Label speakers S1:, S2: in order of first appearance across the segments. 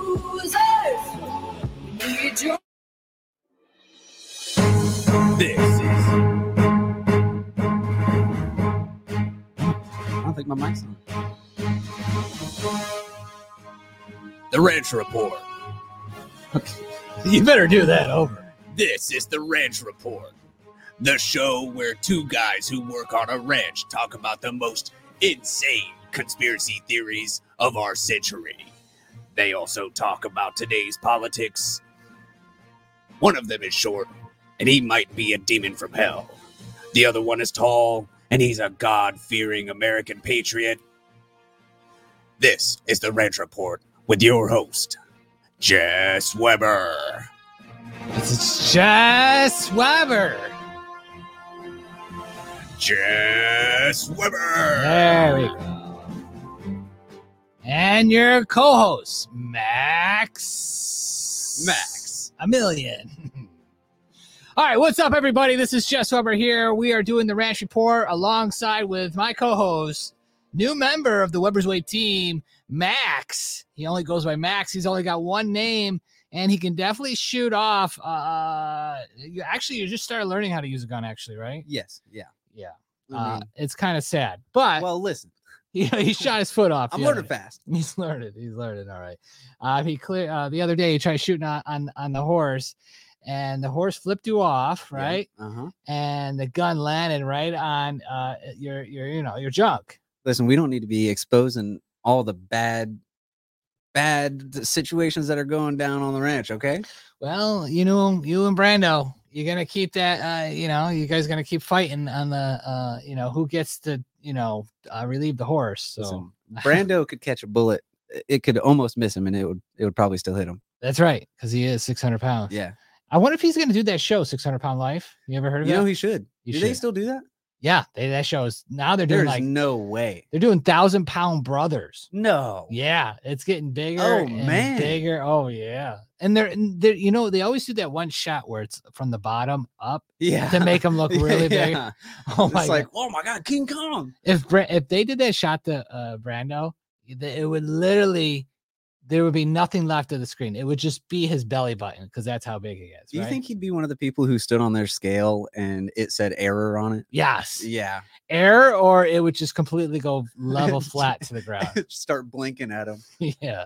S1: abusers need your. This is. I don't think my mic's on. The Ranch Report. Okay.
S2: You better do that over.
S1: This is the Ranch Report, the show where two guys who work on a ranch talk about the most insane conspiracy theories of our century. They also talk about today's politics. One of them is short, and he might be a demon from hell. The other one is tall, and he's a God fearing American patriot. This is the Ranch Report with your host, Jess Weber.
S2: This is Jess Weber.
S1: Jess Weber.
S2: There we go. And your co-host, Max.
S1: Max.
S2: A million. All right, what's up, everybody? This is Jess Weber here. We are doing the Ranch Report alongside with my co-host, new member of the Weber's Way team, Max. He only goes by Max. He's only got one name, and he can definitely shoot off. Uh, you actually, you just started learning how to use a gun, actually, right?
S3: Yes, yeah.
S2: Yeah.
S3: I
S2: Uh,
S3: mean,
S2: it's kind of sad, but
S3: well, listen,
S2: he, he shot his foot off.
S3: I'm
S2: the
S3: learning
S2: other day.
S3: fast.
S2: He's learned it. He's learned it. All right. Uh, he clear uh, the other day. He tried shooting on, on on the horse, and the horse flipped you off, right?
S3: Uh huh.
S2: And the gun landed right on uh your your you know your junk.
S3: Listen, we don't need to be exposing all the bad, bad d- situations that are going down on the ranch. Okay.
S2: Well, you know you and Brando, you're gonna keep that. Uh, you know you guys gonna keep fighting on the uh you know who gets to you know uh, relieve the horse. So
S3: Listen, Brando could catch a bullet. i- It could almost miss him, and it would it would probably still hit him.
S2: that's right because he is 600 pounds.
S3: Yeah.
S2: I wonder if he's gonna do that show 600 pound life. You ever heard of
S3: You
S2: it?
S3: know he should.
S2: You
S3: Do they
S2: should.
S3: still do that?
S2: Yeah, they, that shows now they're doing
S3: There's
S2: like
S3: no way.
S2: they're doing thousand pound brothers.
S3: No.
S2: Yeah, it's getting bigger.
S3: Oh,
S2: and
S3: man.
S2: bigger. Oh yeah, and they're, and they're you know they always do that one shot where it's from the bottom up
S3: Yeah.
S2: to make them look really big.
S3: yeah.
S2: Oh
S3: It's
S2: my!
S3: like,
S2: God.
S3: oh my god, King Kong.
S2: If Bra- if they did that shot to uh, Brando, th- it would literally there would be nothing left of the screen. It would just be his belly button because that's how big he is.
S3: Do you
S2: right?
S3: think he'd be one of the people who stood on their scale and it said error on it?
S2: Yes,
S3: Yeah.
S2: air or it would just completely go level flat to the ground.
S3: Start blinking at him.
S2: yeah.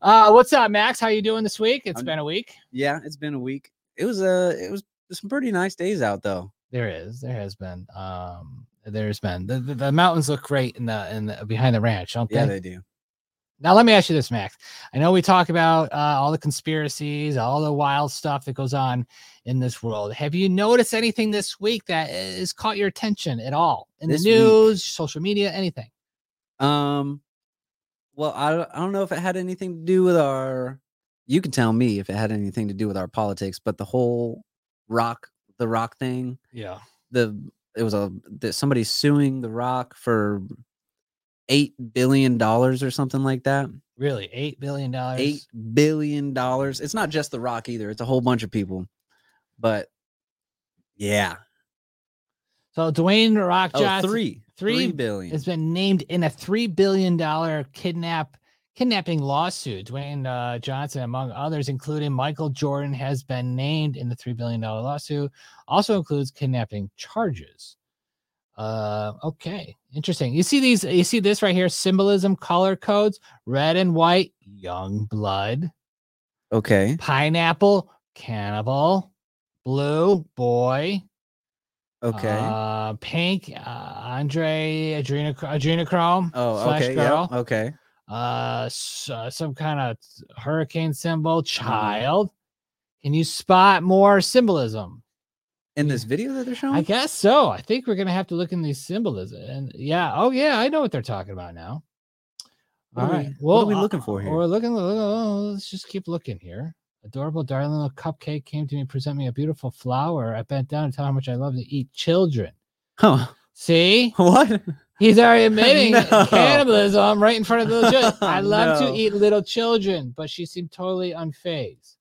S2: Uh, what's up, Max? How you doing this week? It's
S3: I'm-
S2: been a week.
S3: Yeah, it's been a week. It was uh it was some pretty nice days out though.
S2: There is. There has been. Um, there's been. The, the, the mountains look great in the in the, behind the ranch, don't
S3: Yeah,
S2: they?
S3: they do.
S2: Now let me ask you this, Max. I know we talk about uh, all the conspiracies, all the wild stuff that goes on in this world. Have you noticed anything this week that uh, has caught your attention at all in
S3: This
S2: the
S3: week?
S2: news, social media, anything?
S3: Um well, I don't, I don't know if it had anything to do with our you can tell me if it had anything to do with our politics, but the whole rock the rock thing,
S2: Yeah.
S3: the it was a the, somebody suing the rock for 8 billion dollars or something like that.
S2: Really, eight billion dollars.
S3: 8 billion dollars. It's not just the rock either. It's a whole bunch of people. But yeah.
S2: So Dwayne The Rock
S3: Oh,
S2: Johnson.
S3: three,
S2: three
S3: three billion.
S2: has been named in a three billion dollar kidnap kidnapping lawsuit. Dwayne uh, Johnson, among others, including Michael Jordan, has been named in the three billion dollar lawsuit. Also includes kidnapping charges. Uh, okay, interesting. You see these? You see this right here? Symbolism, color codes, red and white, young blood,
S3: Okay.
S2: pineapple, cannibal, blue boy,
S3: Okay.
S2: uh, pink, uh, Andre Adrenoch- Adrenochrome.
S3: oh,
S2: slash
S3: okay.
S2: girl.
S3: Yeah. Okay.
S2: Uh, s- uh, some kind of hurricane symbol.
S3: Mm-hmm.
S2: Child. Can you spot more symbolism?
S3: In
S2: Yeah.
S3: this video that they're showing?
S2: I guess so. I think we're gonna have to look in these symbolism. And yeah, oh yeah, I know what they're talking about now.
S3: What
S2: All
S3: are
S2: right.
S3: we-
S2: well,
S3: what are we
S2: uh,
S3: looking for here?
S2: We're looking. look- oh, let's just keep looking here. Adorable, darling little cupcake came to me, present me a beautiful flower. I bent down and tell how much I love to eat children.
S3: Huh.
S2: See,
S3: What?
S2: He's already admitting
S3: No.
S2: cannibalism right in front of the little children. I love
S3: No.
S2: to eat little children, but she seemed totally unfazed.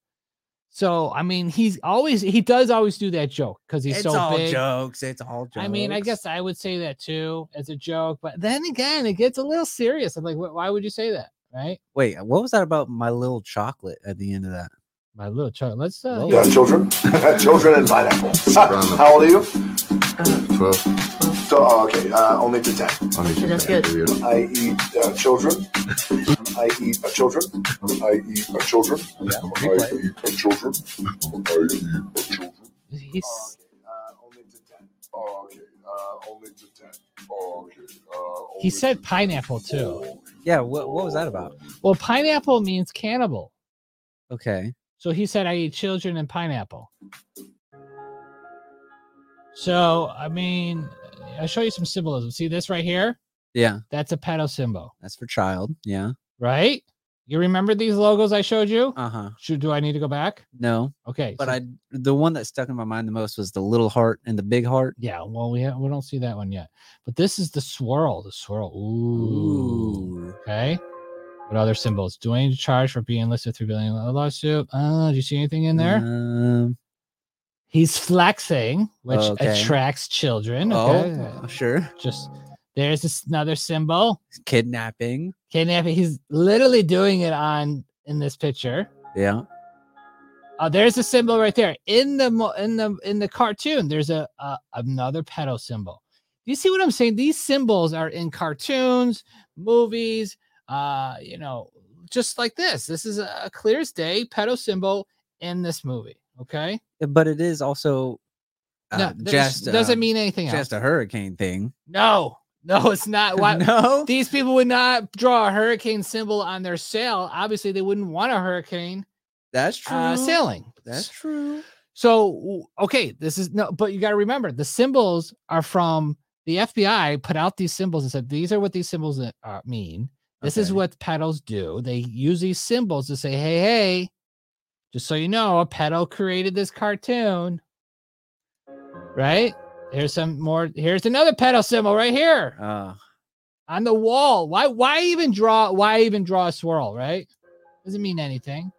S2: So I mean, he's always he does always do that joke because he's
S3: it's
S2: so
S3: all
S2: big.
S3: jokes. It's all jokes.
S2: I mean, I guess I would say that too as a joke, but then again, it gets a little serious. I'm like, wh- why would you say that? right?
S3: Wait, what was that about my little chocolate at the end of that?
S2: My little chocolate. Let's uh,
S3: Whoa.
S4: You have children? children and pineapple.
S5: Run.
S4: How old are you?
S5: 12.
S4: So, oh, okay, uh, only to 10.
S5: I need to
S6: That's
S5: get
S6: good.
S5: rid of-
S4: I eat uh, children. I eat uh, children. I eat uh, children. I eat uh, children. I eat uh, children.
S2: he's he said pineapple too.
S3: Yeah, what what was that about?
S2: Well, pineapple means cannibal.
S3: Okay.
S2: So he said, I eat children and pineapple. So, I mean, uh, I'll show you some symbolism. See this right here?
S3: Yeah,
S2: That's a pedo symbol,
S3: that's for child. Yeah.
S2: right? You remember these logos I showed you?
S3: Uh-huh.
S2: Should, do I need to go back?
S3: No.
S2: Okay.
S3: But
S2: so-
S3: I the one that stuck in my mind the most was the little heart and the big heart.
S2: yeah, well, we, ha- we don't see that one yet. But this is the swirl, the swirl. Ooh. Okay. What other symbols? Doing charge for being listed $3 billion lawsuit. Uh, do you see anything in there?
S3: Um,
S2: He's flexing, which
S3: Okay.
S2: attracts children. Okay.
S3: oh, sure.
S2: Just there's this another symbol.
S3: Kidnapping.
S2: Kidnapping. He's literally doing it on in this picture.
S3: Yeah.
S2: Oh, there's a symbol right there in the mo- in the in the cartoon. There's a, a another pedo symbol. You see what I'm saying? These symbols are in cartoons, movies. Uh, you know, just like this. This is a, a clear as day pedo symbol in this movie. Okay,
S3: But it is also uh,
S2: No, that
S3: just
S2: doesn't
S3: um,
S2: mean anything else.
S3: just a hurricane thing.
S2: No, no, it's not. Why?
S3: no.
S2: These people would not draw a hurricane symbol on their sail. Obviously, they wouldn't want a hurricane
S3: That's true.
S2: uh, sailing.
S3: That's true.
S2: So, w- okay, this is no, but you got to remember the symbols are from the FBI put out these symbols and said, these are what these symbols uh, are- mean. This is
S3: Okay.
S2: what pedals do. They use these symbols to say, hey, hey, just so you know, a pedal created this cartoon. Right? Here's some more. Here's another pedal symbol right here
S3: Uh,
S2: on the wall. Why why even draw why even draw a swirl, right? Doesn't mean anything.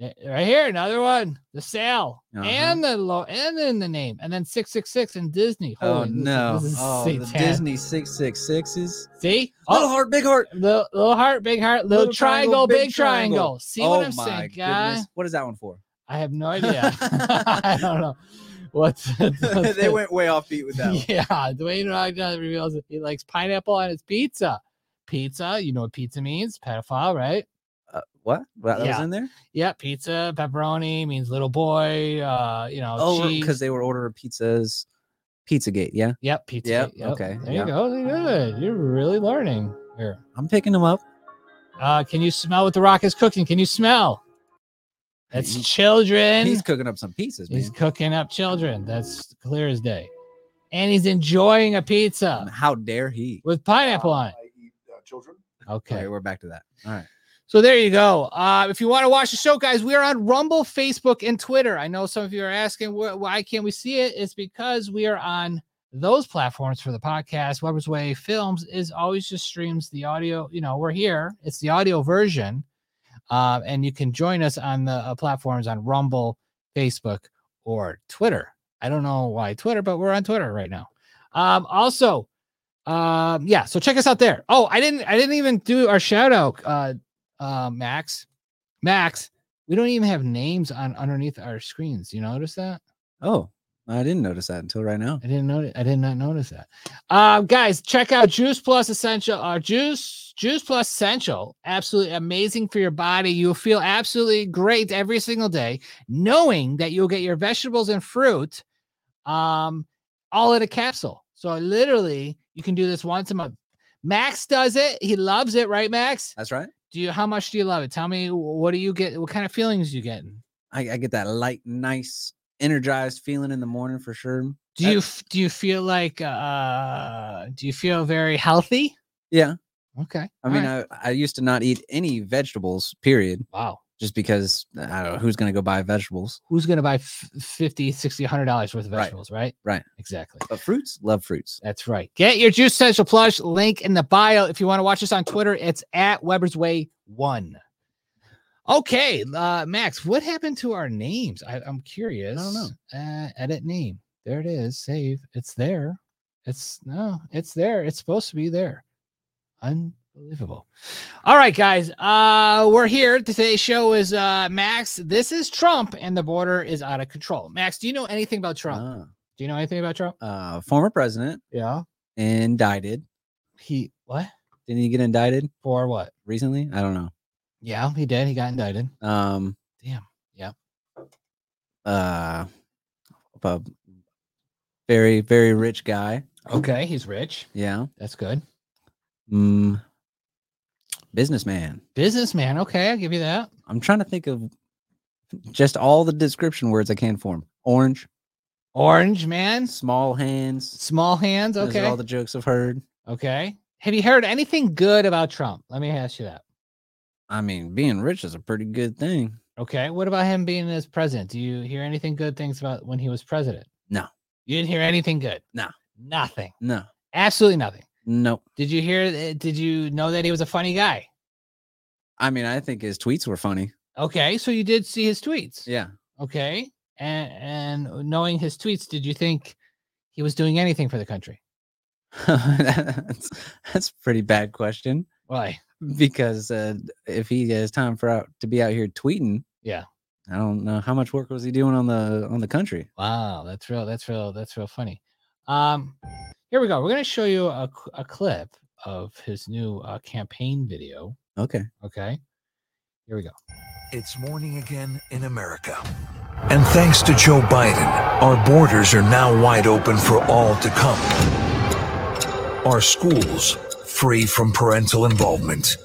S2: Eh, Right here, another one. The sale
S3: Uh-huh.
S2: and the low and then the name. And then 666 and Disney. Holy,
S3: oh
S2: this is-
S3: no.
S2: This is
S3: oh, the
S2: satanic.
S3: Disney 666s.
S2: See?
S3: Little
S2: Oh,
S3: heart, big heart.
S2: little, little heart, big heart, little, triangle, big triangle. See
S3: oh
S2: what I'm
S3: my
S2: saying, guy?
S3: goodness. What is that one for?
S2: I have no idea. I don't know. What's
S3: they went way off beat with that one.
S2: Yeah, Dwayne Rock Johnson reveals that he likes pineapple on his pizza. Pizza, you know what pizza means? Pedophile, right?
S3: Uh, what? What that
S2: Yeah.
S3: was in there?
S2: Yeah, pizza, pepperoni means little boy. Uh, you know,
S3: Oh,
S2: cheese.
S3: because they were ordering pizzas. Pizzagate, yeah.
S2: yep, pizza.
S3: Yep, okay,
S2: There
S3: yeah.
S2: you go. Good. You're really learning here.
S3: I'm picking them up.
S2: Uh, can you smell what the rock is cooking? Can you smell? That's
S3: He-
S2: children.
S3: He's cooking up some pizzas, man.
S2: He's cooking up children. That's clear as day. And he's enjoying a pizza
S3: How dare he?
S2: with pineapple on it.
S4: I eat uh, children.
S2: Okay.
S3: Okay, we're back to that. All right.
S2: So there you go. Uh, if you want to watch the show, guys, we are on Rumble, Facebook, and Twitter. I know some of you are asking "Wh- why can't we see it. It's because we are on those platforms for the podcast. Weber's Way Films is always just streams the audio. You know, we're here. It's the audio version, uh, and you can join us on the uh, platforms on Rumble, Facebook, or Twitter. I don't know why Twitter, but we're on Twitter right now. Um, also. Um, yeah, so check us out there. Oh, I didn't I didn't even do our shout out. Uh uh, Max. Max, we don't even have names on underneath our screens. You notice that?
S3: Oh, I didn't notice that until right now.
S2: I didn't notice. I did not notice that. Uh, guys, check out Juice Plus Essential. Uh, Juice Juice Plus Essential, absolutely amazing for your body. You'll feel absolutely great every single day, knowing that you'll get your vegetables and fruit, um, all in a capsule. So literally, you can do this once a month. Max does it. He loves it, right, Max?
S3: That's right.
S2: do you how much do you love it tell me wh- what do you get what kind of feelings you getting
S3: I, I get that light, nice, energized feeling in the morning for sure.
S2: do you f- do you feel like uh do you feel very healthy
S3: Yeah.
S2: okay
S3: I
S2: all
S3: mean,
S2: right.
S3: I, I used to not eat any vegetables, period,
S2: wow
S3: just because I don't know who's going to go buy vegetables.
S2: who's gonna buy f- 50 60 100 dollars worth of
S3: Right.
S2: vegetables right
S3: Right.
S2: exactly
S3: But fruits, love fruits.
S2: That's right. Get your Juice Central plush link in the bio. If you want to watch us on Twitter, it's at Weber's Way One. Okay, uh, Max, what happened to our names? I, I'm curious.
S3: know.
S2: Uh, edit name. There it is. Save. It's there. It's no. It's there. It's supposed to be there. Un- Unbelievable. All right, guys. Uh we're here. Today's show is uh Max. This is Trump, and the border is out of control. Max, do you know anything about Trump? Do you know anything about Trump?
S3: Ah, uh, former president
S2: Yeah.
S3: indicted.
S2: He what?
S3: Didn't he get indicted
S2: For what?
S3: recently? I don't know.
S2: Yeah, he did. He got indicted.
S3: Um,
S2: Damn. Yeah.
S3: Uh, a very very rich guy.
S2: Okay, he's rich.
S3: Yeah.
S2: That's good.
S3: Mm, businessman.
S2: Businessman. Okay, I'll give you that.
S3: I'm trying to think of just all the description words I can for him. Orange,
S2: Orange man.
S3: small hands.
S2: Small hands.
S3: Those
S2: Okay.
S3: are all the jokes I've heard.
S2: okay. Have you heard anything good about Trump? Let me ask you that.
S3: I mean, being rich is a pretty good thing.
S2: Okay. What about him being as president? Do you hear anything good things about when he was president?
S3: No.
S2: You didn't hear anything good?
S3: No.
S2: Nothing.
S3: No,
S2: Absolutely nothing.
S3: no.
S2: Did you hear? th- Did you know that he was a funny guy?
S3: I mean, I think his tweets were funny.
S2: Okay. So you did see his tweets.
S3: Yeah.
S2: Okay. And, and knowing his tweets, did you think he was doing anything for the country?
S3: that's, that's a pretty bad question
S2: Why?
S3: because uh, if he has time for out to be out here tweeting,
S2: Yeah.
S3: I don't know how much work was he doing on the on the country.
S2: Wow. That's real. That's real. That's real funny. Um, here we go. We're going to show you a, c- a clip of his new uh, campaign video.
S3: Okay,
S2: Okay. Here we go.
S5: It's morning again in America. And thanks to Joe Biden, our borders are now wide open for all to come. Our schools free from parental involvement.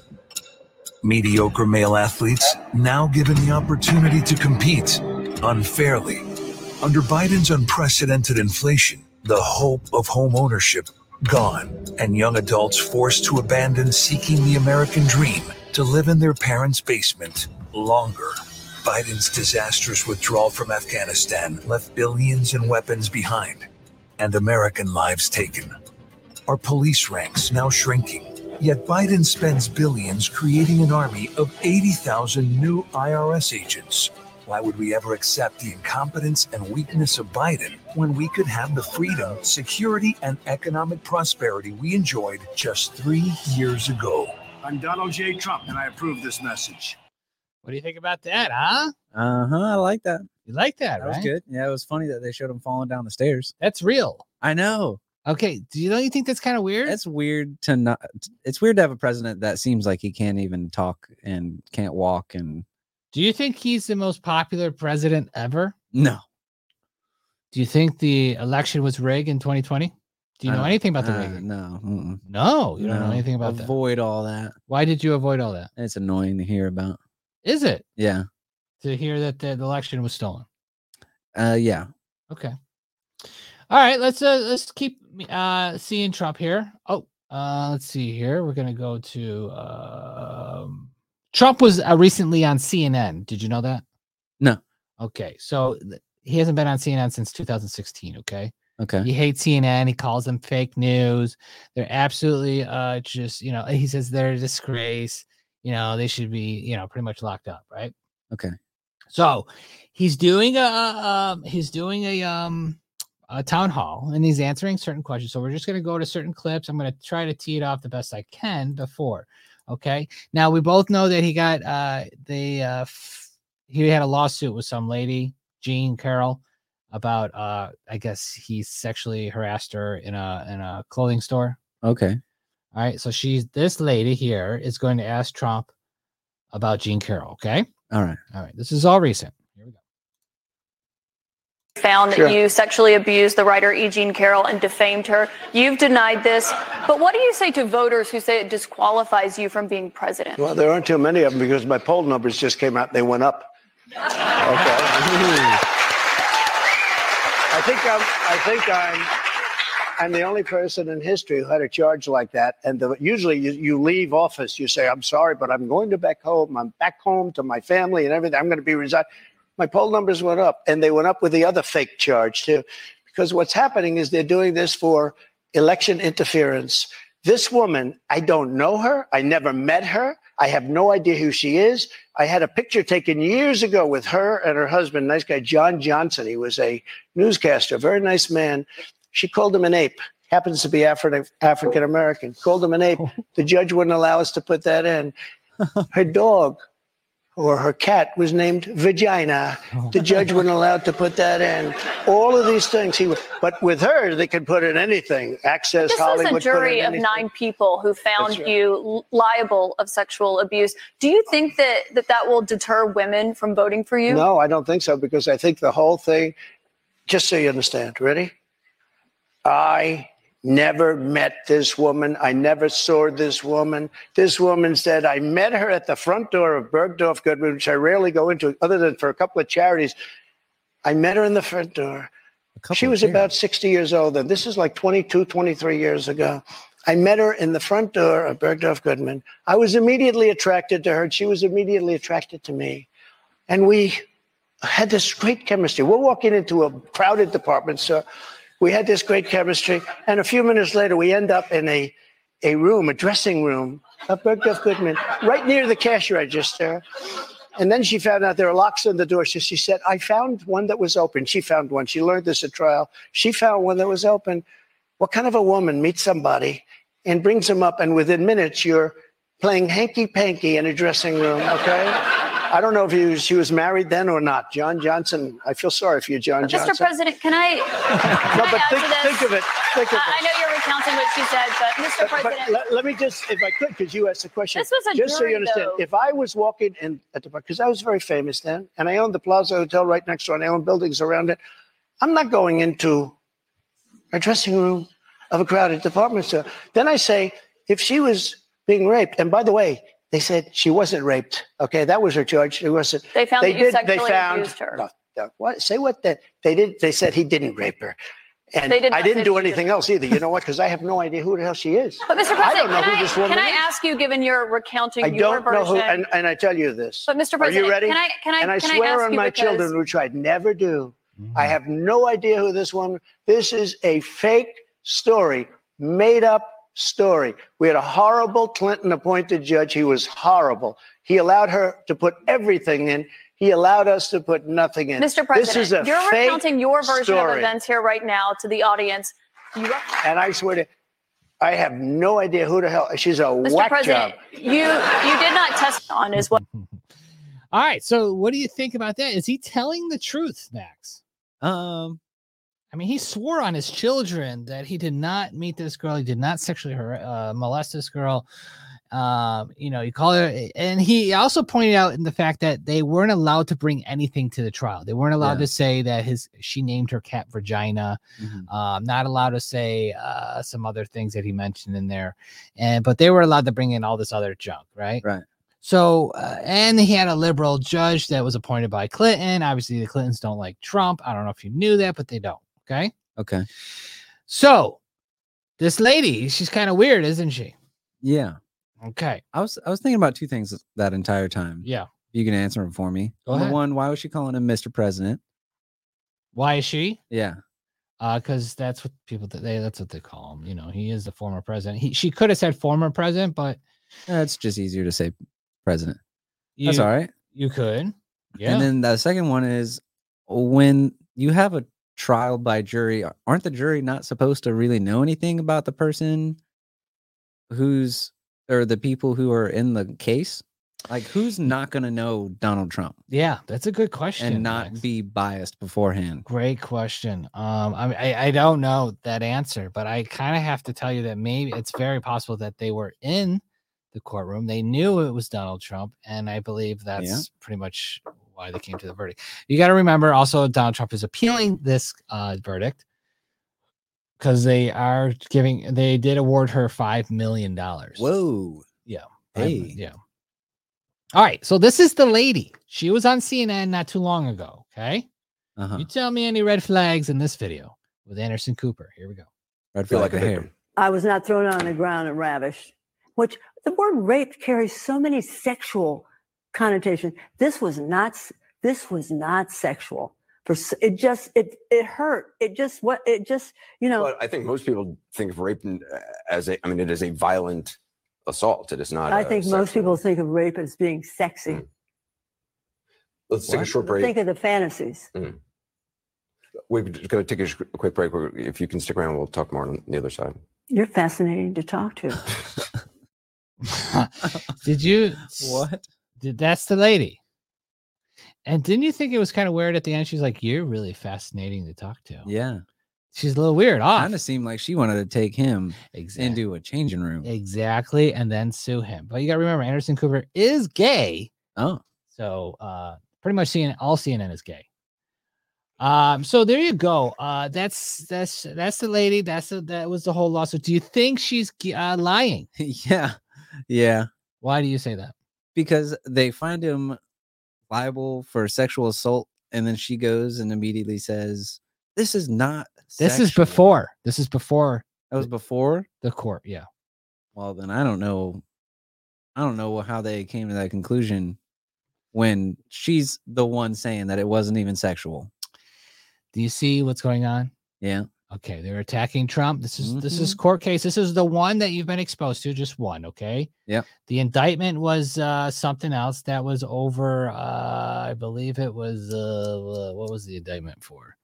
S5: Mediocre male athletes now given the opportunity to compete unfairly. Under Biden's unprecedented inflation, the hope of home ownership gone, and young adults forced to abandon seeking the American dream to live in their parents' basement longer. Biden's disastrous withdrawal from Afghanistan left billions in weapons behind and American lives taken. Our police ranks now shrinking. Yet Biden spends billions creating an army of 80,000 new IRS agents. Why would we ever accept the incompetence and weakness of Biden when we could have the freedom, security, and economic prosperity we enjoyed just three years ago?
S6: I'm Donald J. Trump, and I approve this message.
S2: What do you think about that, huh?
S3: uh huh. I like that.
S2: You like that,
S3: That
S2: right?
S3: was good. Yeah, it was funny that they showed him falling down the stairs.
S2: That's real.
S3: I know.
S2: Okay. Do you don't you think that's kind of weird?
S3: It's weird to not. It's weird to have a president that seems like he can't even talk and can't walk and
S2: do you think he's the most popular president ever?
S3: no.
S2: Do you think the election was rigged in 2020? Do you
S3: I
S2: know
S3: don't-
S2: anything about the
S3: uh,
S2: rigging?
S3: no. mm-mm,
S2: No, you don't know
S3: no.
S2: anything about that.
S3: Avoid all that.
S2: Why did you avoid all that?
S3: It's annoying to hear about.
S2: Is it
S3: Yeah.
S2: to hear that the, the election was stolen?
S3: Uh. Yeah.
S2: Okay. All right, let's uh, let's keep uh seeing Trump here. Oh, uh let's see here. We're going to go to um Trump was uh, recently on CNN. Did you know that?
S3: No.
S2: Okay. So th- he hasn't been on CNN since 2016, okay?
S3: Okay.
S2: He hates CNN. He calls them fake news. They're absolutely uh just, you know, he says they're a disgrace. You know, they should be, you know, pretty much locked up, right?
S3: Okay.
S2: So he's doing a um he's doing a um a town hall and he's answering certain questions. So we're just gonna go to certain clips. I'm gonna try to tee it off the best I can before. Okay. Now we both know that he got uh the uh f- he had a lawsuit with some lady, Jean Carroll, about uh I guess he sexually harassed her in a in a clothing store.
S3: Okay.
S2: All right. So she's this lady here is going to ask Trump about Jean Carroll. Okay.
S3: All right.
S2: All right. This is all recent. Here we go.
S7: found
S8: Sure.
S7: that you sexually abused the writer E. Jean Carroll and defamed her. You've denied this. But what do you say to voters who say it disqualifies you from being president?
S8: Well, there aren't too many of them because my poll numbers just came out. They went up. Okay. I think I'm. I think I'm. I'm the only person in history who had a charge like that. And the, usually, you, you leave office. You say, "I'm sorry, but I'm going to back home. I'm back home to my family and everything. I'm going to be resigned." My poll numbers went up, and they went up with the other fake charge too, because what's happening is they're doing this for election interference. This woman, I don't know her. I never met her. I have no idea who she is. I had a picture taken years ago with her and her husband, nice guy John Johnson. He was a newscaster, very nice man. She called him an ape. happens to be Afri- African American. Called him an ape. The judge wouldn't allow us to put that in. Her dog or her cat was named Vagina. The judge wouldn't allow it to put that in. All of these things. He, would, but with her, they could put in anything. Access
S7: This was
S8: Hollywood.
S7: a
S8: put in
S7: jury of
S8: anything.
S7: nine people who found
S8: That's right.
S7: you li- liable of sexual abuse. Do you think that, that that will deter women from voting for you?
S8: No, I don't think so because I think the whole thing, just so you understand, ready? I never met this woman. I never saw this woman. This woman said, I met her at the front door of Bergdorf Goodman, which I rarely go into other than for a couple of charities. I met her in the front door. She was about 60 years old then. This is like 22, 23 years ago. I met her in the front door of Bergdorf Goodman. I was immediately attracted to her, and she was immediately attracted to me and we had this great chemistry. We're walking into a crowded department store. We had this great chemistry, and a few minutes later, we end up in a, a room, a dressing room of Bergdorf Goodman, right near the cash register. And then she found out there are locks on the door. So she said, I found one that was open. She found one. She learned this at trial. She found one that was open. What kind of a woman meets somebody and brings them up, and within minutes, you're playing hanky panky in a dressing room, okay? I don't know if he was, she was married then or not. John Johnson, I feel sorry for you, John
S7: Mr.
S8: Johnson.
S7: President, can I? can
S8: no,
S7: I
S8: but
S7: add to
S8: think,
S7: this?
S8: think of it. Think of
S7: I, I
S8: it.
S7: know you're recounting what she said, but Mr.
S8: But- but
S7: President,
S8: let, let me just, if I could, because you asked the question.
S7: This was a
S8: just so
S7: jury,
S8: you understand,
S7: though.
S8: if I was walking in at the because I was very famous then, and I owned the Plaza Hotel right next door, and I owned buildings around it. I'm not going into a dressing room of a crowded department store. Then I say, if she was being raped, and by the way, they said she wasn't raped. Okay, that was her charge. It wasn't.
S7: They found that you sexually
S8: found,
S7: abused her.
S8: No, no, what? Say what? That they did. They said he didn't rape her. And
S7: They did
S8: I
S7: not
S8: didn't
S7: say
S8: do
S7: she did.
S8: anything else either. You know what? Because I have no idea who the hell she is.
S7: but Mr. President,
S8: I don't know
S7: can,
S8: who
S7: I,
S8: this woman
S7: can I
S8: is.
S7: ask you, given your recounting
S8: I
S7: your
S8: don't
S7: version,
S8: know who. And, and I tell you this.
S7: but Mr.
S8: Are
S7: President,
S8: you ready?
S7: can I can I
S8: and I
S7: can
S8: swear
S7: ask
S8: on
S7: you
S8: my
S7: because-
S8: children, which I never do. I have no idea who this woman. This is a fake story, made up story. We had a horrible Clinton appointed judge. He was horrible. He allowed her to put everything in. He allowed us to put nothing in.
S7: Mr. President,
S8: this is a
S7: you're
S8: fake
S7: recounting your version of
S8: story.
S7: events here right now to the audience. You, Mr.
S8: And I swear to, I have no idea who the hell. She's a whack
S7: President,
S8: job.
S7: you you did not test on is what
S2: All right. So, what do you think about that? Is he telling the truth, Max?
S3: Um,
S2: I mean, he swore on his children that he did not meet this girl. He did not sexually har- uh, molest this girl. Um, you know, you call her, and he also pointed out in the fact that they weren't allowed to bring anything to the trial. They weren't allowed
S3: Yeah.
S2: to say that his she named her cat Virginia.
S3: mhm.
S2: um, not allowed to say uh, some other things that he mentioned in there, and but they were allowed to bring in all this other junk, right?
S3: Right.
S2: So, uh, and he had a liberal judge that was appointed by Clinton. Obviously, the Clintons don't like Trump. I don't know if you knew that, but they don't. Okay.
S3: okay,
S2: So, this lady, she's kind of weird, isn't she?
S3: yeah.
S2: Okay.
S3: I was I was thinking about two things that entire time.
S2: Yeah.
S3: You can answer them for me.
S2: Go
S3: Number
S2: ahead.
S3: one, why was she calling him Mr. President?
S2: Why is she?
S3: Yeah,
S2: Because that's what people th- they that's what they call him. You know, he is the former president. He she could have said former president, but
S3: that's just easier to say president.
S2: you,
S3: that's all right.
S2: You could. Yeah.
S3: And then the second one is when you have a trial by jury, a- aren't the jury not supposed to really know anything about the person who's or the people who are in the case? Like who's not going to know Donald Trump
S2: yeah, that's a good question.
S3: and not
S2: Max.
S3: be biased beforehand?
S2: Great question. Um, I, mean, I I don't know that answer, but I kind of have to tell you that maybe it's very possible that they were in the courtroom. They knew it was Donald Trump, and I believe that's pretty much why they came to the verdict. You got to remember also Donald Trump is appealing this uh, verdict because they are giving they did award her five million dollars.
S3: Whoa.
S2: Yeah. I'm-
S3: Hey.
S2: Yeah. All right. So this is the lady. She was on CNN not too long ago. Okay.
S3: Uh-huh.
S2: You tell me any red flags in this video with Anderson Cooper. Here we go.
S3: Red
S4: feel
S3: flag
S4: like a
S3: to hair.
S4: victim.
S9: I was not thrown on the ground and ravished, which the word rape carries so many sexual connotation. This was not. s- This was not sexual. For s- it just it it hurt. It just what it just you know.
S10: But I think most people think of rape n- uh, as a, I mean, it is a violent assault. It is not.
S9: I
S10: a
S9: think most
S10: sexual- Mm.
S9: people think of rape as being sexy.
S10: Let's take a short break.
S9: Think of the fantasies.
S10: Mm. We're going to take a sh- quick break. We're- If you can stick around, we'll talk more on the other side.
S9: You're fascinating to talk to.
S2: Did you?
S3: What?
S2: Did, that's the lady. And didn't you think it was kind of weird at the end? She's like, "You're really fascinating to talk to."
S3: Yeah.
S2: She's a little weird. Off.
S3: Kind of seemed like she wanted to take him
S2: Exact-
S3: into a changing room.
S2: Exactly, and then sue him. But you got to remember, Anderson Cooper is gay,
S3: Oh,
S2: so uh, pretty much CNN, all CNN is gay. Um, so there you go. Uh, that's that's that's the lady. That's the, that was the whole lawsuit. Do you think she's g- uh, lying?
S3: yeah. Yeah.
S2: Why do you say that?
S3: Because they find him liable for sexual assault. And then she goes and immediately says, This is not.
S2: This is
S3: sexual."
S2: before. This is before
S3: That was before.
S2: the court. Yeah.
S3: Well, then I don't know. I don't know how they came to that conclusion when she's the one saying that it wasn't even sexual.
S2: Do you see what's going on?
S3: Yeah.
S2: Okay, they're attacking Trump. This is this is court case. This is the one that you've been exposed to, just one, okay?
S3: Yep.
S2: The indictment was uh something else that was over uh I believe it was uh what was the indictment for?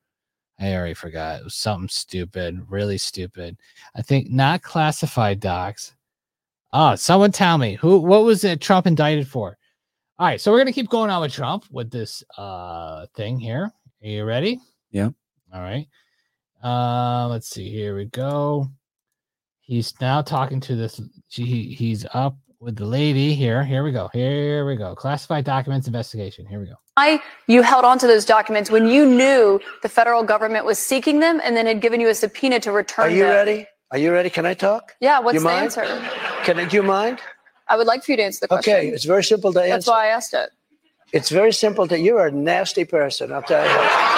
S2: I already forgot. It was something stupid, really stupid. I think not classified docs. Oh, someone tell me who what was it Trump indicted for? All right, so we're gonna keep going on with Trump with this uh thing here. Are you ready?
S3: Yeah.
S2: All right. Uh, let's see. Here we go. He's now talking to this. She, he- he's up with the lady here. Here we go. Here we go. Classified documents investigation. Here we go.
S7: Why you held on to those documents when you knew the federal government was seeking them and then had given you a subpoena to return
S8: Are you
S7: them?
S8: ready? Are you ready? Can I talk?
S7: Yeah, what's
S8: You
S7: the
S8: mind?
S7: answer?
S8: Can I, do you mind?
S7: I would like for you to answer the question.
S8: Okay, it's very simple to
S7: That's
S8: answer.
S7: why I asked it.
S8: It's very simple to. You are a nasty person. I'll tell you.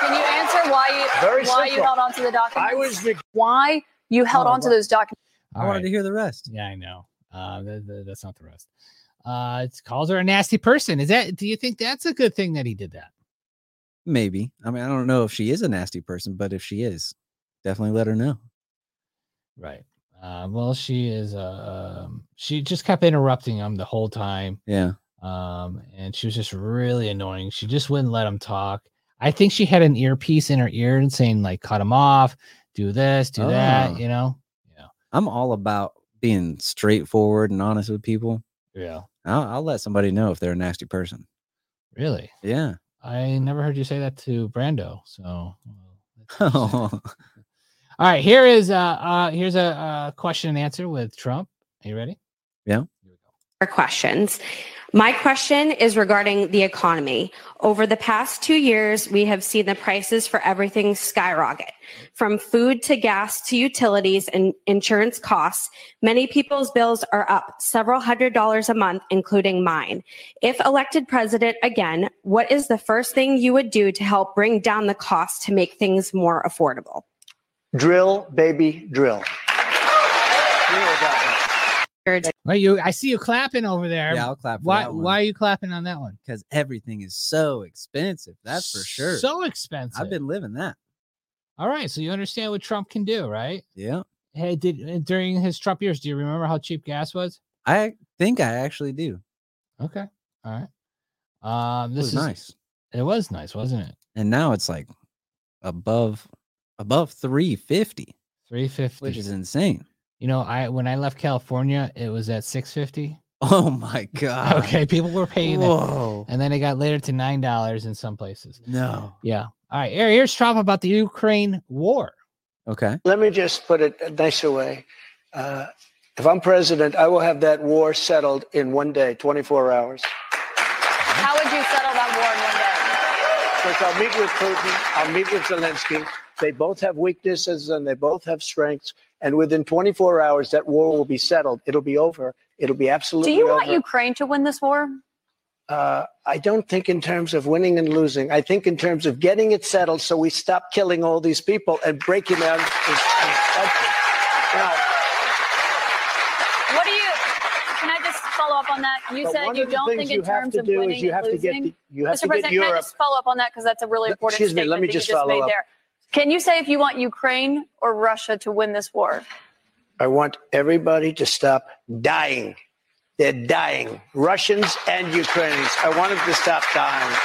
S7: Can you answer why you
S8: Very
S7: why you
S8: simple.
S7: held on to the documents?
S8: I was the
S7: why you held
S3: Oh,
S7: on to
S3: right.
S7: those documents?
S3: I
S2: All
S3: wanted to
S2: right.
S3: hear the rest.
S2: Yeah, I know. Uh, th- th- that's not the rest. Uh, it calls her a nasty person. Is that? Do you think that's a good thing that he did that?
S3: Maybe. I mean, I don't know if she is a nasty person, but if she is, definitely let her know.
S2: Right. Uh, well, she is. Uh, um, she just kept interrupting him the whole time.
S3: Yeah.
S2: um, and she was just really annoying. She just wouldn't let him talk. I think she had an earpiece in her ear and saying like, "Cut him off, do this, do
S3: Ah.
S2: that," you know.
S3: I'm all about being straightforward and honest with people.
S2: Yeah,
S3: I'll, I'll let somebody know if they're a nasty person.
S2: really.
S3: Yeah.
S2: I never heard you say that to Brando. Oh, So, well, that's interesting.
S3: Oh,
S2: all right. Here is uh, uh here's a uh, question and answer with Trump. Are you ready?
S11: your questions. My question is regarding the economy. Over the past two years, we have seen the prices for everything skyrocket from food to gas to utilities and insurance costs. Many people's bills are up several hundred dollars a month, including mine. If elected president again, what is the first thing you would do to help bring down the cost to make things more affordable?
S8: drill, baby, drill.
S2: Right. You. I see you clapping over there.
S3: yeah. I'll clap. For
S2: why?
S3: that one.
S2: Why are you clapping on that one?
S3: Because everything is so expensive. That's for sure.
S2: So expensive.
S3: I've been living that.
S2: All right. So you understand what Trump can do, right?
S3: Yeah.
S2: Hey, did uh, during his Trump years, do you remember how cheap gas was?
S3: I think I actually do.
S2: Okay. All right. Um,
S3: It
S2: this
S3: was
S2: is
S3: nice.
S2: It was nice, wasn't it?
S3: And now it's like above above 350,
S2: Three fifty.
S3: which is insane.
S2: you know, I when I left California, it was at six fifty.
S3: Oh my god.
S2: Okay, people were paying that.
S3: Whoa.
S2: And then it got later to nine dollars in some places.
S3: No.
S2: Yeah. All right. Here, here's Trump about the Ukraine war.
S3: Okay.
S8: Let me just put it a nicer way. Uh, if I'm president, I will have that war settled in one day, 24 hours.
S7: How would you settle that war in one day?
S8: Because I'll meet with Putin, I'll meet with Zelensky. They both have weaknesses and they both have strengths. And within 24 hours, that war will be settled. It'll be over. It'll be
S7: Do
S8: absolutely
S7: you
S8: over.
S7: want Ukraine to win this war?
S8: uh, I don't think in terms of winning and losing. I think in terms of getting it settled so we stop killing all these people and breaking down this, this country. Now,
S7: What do you? Can I just follow up on that? You
S8: but
S7: said
S8: one
S7: you
S8: of the
S7: don't
S8: things
S7: think
S8: you
S7: in
S8: have
S7: terms
S8: to
S7: of
S8: do
S7: winning
S8: is you
S7: and
S8: have to get
S7: losing.
S8: the, you have
S7: Mr.
S8: to get
S7: President, can I
S8: Europe.
S7: just follow up on that because that's a really
S8: Let-
S7: important
S8: excuse me, let
S7: statement
S8: me
S7: that
S8: just
S7: you just
S8: follow
S7: made
S8: up.
S7: there. Can you say if you want Ukraine or Russia to win this war?
S8: I want everybody to stop dying. They're dying, Russians and Ukrainians. I want them to stop dying.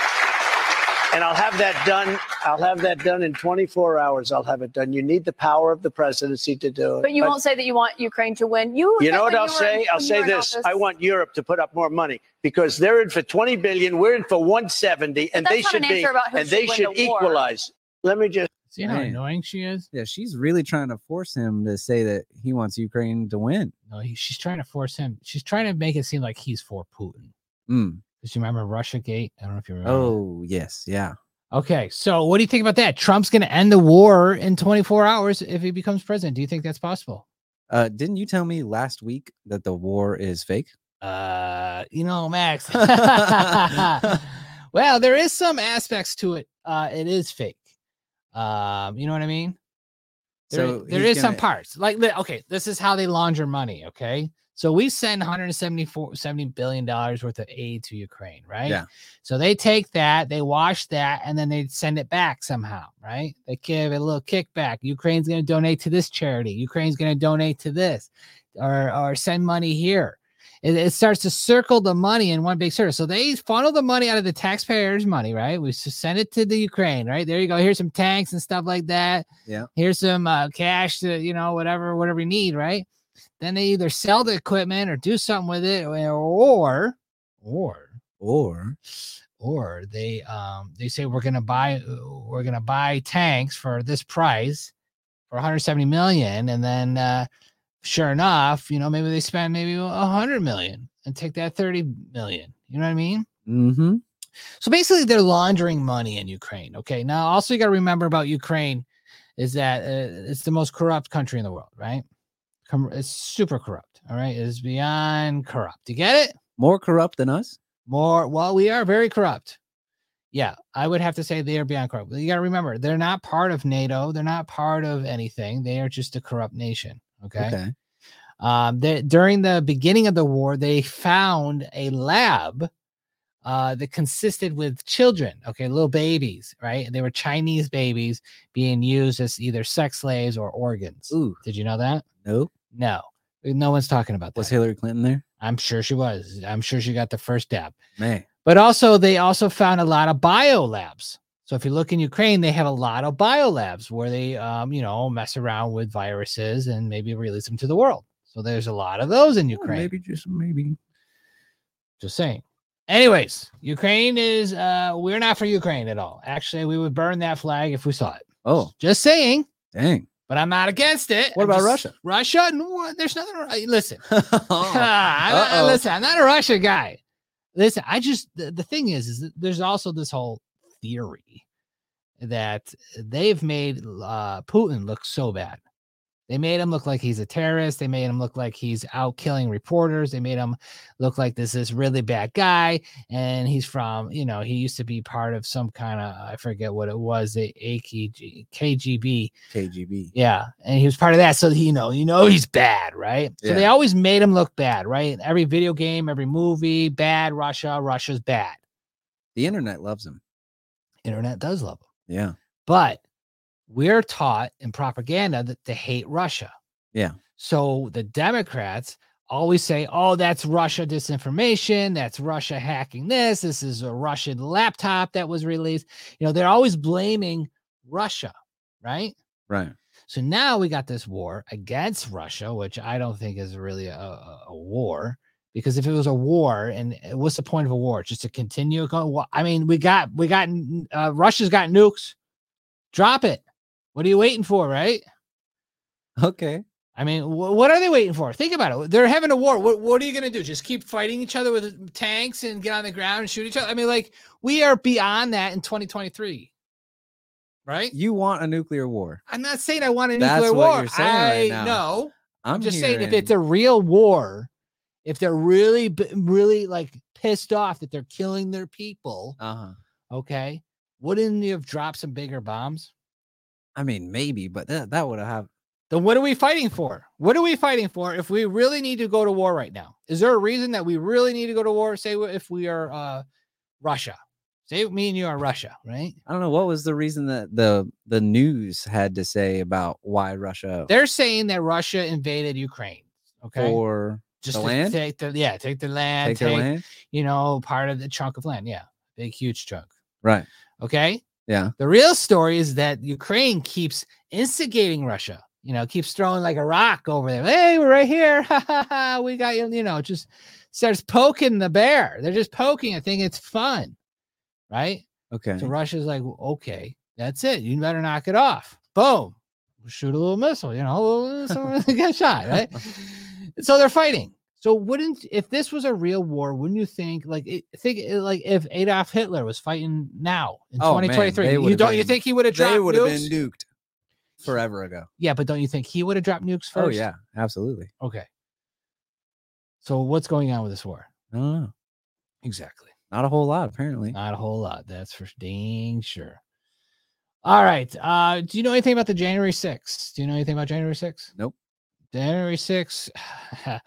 S8: And I'll have that done. I'll have that done in 24 hours. I'll have it done. You need the power of the presidency to do it.
S7: But you won't say that you want Ukraine to win. You
S8: You know
S7: when
S8: what I'll
S7: were
S8: say?
S7: in-
S8: I'll
S7: when you
S8: say
S7: were in
S8: this.
S7: office-
S8: I want Europe to put up more money because they're in for 20 billion. We're in for 170, and
S7: that's
S8: they
S7: not
S8: should
S7: an
S8: be
S7: answer about who
S8: and they
S7: should
S8: should
S7: win the war.
S8: equalize. Let me just.
S2: See how annoying she is?
S3: Yeah, she's really trying to force him to say that he wants Ukraine to win.
S2: No, he, she's trying to force him. She's trying to make it seem like he's for Putin.
S3: Mm.
S2: Because you remember Russia Gate? I don't know if you remember.
S3: Oh, yes. Yeah.
S2: Okay, so what do you think about that? Trump's going to end the war in 24 hours if he becomes president. Do you think that's possible?
S3: Uh, didn't you tell me last week that the war is fake?
S2: Uh, you know, Max. well, there is some aspects to it. Uh, it is fake. Um, you know what I mean? There,
S3: So
S2: there
S3: he's
S2: is some
S3: gonna-
S2: parts. Like, li- okay, this is how they launder money. Okay, so we send 174 70 billion dollars worth of aid to Ukraine, right?
S3: Yeah.
S2: So they take that, they wash that, and then they send it back somehow, right? They give it a little kickback. Ukraine's going to donate to this charity. Ukraine's going to donate to this, or or send money here. It, it starts to circle the money in one big circle. So they funnel the money out of the taxpayers' money, right? We s- send it to the Ukraine, right? There you go. Here's some tanks and stuff like that.
S3: Yeah.
S2: Here's some uh, cash to you know whatever whatever you need, right? Then they either sell the equipment or do something with it, or or or
S3: or
S2: or they um they say we're gonna buy we're gonna buy tanks for this price for 170 million and then uh sure enough you know maybe they spend maybe 100 million and take that 30 million you know what i mean
S3: Mm-hmm.
S2: so basically, they're laundering money in Ukraine. Okay. Now, also, you got to remember about Ukraine is that uh, it's the most corrupt country in the world, right? Com- It's super corrupt. All right. It's beyond corrupt. You get it?
S3: More corrupt than us?
S2: More. Well, we are very corrupt. Yeah. I would have to say they are beyond corrupt. You got to remember, they're not part of NATO. They're not part of anything. They are just a corrupt nation. Okay.
S3: Okay.
S2: Um, they, during the beginning of the war, they found a lab uh, that consisted with children, okay, little babies, right? They were Chinese babies being used as either sex slaves or organs.
S3: Ooh.
S2: Did you know that?
S3: No.
S2: No, no one's talking about that.
S3: Was Hillary Clinton there?
S2: I'm sure she was. I'm sure she got the first dab.
S3: Man.
S2: But also, they also found a lot of bio labs. So if you look in Ukraine, they have a lot of bio labs where they, um, you know, mess around with viruses and maybe release them to the world. So there's a lot of those in Ukraine.
S3: Oh, Maybe just maybe.
S2: Just saying. Anyways, Ukraine is uh we're not for Ukraine at all. Actually, we would burn that flag if we saw it.
S3: Oh,
S2: Just saying,
S3: dang.
S2: but I'm not against it.
S3: What
S2: I'm
S3: about
S2: just-
S3: Russia?
S2: Russia? No, there's nothing. Ru- Listen, I'm not-
S3: Uh-oh.
S2: listen. I'm not a Russia guy. Listen, I just the, the thing is, is that there's also this whole theory that they've made uh, Putin look so bad. They made him look like he's a terrorist. They made him look like he's out killing reporters. They made him look like this is really bad guy. And he's from, you know, he used to be part of some kind of, I forget what it was, the AKG, KGB.
S3: KGB.
S2: Yeah. And he was part of that. So, he, you know, you know, he's bad, right? So they
S3: Yeah.
S2: always made him look bad, right? Every video game, every movie, bad Russia, Russia's bad.
S3: The internet loves him.
S2: Internet does love him.
S3: Yeah.
S2: But we're taught in propaganda that to hate Russia.
S3: Yeah.
S2: So the Democrats always say, oh, that's Russia disinformation. That's Russia hacking this. This is a Russian laptop that was released. You know, they're always blaming Russia, right?
S3: Right.
S2: So now we got this war against Russia, which I don't think is really a, a, a war. Because if it was a war, and eh, what's the point of a war? Just to continue? go- wha- I mean, we got we got n- uh, Russia's got nukes. Drop it. What are you waiting for, right?
S3: Okay.
S2: I mean, wh- what are they waiting for? Think about it. They're having a war. What, what are you going to do? Just keep fighting each other with uh, tanks and get on the ground and shoot each other? I mean, like, we are beyond that in 2023, right?
S3: You want a nuclear war.
S2: I'm not saying I want a
S3: That's
S2: nuclear
S3: what
S2: war.
S3: you're saying
S2: I
S3: right now.
S2: know.
S3: I'm,
S2: I'm just saying if
S3: hearing-
S2: it's a real war, if they're really, b- really like pissed off that they're killing their people,
S3: uh-huh.
S2: okay, wouldn't you have dropped some bigger bombs?
S3: I mean, maybe, but that, that would have
S2: Then what are we fighting for? What are we fighting for if we really need to go to war right now? Is there a reason that we really need to go to war? Say w- if we are uh, Russia, say me and you are Russia, right?
S3: I don't know what was the reason that the the news had to say about why Russia
S2: They're saying that Russia invaded Ukraine, okay?
S3: or
S2: just
S3: the
S2: to
S3: land,
S2: take the yeah, take the land,
S3: take their
S2: take,
S3: land,
S2: you know part of the chunk of land, yeah, big huge chunk.
S3: right?
S2: Okay.
S3: Yeah.
S2: The real story is that Ukraine keeps instigating Russia, you know, keeps throwing like a rock over there. Hey, we're right here. Ha, ha, ha. we got you, you know, just starts poking the bear. They're just poking. I think it's fun. Right.
S3: Okay.
S2: So Russia's like, "Well, okay, that's it. You better knock it off. Boom. Shoot a little missile, you know, someone got shot, right? so they're fighting. So wouldn't if this was a real war, wouldn't you think like it, think it- like if Adolf Hitler was fighting now in
S3: Oh, man,
S2: 2023,
S3: they
S2: you
S3: would've
S2: don't you
S3: been-
S2: think he would have dropped
S3: They would have been
S2: nukes?
S3: nuked forever ago.
S2: Yeah, but don't you think he would have dropped nukes first?
S3: Oh yeah, absolutely.
S2: Okay. So what's going on with this war?
S3: I don't know.
S2: Exactly.
S3: Not a whole lot, apparently.
S2: Not a whole lot. That's for dang sure. All right. Uh, do you know anything about the January 6th? Do you know anything about January 6th?
S3: Nope.
S2: January 6th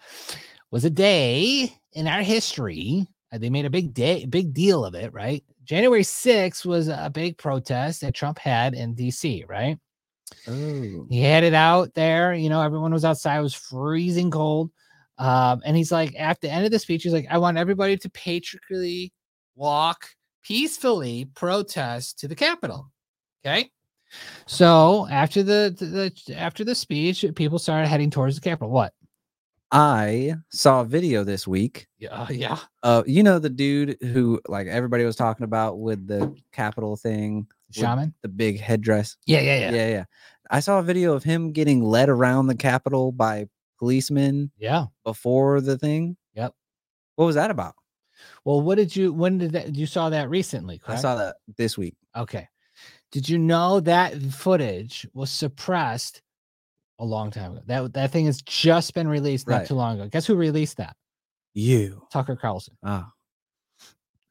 S2: was a day in our history. Uh, They made a big day, big deal of it, right? January 6th was a big protest that Trump had in DC, right?
S3: Oh.
S2: He had it out there. You know, everyone was outside. It was freezing cold. Um, and he's like, at the end of the speech, he's like, I want everybody to patriotically walk peacefully protest to the Capitol. Okay. So after the, the, the after the speech, people started heading towards the Capitol. What?
S3: I saw a video this week.
S2: Yeah. oh, Yeah.
S3: Uh, you know the dude who like everybody was talking about with the capital thing, with
S2: Shaman?
S3: the big headdress.
S2: Yeah, yeah, yeah.
S3: yeah, yeah. I saw a video of him getting led around the Capitol by policemen
S2: Yeah.
S3: before the thing.
S2: Yep.
S3: What was that about?
S2: Well, what did you, when did that, you saw that recently?
S3: I
S2: correct?
S3: saw that this week.
S2: Okay. Did you know that footage was suppressed a long time ago? That that thing has just been released not
S3: Right.
S2: too long ago. Guess who released that?
S3: You.
S2: Tucker Carlson.
S3: Ah.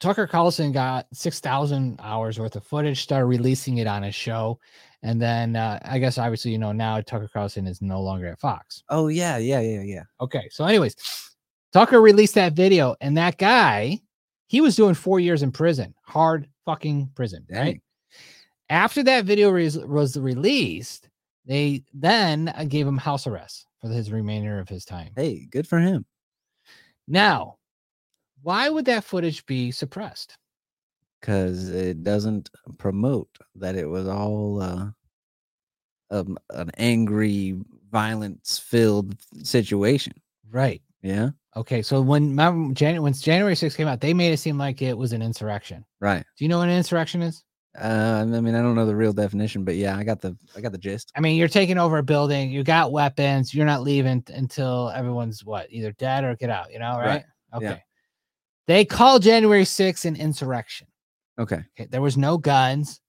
S2: Tucker Carlson got 6,000 hours worth of footage, started releasing it on his show. And then uh, I guess obviously, you know, now Tucker Carlson is no longer at Fox.
S3: Oh yeah, yeah, yeah, yeah.
S2: Okay. So, anyways, Tucker released that video, and that guy, he was doing four years in prison, hard fucking prison. Right.
S3: Dang.
S2: After that video res- was released, they then uh, gave him house arrest for his remainder of his time.
S3: Hey, good for him.
S2: Now, why would that footage be suppressed?
S3: because it doesn't promote that it was all uh, um, an angry, violence-filled situation.
S2: Right.
S3: Yeah,
S2: Okay. So when my, Jan- when January 6th came out, they made it seem like it was an insurrection.
S3: right.
S2: Do you know what an insurrection is?
S3: Uh, I mean, I don't know the real definition, but yeah, I got the I got the gist.
S2: I mean, you're taking over a building, you got weapons, you're not leaving t- until everyone's what, either dead or get out, you know, right?
S3: Right,
S2: Okay.
S3: yeah.
S2: They call January 6th an insurrection.
S3: Okay.
S2: Okay. There was no guns.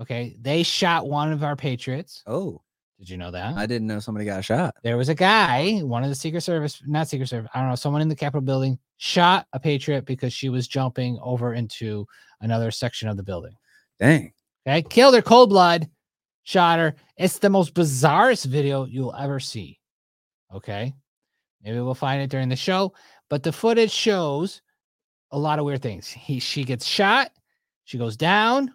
S2: Okay. They shot one of our patriots.
S3: Oh,
S2: Did you know that?
S3: I didn't know somebody got shot.
S2: there was a guy, one of the Secret Service, not Secret Service, I don't know, someone in the Capitol building shot a patriot because she was jumping over into another section of the building.
S3: Dang.
S2: Okay. Killed her cold blood, shot her. It's the most bizarrest video you'll ever see. Okay. Maybe we'll find it during the show. But the footage shows a lot of weird things. He she gets shot, she goes down,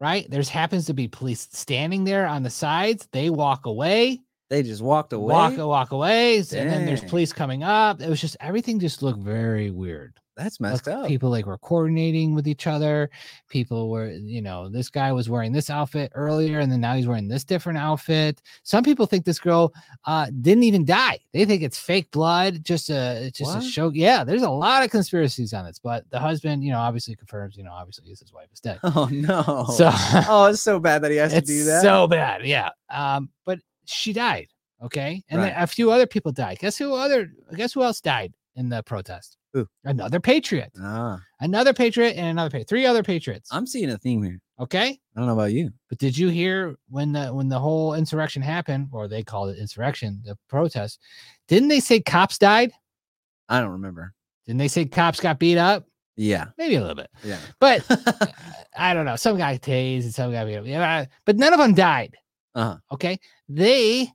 S2: right? There's happens to be police standing there on the sides. They walk away,
S3: They just walked away.
S2: walk walk away, and then there's
S3: Dang.
S2: police coming up. It was just everything just looked very weird
S3: That's messed
S2: like,
S3: up.
S2: People like were coordinating with each other. People were, you know, this guy was wearing this outfit earlier, and then now he's wearing this different outfit. Some people think this girl uh, didn't even die. They think it's fake blood, just a it's just
S3: What?
S2: a show. Yeah, there's a lot of conspiracies on this, but the husband, you know, obviously confirms, you know, obviously his wife is dead.
S3: Oh no.
S2: So
S3: oh, it's so bad that he has to
S2: it's
S3: do that.
S2: so bad. Yeah. Um, but she died. Okay. And then
S3: Right.
S2: a few other people died. Guess who other guess who else died in the protest?
S3: Who?
S2: Another patriot
S3: ah,
S2: another patriot and another patriot, three other patriots.
S3: I'm seeing a theme here.
S2: Okay,
S3: I don't know about you.
S2: but did you hear when the when the whole insurrection happened, or they called it insurrection, the protest? Didn't they say cops died?
S3: I don't remember.
S2: Didn't they say cops got beat up?
S3: Yeah,
S2: Maybe a little bit,
S3: yeah.
S2: but
S3: uh
S2: I don't know. Some got tased and some got beat up. Yeah, but none of them died.
S3: huh.
S2: Okay. They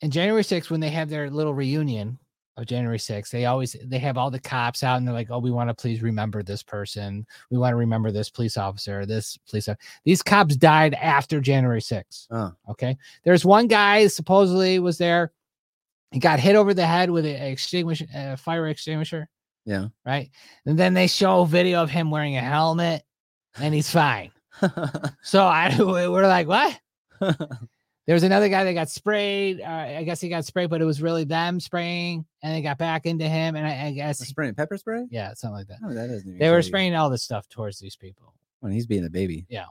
S2: in January 6th, when they have their little reunion of January 6th, they always they have all the cops out and they're like, Oh, we want to please remember this person. We want to remember this police officer, this police officer. These cops died after January 6th.
S3: Oh.
S2: Okay. There's one guy supposedly was there. He got hit over the head with a extinguisher, a fire extinguisher.
S3: Yeah.
S2: Right. And then they show a video of him wearing a helmet and he's fine. so I we we're like, what? there was another guy that got sprayed. Uh, I guess he got sprayed, but it was really them spraying, and they got back into him. And I, I guess
S3: spraying pepper spray.
S2: Yeah, something like that.
S3: No, Oh, that doesn't. even
S2: They were
S3: kill you.
S2: spraying all this stuff towards these people.
S3: When he's being a baby.
S2: Yeah.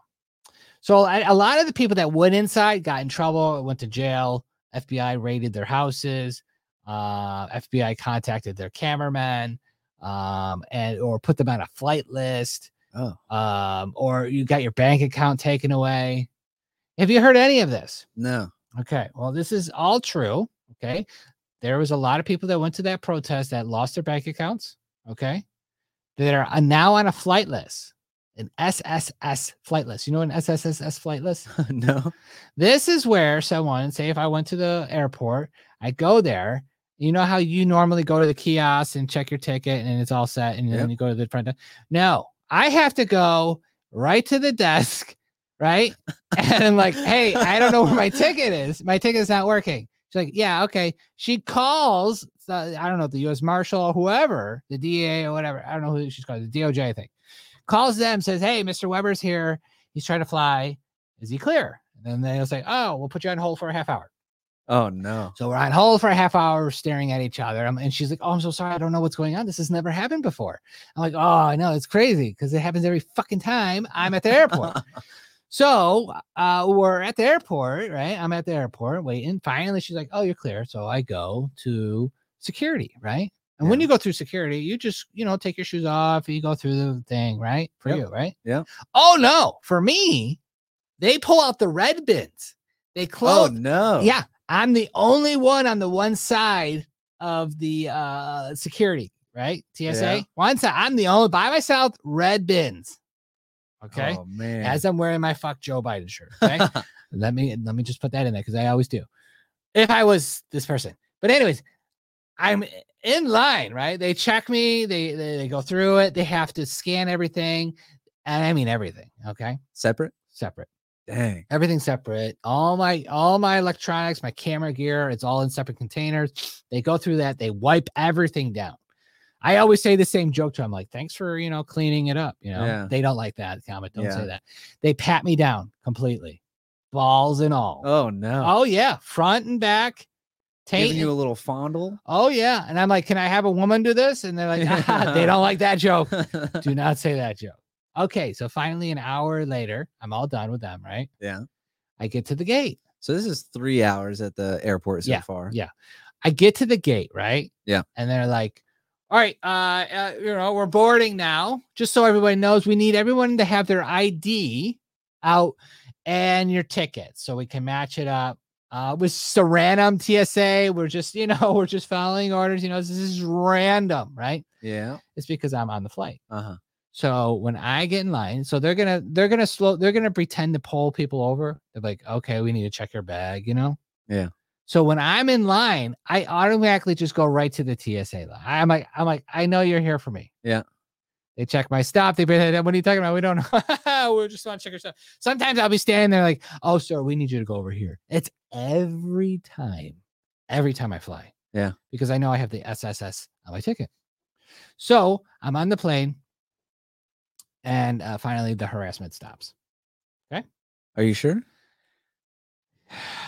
S2: So I, a lot of the people that went inside got in trouble, went to jail. FBI raided their houses. Uh, FBI contacted their cameramen, um, and or put them on a flight list.
S3: Oh.
S2: Um, or you got your bank account taken away. Have you heard any of this?
S3: No.
S2: Okay. Well, this is all true. Okay. There was a lot of people that went to that protest that lost their bank accounts. Okay. That are uh, now on a flight list, an SSS flight list. You know an SSS flight list?
S3: no.
S2: This is where someone, say, if I went to the airport, I go there. You know how you normally go to the kiosk and check your ticket and it's all set, and then
S3: Yep.
S2: you go to the front. desk? No, I have to go right to the desk, right? and I'm like, hey, I don't know where my ticket is. My ticket's not working. She's like, yeah, okay. She calls, the- I don't know, the U.S. Marshal, whoever, the DA or whatever. I don't know who she's called, the DOJ, I think. Calls them, says, hey, Mr. Weber's here. He's trying to fly. Is he clear? And then they'll say, oh, we'll put you on hold for a half hour.
S3: Oh no.
S2: So we're on hold for a half hour, we're staring at each other. Um, And she's like, Oh, I'm so sorry. I don't know what's going on. This has never happened before. I'm like, Oh, I know. It's crazy because it happens every fucking time I'm at the airport. so uh, we're at the airport, right? I'm at the airport waiting. Finally, she's like, Oh, you're clear. So I go to security, right? And when you go through security, you just, you know, take your shoes off, you go through the thing, right? For
S3: Yep.
S2: you, right?
S3: Yeah.
S2: Oh, no. For me, they pull out the red bins. They
S3: Oh
S2: close.
S3: no.
S2: Yeah, I'm the only one on the one side of the uh security, right? TSA.
S3: Yeah.
S2: One side. I'm the only by myself. Red bins. Okay.
S3: Oh man.
S2: As I'm wearing my fuck Joe Biden shirt. Okay. let me let me just put that in there because I always do. If I was this person, but anyways, I'm in line. Right? They check me. They they, they go through it. They have to scan everything, and I mean everything. Okay.
S3: Separate.
S2: Separate
S3: Dang.
S2: everything's separate all my all my electronics my camera gear it's all in separate containers they go through that they wipe everything down i always say the same joke to them like thanks for you know cleaning it up you know
S3: Yeah.
S2: they don't like that comment don't
S3: Yeah.
S2: say that they pat me down completely balls and all oh,
S3: Oh no.
S2: yeah front and back
S3: Giving
S2: taint
S3: you
S2: and-
S3: a little fondle.
S2: oh yeah and i'm like can i have a woman do this and they're like "Ah, they don't like that joke do not say that joke okay so finally an hour later i'm all done with them right
S3: yeah.
S2: i get to the gate
S3: So this is three hours at the airport so far.
S2: Yeah. I get to the gate, right?
S3: Yeah.
S2: And they're like, all right, uh, uh, you know, we're boarding now. Just so everybody knows, we need everyone to have their ID out and your ticket so we can match it up. Uh, it was so random TSA. We're just, you know, we're just following orders. You know, this is random, right?
S3: Yeah.
S2: It's because I'm on the flight.
S3: Uh huh.
S2: So when I get in line, so they're gonna they're gonna slow they're gonna pretend to pull people over. They're like, okay, we need to check your bag, you know.
S3: Yeah.
S2: So when I'm in line, I automatically just go right to the TSA line. I'm like, I'm like, I know you're here for me.
S3: Yeah.
S2: They check my stop. They be like, what are you talking about? We don't know. We're just want to check your stuff. Sometimes I'll be standing there like, oh, sir, we need you to go over here. It's every time, every time I fly
S3: Yeah.
S2: because I know I have the SSS on my ticket. So I'm on the plane, and uh, finally the harassment stops.
S3: Are you sure?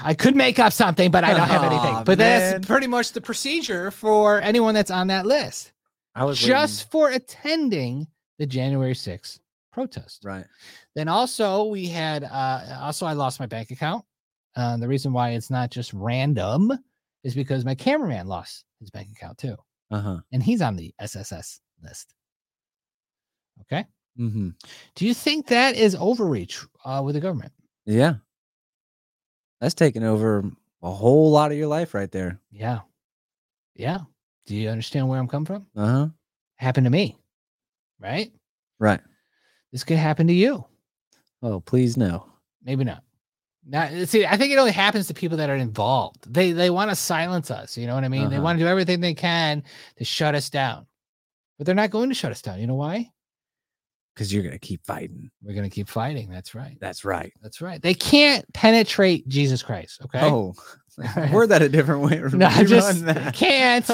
S2: I could make up something, but I don't have
S3: Aw,
S2: anything.
S3: man.
S2: But that's pretty much the procedure for anyone that's on that list,
S3: I was
S2: just for attending the January 6th protest.
S3: waiting. right.
S2: Then also we had uh also I lost my bank account. Uh, the reason why it's not just random is because my cameraman lost his bank account too,
S3: Uh huh.
S2: and he's on the SSS list. Okay.
S3: Mm-hmm.
S2: Do you think that is overreach uh, with the government?
S3: Yeah. That's taking over a whole lot of your life right there.
S2: Yeah. Yeah. Do you understand where I'm coming from?
S3: Uh huh.
S2: Happened to me, right?
S3: Right.
S2: This could happen to you.
S3: Oh, please no.
S2: Maybe not. Not see, I think it only happens to people that are involved. They they want to silence us. You know what I mean? They
S3: Uh-huh.
S2: want to do everything they can to shut us down. But they're not going to shut us down. You know why?
S3: Because you're gonna keep fighting.
S2: We're gonna keep fighting. That's right.
S3: That's right.
S2: That's right. They can't penetrate Jesus Christ. Okay.
S3: Oh, word that a different way.
S2: no,
S3: Rerun
S2: just
S3: that.
S2: can't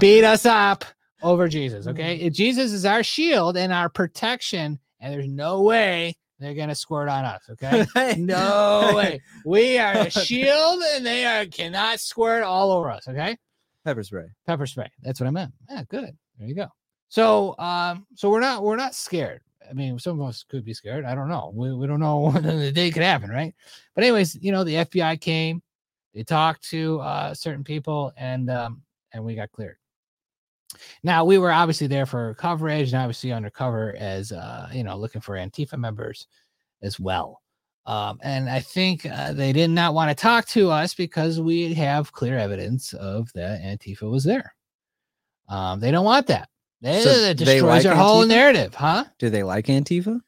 S2: beat us up
S3: Mm.
S2: over Jesus. Okay. If Jesus is our shield and our protection, and there's no way They're gonna squirt on us, okay?
S3: Hey.
S2: no way. We are a shield, and they are cannot squirt all over us, okay?
S3: Pepper spray.
S2: Pepper spray. That's what I meant. Yeah, good. There you go. So, um, so we're not we're not scared. I mean, some of us could be scared. I don't know. We, we don't know when the day could happen, right? But anyways, you know, the FBI came, they talked to uh, certain people, and um, and we got cleared. Now we were obviously there for coverage, and obviously undercover as uh, you know, looking for Antifa members as well. Um, and I think uh, they did not want to talk to us because we have clear evidence of that Antifa was there. Um, they don't want that. They,
S3: So
S2: that
S3: they
S2: destroys
S3: like
S2: their whole
S3: Antifa?
S2: narrative, huh?
S3: Do they like Antifa?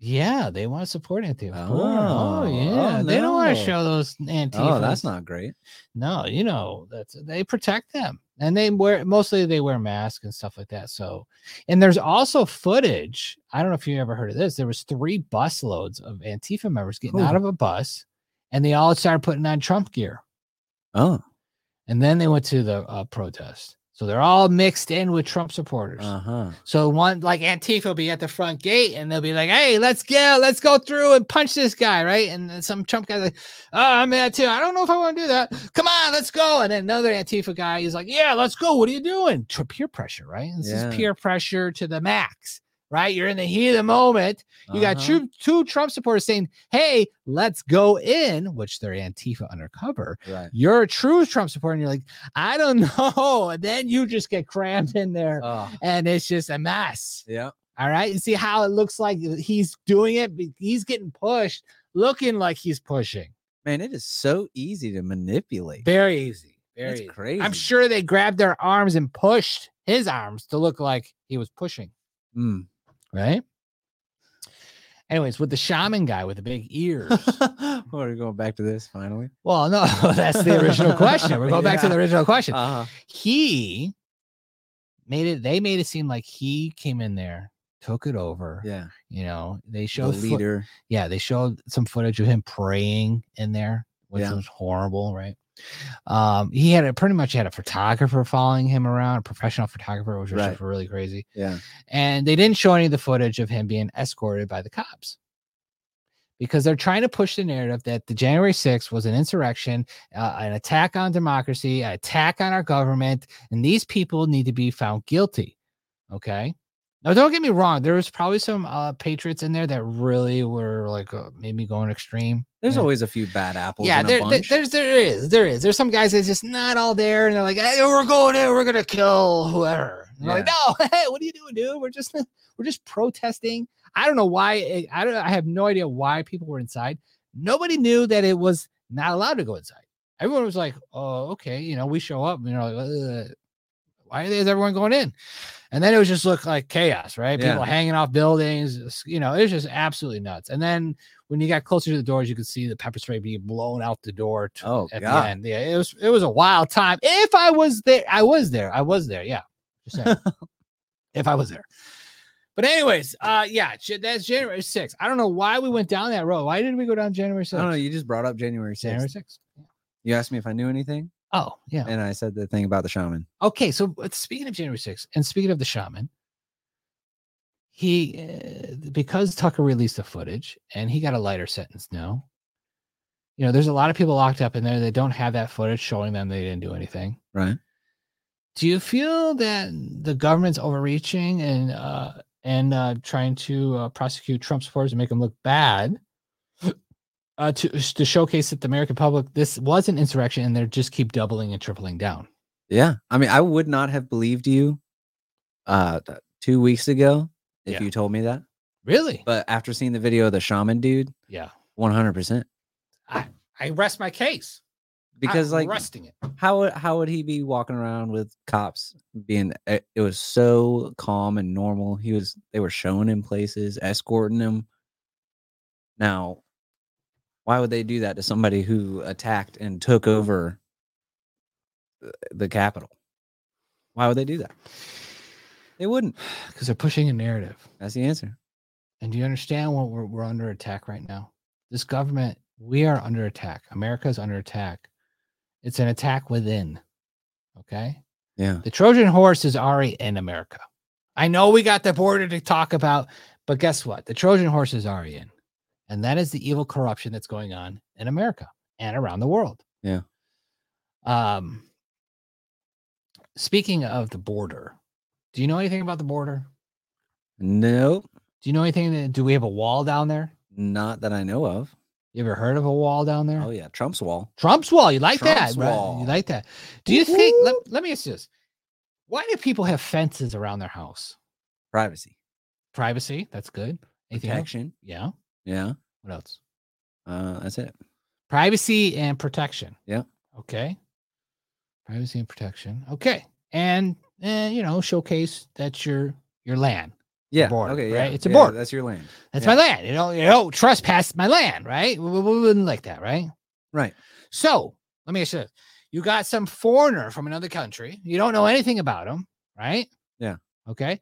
S2: Yeah, they want to support Antifa. Oh,
S3: Oh,
S2: oh yeah, they don't want to
S3: no.
S2: show those Antifa.
S3: Oh, that's not great.
S2: No, you know, that's they protect them. And they wear mostly they wear masks and stuff like that. So, and there's also footage. I don't know if you ever heard of this. There was three busloads of Antifa members getting out
S3: Ooh.
S2: of a bus, and they all started putting on Trump gear.
S3: Oh,
S2: And then they went to the uh, protest. So they're all mixed in with Trump supporters.
S3: uh huh.
S2: So one like Antifa will be at the front gate and they'll be like, "Hey, let's go, let's go through and punch this guy, right?" And then some Trump guy's like, "Oh, I'm mad too. I don't know if I want to do that. Come on, let's go." And then another Antifa guy is like, "Yeah, let's go. What are you doing?" Tr- Peer pressure, right? This
S3: Yeah.
S2: is peer pressure to the max, right? You're in the heat of the moment. You got
S3: Uh-huh.
S2: two, two Trump supporters saying, "Hey, let's go in," which they're Antifa undercover
S3: Right.
S2: you're a true Trump supporter, and you're like, I don't know. And then you just get crammed in there,
S3: Oh,
S2: and it's just a mess.
S3: yeah.
S2: All right. You see how it looks like he's doing it, but he's getting pushed, looking like he's pushing.
S3: Man, it is so easy to manipulate.
S2: Very easy. Very
S3: It's
S2: easy.
S3: crazy.
S2: I'm sure they grabbed their arms and pushed his arms to look like he was pushing,
S3: Mm.
S2: right? Anyways, with the shaman guy with the big ears.
S3: We're going back to this finally.
S2: well, no, that's the original question. We're going back to the
S3: Yeah.
S2: original question.
S3: Uh-huh.
S2: he made it they made it seem like he came in there took it over
S3: Yeah.
S2: you know they
S3: The
S2: showed fo-
S3: leader.
S2: yeah they showed some footage of him praying in there which
S3: Yeah.
S2: was horrible right um he had a pretty much had a photographer following him around a professional photographer which was
S3: Right.
S2: just really crazy
S3: Yeah.
S2: and they didn't show any of the footage of him being escorted by the cops because they're trying to push the narrative that the January 6th was an insurrection, uh, an attack on democracy, an attack on our government, and these people need to be found guilty. Okay. Now, don't get me wrong. There was probably some uh, patriots in there that really were like uh, maybe going extreme.
S3: There's
S2: and-
S3: always a few bad apples.
S2: yeah,
S3: in a
S2: there, there-
S3: bunch.
S2: there's there is there is there's some guys that's just not all there, and they're like, hey, we're going in, we're gonna kill whoever. And they're like, no, hey, what are you doing, dude? We're just we're just protesting. I don't know why. it- I don't. I have no idea why people were inside. Nobody knew that it was not allowed to go inside. Everyone was like, oh, okay, you know, we show up, you know, like, "Ugh, why is everyone going in? And then it was just look like chaos, right?
S3: Yeah.
S2: People hanging off buildings, you know, it was just absolutely nuts. And then when you got closer to the doors, you could see the pepper spray being blown out the door to,
S3: oh
S2: at the
S3: god.
S2: end. Yeah, it was it was a wild time. If I was there, I was there. I was there. Yeah, just saying. if I was there. But anyways, uh, yeah, j- that's January 6th. I don't know why we went down that road. Why did we go down January 6th?
S3: I don't know. You just brought up January 6th.
S2: January 6th.
S3: You asked me if I knew anything,
S2: Oh, yeah.
S3: and I said the thing about the shaman.
S2: Okay, so but speaking of January 6th and speaking of the shaman, he uh, because Tucker released the footage and he got a lighter sentence now. You know, there's a lot of people locked up in there that don't have that footage showing them they didn't do anything.
S3: Right.
S2: Do you feel that the government's overreaching and uh, and uh, trying to uh, prosecute Trump supporters and make them look bad? Uh, to to showcase that the American public this was an insurrection and they're just keep doubling and tripling down.
S3: Yeah. I mean, I would not have believed you uh th- two weeks ago if
S2: Yeah.
S3: you told me that.
S2: Really?
S3: But after seeing the video of the shaman dude,
S2: Yeah.
S3: 100 percent
S2: I rest my case.
S3: because
S2: I'm
S3: like
S2: resting it.
S3: how would how would he be walking around with cops being eh, it was so calm and normal he was they were showing him places escorting him now why would they do that to somebody who attacked and took over th- the capitol why would they do that they wouldn't
S2: Because they're pushing a narrative.
S3: that's the answer
S2: And do you understand what we're, we're under attack right now? This government, we are under attack. America is under attack. It's an attack within. Okay.
S3: yeah
S2: The Trojan horse is already in America. I know we got the border to talk about, but guess what? The Trojan horse is already in. And that is the evil corruption that's going on in America and around the world.
S3: Yeah.
S2: Um, speaking of the border, do you know anything about the border?
S3: No,
S2: Do you know anything? That, do we have a wall down there?
S3: not that I know of.
S2: You ever heard of a wall down there?
S3: Oh yeah, Trump's wall.
S2: Trump's wall. You like
S3: Trump's
S2: that? right?
S3: wall.
S2: You like that? Do you think? Let, let me ask you this: Why do people have fences around their house?
S3: Privacy.
S2: Privacy. That's good. Anything else?
S3: Protection.
S2: Yeah.
S3: Yeah.
S2: What else?
S3: Uh, that's it.
S2: Privacy and protection.
S3: Yeah.
S2: Okay. Privacy and protection. Okay. And eh, you know, showcase that's your your land. your
S3: Yeah.
S2: border,
S3: okay. Yeah.
S2: right? It's a
S3: yeah,
S2: border.
S3: That's your land.
S2: That's
S3: yeah.
S2: my land. You know, you don't trespass my land, right? We, we- we wouldn't like that, right?
S3: Right.
S2: So let me ask you this. You got some foreigner from another country. You don't know anything about him, right?
S3: Yeah.
S2: Okay.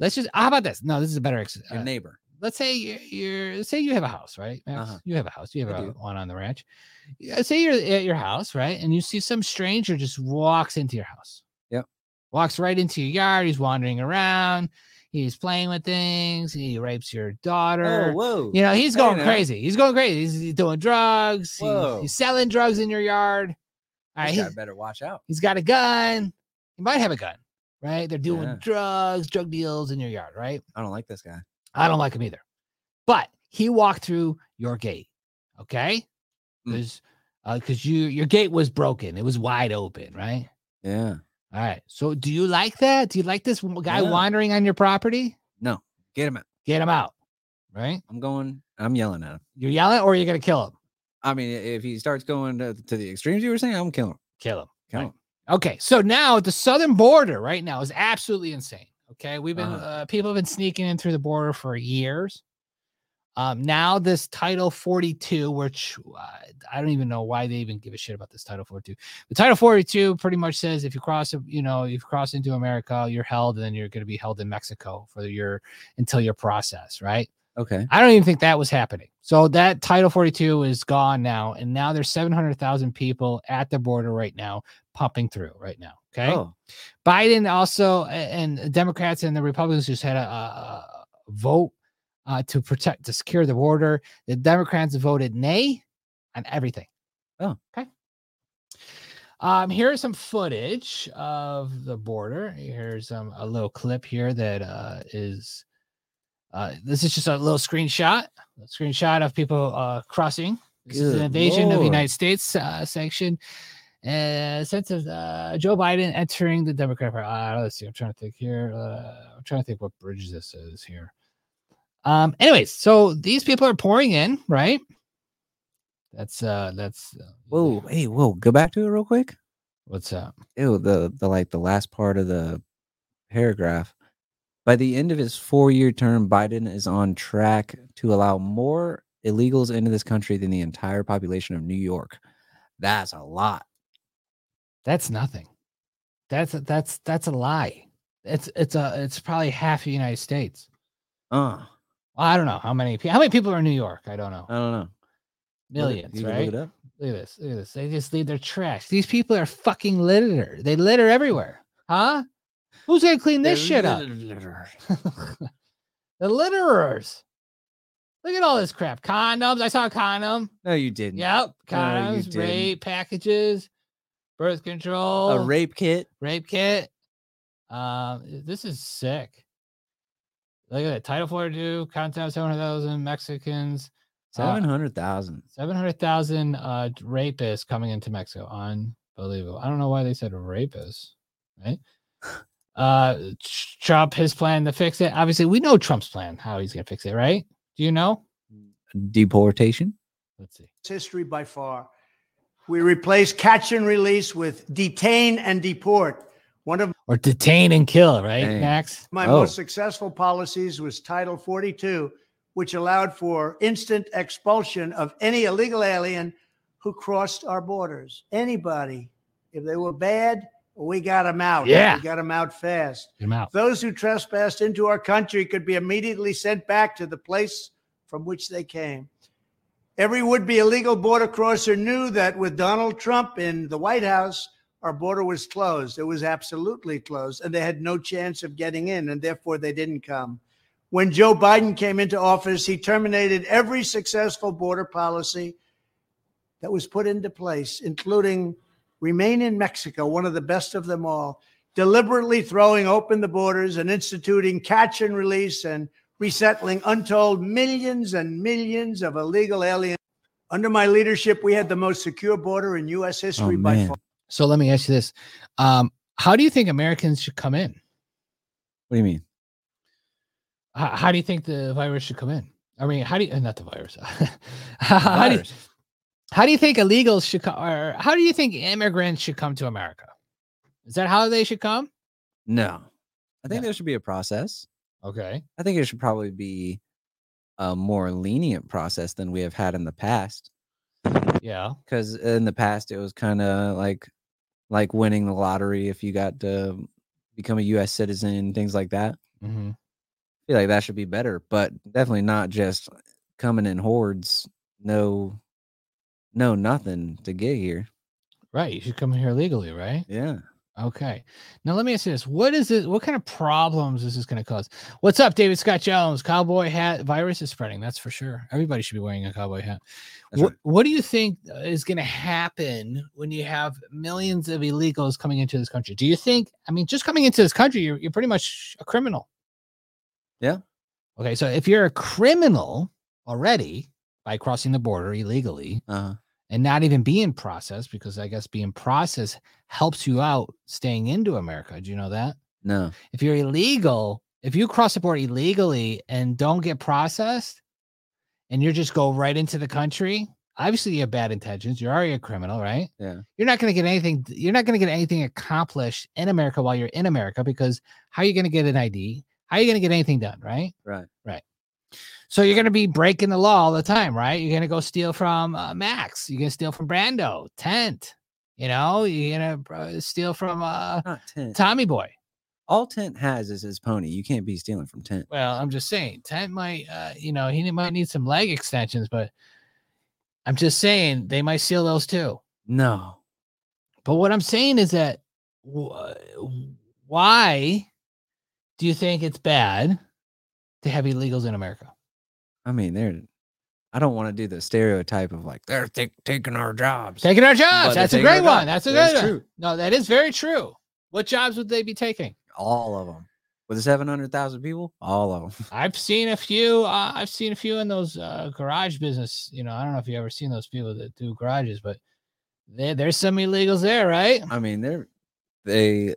S2: Let's just, how about this? No, this is a better. Ex-
S3: Your
S2: uh,
S3: neighbor.
S2: let's say you're, you're, let's say you have a house, right? Max?
S3: Uh-huh.
S2: You have a house. You have
S3: I
S2: a,
S3: do.
S2: one on the ranch. Yeah, Say you're at your house, right? And you see some stranger just walks into your house.
S3: Yep.
S2: Walks right into your yard. He's wandering around. He's playing with things. He rapes your daughter.
S3: Oh, whoa.
S2: You know, he's
S3: Hey,
S2: going
S3: now.
S2: crazy. He's going crazy. He's, he's doing drugs. He's,
S3: Whoa.
S2: he's selling drugs in your yard. All right.
S3: This guy
S2: He's,
S3: better watch out.
S2: Oh, he's got a gun. He might have a gun, right? They're doing
S3: Yeah.
S2: drugs, drug deals in your yard, right?
S3: I don't like this guy.
S2: I don't like him either. But he walked through your gate. Okay.
S3: Mm.
S2: Because you your gate was broken. It was wide open, right?
S3: Yeah.
S2: All right. So do you like that? Do you like this w- guy
S3: No.
S2: wandering on your property?
S3: No. Get him out.
S2: Get him out. Right?
S3: I'm going. I'm yelling at him.
S2: You're yelling or you're gonna kill him.
S3: I mean, i- if he starts going to, to the extremes you were saying, I'm killing him.
S2: Kill him.
S3: Kill
S2: Right.
S3: him.
S2: Okay, so now the southern border right now is absolutely insane. Okay, we've been
S3: Uh-huh.
S2: uh, people have been sneaking in through the border for years. Um, now this Title 42, which uh, I don't even know why they even give a shit about this Title 42. The Title 42 pretty much says if you cross, you know, if you cross into America, you're held, and then you're going to be held in Mexico for your until your process, right?
S3: Okay.
S2: I don't even think that was happening. So that Title 42 is gone now, and now there's 700,000 people at the border right now, pumping through right now. Okay.
S3: Oh,
S2: Biden also a- and Democrats and the Republicans just had a, a a vote uh, to protect to secure the border. The Democrats voted nay on everything.
S3: Oh.
S2: okay. Um, here is some footage of the border. Here's um, a little clip here that uh, is. Uh, this is just a little screenshot, a screenshot of people uh, crossing. This is an
S3: Good
S2: invasion of the
S3: Lord.
S2: United States uh, sanction uh, sense of uh, Joe Biden entering the Democrat Party. Uh, let's see. I'm trying to think here. Uh, I'm trying to think what bridge this is here. Um. Anyways, so these people are pouring in, right? That's uh. That's uh,
S3: whoa. Hey, whoa. Go back to it real quick.
S2: what's up.
S3: Ew, the, the like the last part of the paragraph. By the end of his four year term, Biden is on track to allow more illegals into this country than the entire population of New York. That's a lot.
S2: That's nothing. That's a, that's that's a lie. It's it's a it's probably half the United States.
S3: Uh,
S2: Well, I don't know how many pe- how many people are in New York. I don't know.
S3: I don't know. Look it-
S2: Millions,
S3: you can
S2: right?
S3: Look it up.
S2: Look at this. Look at this. They just leave their trash. These people are fucking litter. They litter everywhere. Huh? Who's gonna clean this shit up? the litterers. Look at all this crap. Condoms. I saw a condom.
S3: No, you didn't.
S2: Yep.
S3: No, you
S2: Condoms,
S3: didn't.
S2: rape packages, birth control,
S3: A rape kit.
S2: rape kit. Um, this is sick. Look at that. Title 42, contact 700,000 Mexicans. Uh,
S3: 700,000.
S2: Seven hundred thousand uh, d- rapists coming into Mexico. Unbelievable. I don't know why they said rapists, right? Uh, Tr- Trump, his plan to fix it. Obviously, we know Trump's plan. How he's gonna fix it, right? Do you know?
S3: Deportation.
S2: Let's see.
S8: its history by far. We replace catch and release with detain and deport. One of
S2: Or detain and kill, right,
S3: Dang.
S2: Max?
S8: my
S3: Oh.
S8: most successful policies was Title 42, which allowed for instant expulsion of any illegal alien who crossed our borders. Anybody, if they were bad, we got them out.
S2: Yeah.
S8: we got them out fast.
S2: Get him out.
S8: Those who trespassed into our country could be immediately sent back to the place from which they came. Every would be illegal border crosser knew that with Donald Trump in the White House, our border was closed. It was absolutely closed, and they had no chance of getting in, and therefore they didn't come. When Joe Biden came into office, he terminated every successful border policy that was put into place, including remain in Mexico, one of the best of them all, deliberately throwing open the borders and instituting catch and release and resettling untold millions and millions of illegal aliens. Under my leadership, we had the most secure border in U.S. history by far.
S2: Oh, So let me ask you this: um, How do you think Americans should come in?
S3: What do you mean?
S2: How, how do you think the virus should come in? I mean, how do you uh, not the virus? how, how do you, how do you think illegals should come, or how do you think immigrants should come to America? Is that how they should come?
S3: No, I think there should be a process.
S2: Okay.
S3: I think it should probably be a more lenient process than we have had in the past.
S2: Yeah.
S3: Because in the past, it was kind of like like winning the lottery if you got to become a U.S. citizen, things like that.
S2: Mm-hmm.
S3: I feel like that should be better, but definitely not just coming in hordes. No, no, nothing to get here.
S2: Right. You should come here legally, right?
S3: Yeah.
S2: Okay. Now let me ask you this: What is it? What kind of problems is this going to cause? What's up, David Scott Jones? Cowboy hat virus is spreading. That's for sure. Everybody should be wearing a cowboy hat.
S3: That's
S2: What What do you think uh, is going to happen when you have millions of illegals coming into this country? Do you think? I mean, just coming into this country, you're you're pretty much a criminal.
S3: Yeah.
S2: Okay. So if you're a criminal already by crossing the border illegally,
S3: Uh,
S2: and not even being processed because I guess being processed helps you out staying into America. Do you know that?
S3: no.
S2: If you're illegal, if you cross the border illegally and don't get processed and you just go right into the country, obviously you have bad intentions. You're already a criminal, right?
S3: Yeah.
S2: You're not going to get anything you're not going to get anything accomplished in America while you're in America because how are you going to get an ID? How are you going to get anything done, right?
S3: Right.
S2: Right. So you're going to be breaking the law all the time, right? You're going to go steal from uh, Max. You're going to steal from Brando, Tent. You know, you're going to steal from uh,
S3: Not tent.
S2: Tommy Boy.
S3: All tent has is his pony. You can't be stealing from tent.
S2: Well, I'm just saying, Tent might, uh, you know, he might need some leg extensions, but I'm just saying they might steal those too.
S3: No.
S2: But what I'm saying is that wh- why do you think it's bad to have illegals in America?
S3: I mean, they're. I don't want to do the stereotype of like they're t- taking our jobs.
S2: Taking our
S3: But they're
S2: jobs. That's a
S3: taking our
S2: great one.
S3: jobs.
S2: That's a
S3: That's
S2: good one.
S3: true.
S2: No, that is very true. What jobs would they be taking?
S3: All of them. With the seven hundred thousand people, all of them.
S2: I've seen a few. Uh, I've seen a few in those uh, garage business. You know, I don't know if you ever seen those people that do garages, but there, there's some illegals there, right?
S3: I mean, they're they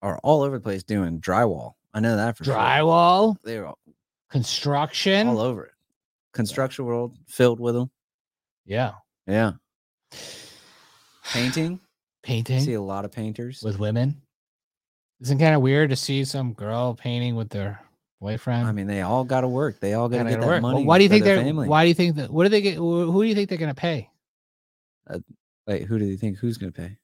S3: are all over the place doing drywall. I know that for sure.
S2: Drywall,
S3: They're all,
S2: construction.
S3: all over it. Construction world filled with them.
S2: Yeah,
S3: Yeah. Painting. I see
S2: painting
S3: a lot of painters.
S2: with women. Isn't kind of weird to see some girl painting with their boyfriend?
S3: I mean, they all got to work. They all got to
S2: Kinda
S3: get
S2: gotta
S3: that
S2: work. Well,
S3: money.
S2: why do you
S3: for
S2: think
S3: their
S2: they're?
S3: family.
S2: Why do you think that? What do they get? Who who do you think they're gonna pay?
S3: Like, Uh, who do they think who's going to pay?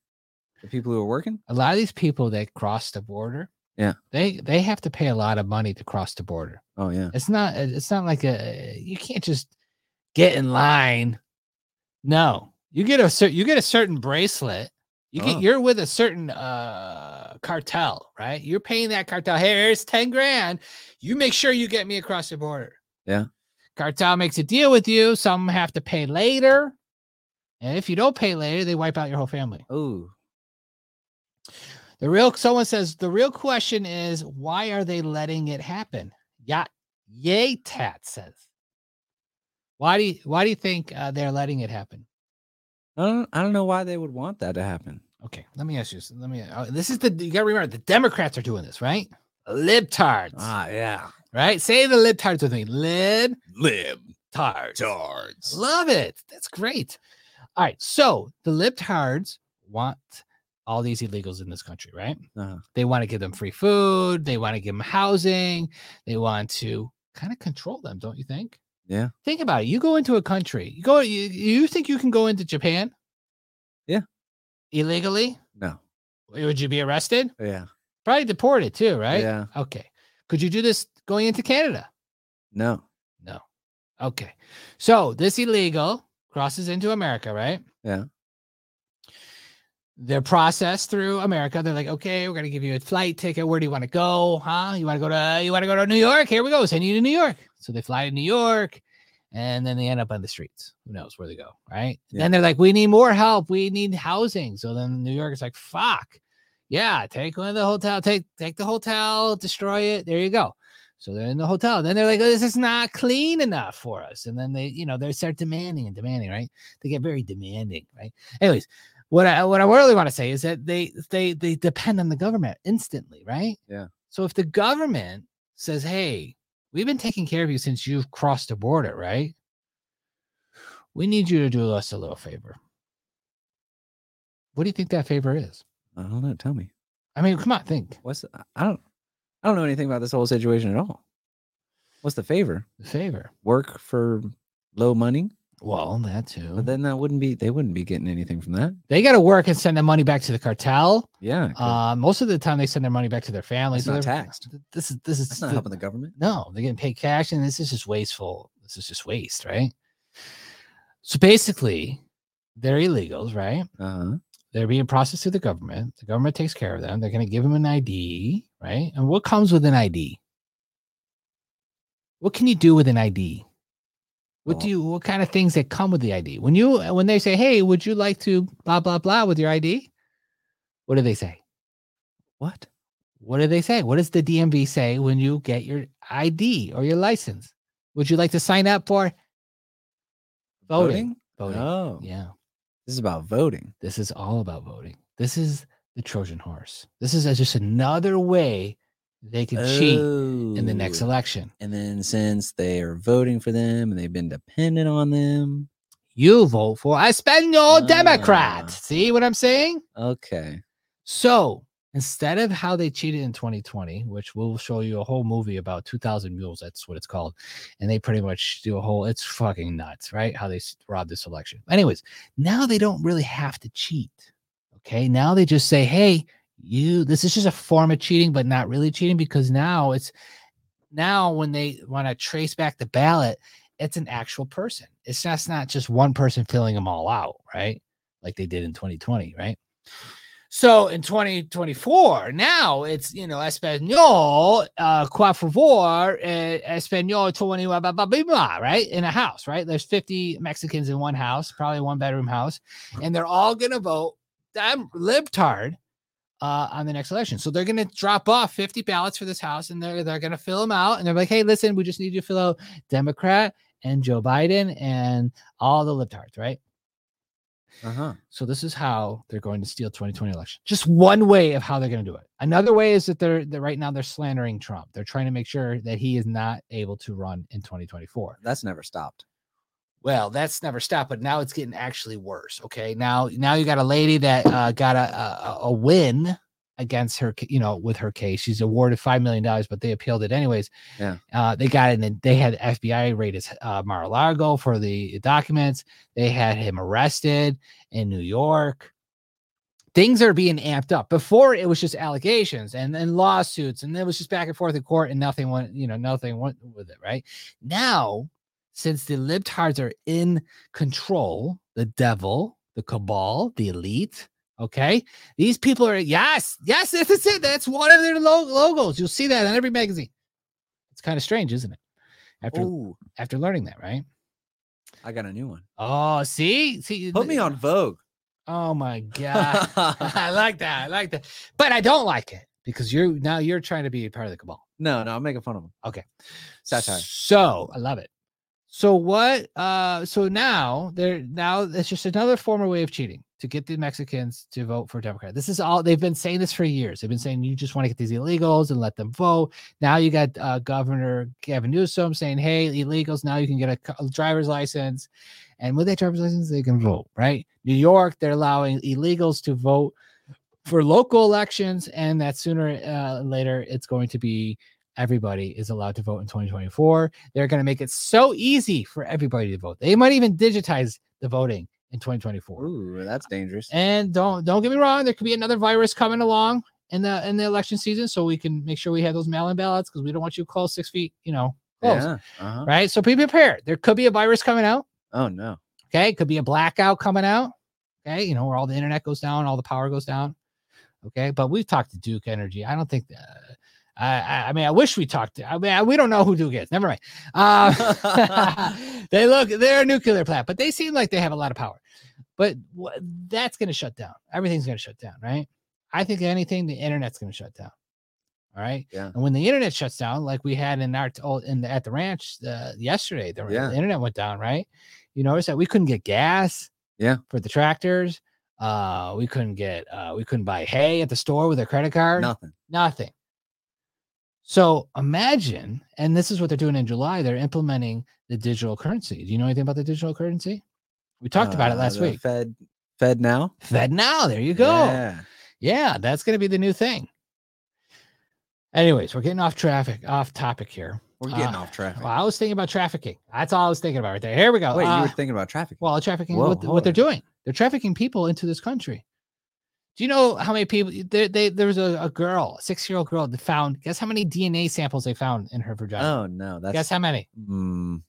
S3: The people who are working.
S2: A lot of these people that cross the border,
S3: Yeah.
S2: they they have to pay a lot of money to cross the border.
S3: Oh yeah.
S2: It's not it's not like a you can't just get in line. No, you get a certain you get a certain bracelet. You get
S3: Oh.
S2: you're with a certain uh cartel, right? You're paying that cartel. Hey, here's ten grand. You make sure you get me across the border.
S3: Yeah.
S2: Cartel makes a deal with you. Some have to pay later, and if you don't pay later, they wipe out your whole family.
S3: Oh,
S2: The real someone says the real question is why are they letting it happen? Yeah, yay tat says. Why do you, why do you think uh, they're letting it happen?
S3: I don't. I don't know why they would want that to happen.
S2: Okay, let me ask you. s- Let me. uh, this is the you got to remember the Democrats are doing this, right? Libtards,
S3: yeah.
S2: right? Say the libtards with me. Lib
S1: Lib
S2: tards.
S1: tards.
S2: Love it. That's great. All right. So the libtards want all these illegals in this country, right?
S3: Uh-huh.
S2: They want to give them free food. They want to give them housing. They want to kind of control them, don't you think?
S3: Yeah.
S2: Think about it. You go into a country. You go. You, you think you can go into Japan?
S3: Yeah.
S2: Illegally?
S3: No.
S2: Would you be arrested?
S3: Yeah.
S2: Probably deported too, right?
S3: Yeah.
S2: Okay. Could you do this going into Canada?
S3: No.
S2: No. Okay. So this illegal crosses into America, right?
S3: Yeah.
S2: they're processed through America. They're like, okay, we're gonna give you a flight ticket. Where do you want to go? Huh? You want to go to you want to go to New York? Here we go. Send you to New York. So they fly to New York, and then they end up on the streets. Who knows where they go, right?
S3: Yeah.
S2: Then they're like, we need more help. We need housing. So then New York is like, fuck, yeah, take one of the hotel, take take the hotel, destroy it. There you go. So they're in the hotel. Then they're like, oh, this is not clean enough for us. And then they, you know, they start demanding and demanding, right? They get very demanding, right? Anyways, what I what I really want to say is that they they they depend on the government instantly, right?
S3: Yeah.
S2: So if the government says, "Hey, we've been taking care of you since you've crossed the border, right? We need you to do us a little favor." What do you think that favor is?
S3: I don't know. Tell me.
S2: I mean, come on, think.
S3: What's the- I don't I don't know anything about this whole situation at all. What's the favor?
S2: The favor.
S3: Work for low money.
S2: Well, that too.
S3: But then that wouldn't be they wouldn't be getting anything from that.
S2: They got to work and send the money back to the cartel.
S3: Yeah.
S2: Uh, most of the time, they send their money back to their families.
S3: It's
S2: so
S3: not
S2: they're-
S3: taxed.
S2: This is this is
S3: That's not
S2: the-
S3: helping the government.
S2: No, they're getting paid cash, and this is just wasteful. This is just waste, right? So basically, they're illegals, right?
S3: Uh-huh.
S2: They're being processed through the government. The government takes care of them. They're going to give them an ID, right? And what comes with an ID? What can you do with an ID? What do you? What kind of things that come with the ID? When you when they say, "Hey, would you like to blah blah blah with your ID?" What do they say?
S3: What?
S2: What do they say? What does the DMV say when you get your ID or your license? Would you like to sign up for voting? Voting.
S3: Oh.
S2: Yeah.
S3: This is about voting.
S2: This is all about voting. This is the Trojan horse. This is uh, just another way they can cheat in the next
S3: Oh.
S2: election.
S3: And then since they are voting for them and they've been dependent on them. Ah,
S2: You vote for a
S3: Oh,
S2: Espanol Democrat. See what I'm saying?
S3: Okay.
S2: So instead of how they cheated in 2020, which we'll show you a whole movie about 2,000 mules, that's what it's called. And they pretty much do a whole, it's fucking nuts, right? How they s- robbed this election. Anyways, now they don't really have to cheat. Okay. Now they just say, hey, you, this is just a form of cheating, but not really cheating because now it's, now when they want to trace back the ballot, it's an actual person. It's just not just one person filling them all out, right? Like they did in 2020, right? So in 2024, now it's you know Espanol, uh, qua favor, uh, Espanol 20, blah, blah, blah, blah, blah, right? In a house, right? There's 50 Mexicans in one house, probably one bedroom house, and they're all gonna vote damn libtard uh, on the next election. So they're gonna drop off 50 ballots for this house, and they're they're gonna fill them out, and they're like, hey, listen, we just need you to fill out Democrat and Joe Biden and all the libtards, right?
S3: Uh-huh.
S2: So this is how they're going to steal 2020 election. Just one way of how they're going to do it. Another way is that they're that right now they're slandering Trump. They're trying to make sure that he is not able to run in 2024.
S3: That's never stopped.
S2: Well, that's never stopped, but now it's getting actually worse. Okay, now now you got a lady that uh, got a, a a win against her, ca- you know, with her case. She's awarded five million dollars, but they appealed it anyways.
S3: Yeah.
S2: Uh, they got in. and They had FBI raid his uh, Mar-a-Lago for the documents. They had him arrested in New York. Things are being amped up. Before it was just allegations and then lawsuits, and it was just back and forth in court, and nothing went, you know, nothing went with it. Right now, since the libtards are in control, the devil, the cabal, the elite. Okay, these people are yes, yes, this is it. That's one of their lo- logos. You'll see that in every magazine. It's kind of strange, isn't it? After
S3: Oh,
S2: after learning that, right?
S3: I got a new one.
S2: Oh, see, see,
S3: Put me on Vogue.
S2: Oh my god, I like that. I like that, but I don't like it because you're now you're trying to be a part of the cabal.
S3: No, no, I'm making fun of them.
S2: Okay.
S3: Satire.
S2: So I love it. So what? Uh, so now they're now it's just another former way of cheating to get the Mexicans to vote for Democrat. This is all they've been saying this for years. They've been saying you just want to get these illegals and let them vote. Now you got uh, Governor Gavin Newsom saying, "Hey, illegals, now you can get a c- a driver's license, and with that driver's license, they can vote." Right? New York, they're allowing illegals to vote for local elections, and that sooner uh, later it's going to be everybody is allowed to vote in 2024. They're going to make it so easy for everybody to vote. They might even digitize the voting in 2024.
S3: Ooh, that's dangerous.
S2: And don't don't get me wrong, there could be another virus coming along in the in the election season, so we can make sure we have those mail-in ballots because we don't want you close six feet, you know, close.
S3: Yeah. Uh-huh.
S2: Right. So be prepared. There could be a virus coming out.
S3: Oh no.
S2: Okay. It could be a blackout coming out. Okay, you know where all the internet goes down, all the power goes down. Okay, but we've talked to Duke Energy. I don't think. Uh, I, I- I mean, I wish we talked. To, I mean, I- we don't know who Duke is. Never mind. Uh, they look, they're a nuclear plant, but they seem like they have a lot of power. But wha- that's going to shut down. Everything's going to shut down, right? I think anything, the internet's going to shut down. All right.
S3: Yeah.
S2: And when the internet shuts down, like we had in our t- oh, in the, at the ranch uh, yesterday, the,
S3: Yeah.
S2: the internet went down, right? You notice that we couldn't get gas.
S3: Yeah.
S2: For the tractors, uh, we couldn't get uh, we couldn't buy hay at the store with a credit card.
S3: Nothing.
S2: Nothing. So imagine, and this is what they're doing in July. They're implementing the digital currency. Do you know anything about the digital currency? We talked about it
S3: Uh,
S2: last
S3: the
S2: week.
S3: Fed, Fed now.
S2: Fed now. There you go.
S3: Yeah.
S2: Yeah, that's going to be the new thing. Anyways, we're getting off traffic, off topic here.
S3: We're getting
S2: Uh,
S3: off traffic.
S2: Well, I was thinking about trafficking. That's all I was thinking about right there. Here we go.
S3: Wait, you
S2: Uh,
S3: were thinking about traffic?
S2: well, trafficking
S3: Whoa,
S2: what,
S3: hold
S2: what they're doing. They're trafficking people into this country. Do you know how many people they, they there was a, a girl, a six year old girl that found guess how many DNA samples they found in her vagina?
S3: Oh no, that's
S2: guess how many?
S3: mm,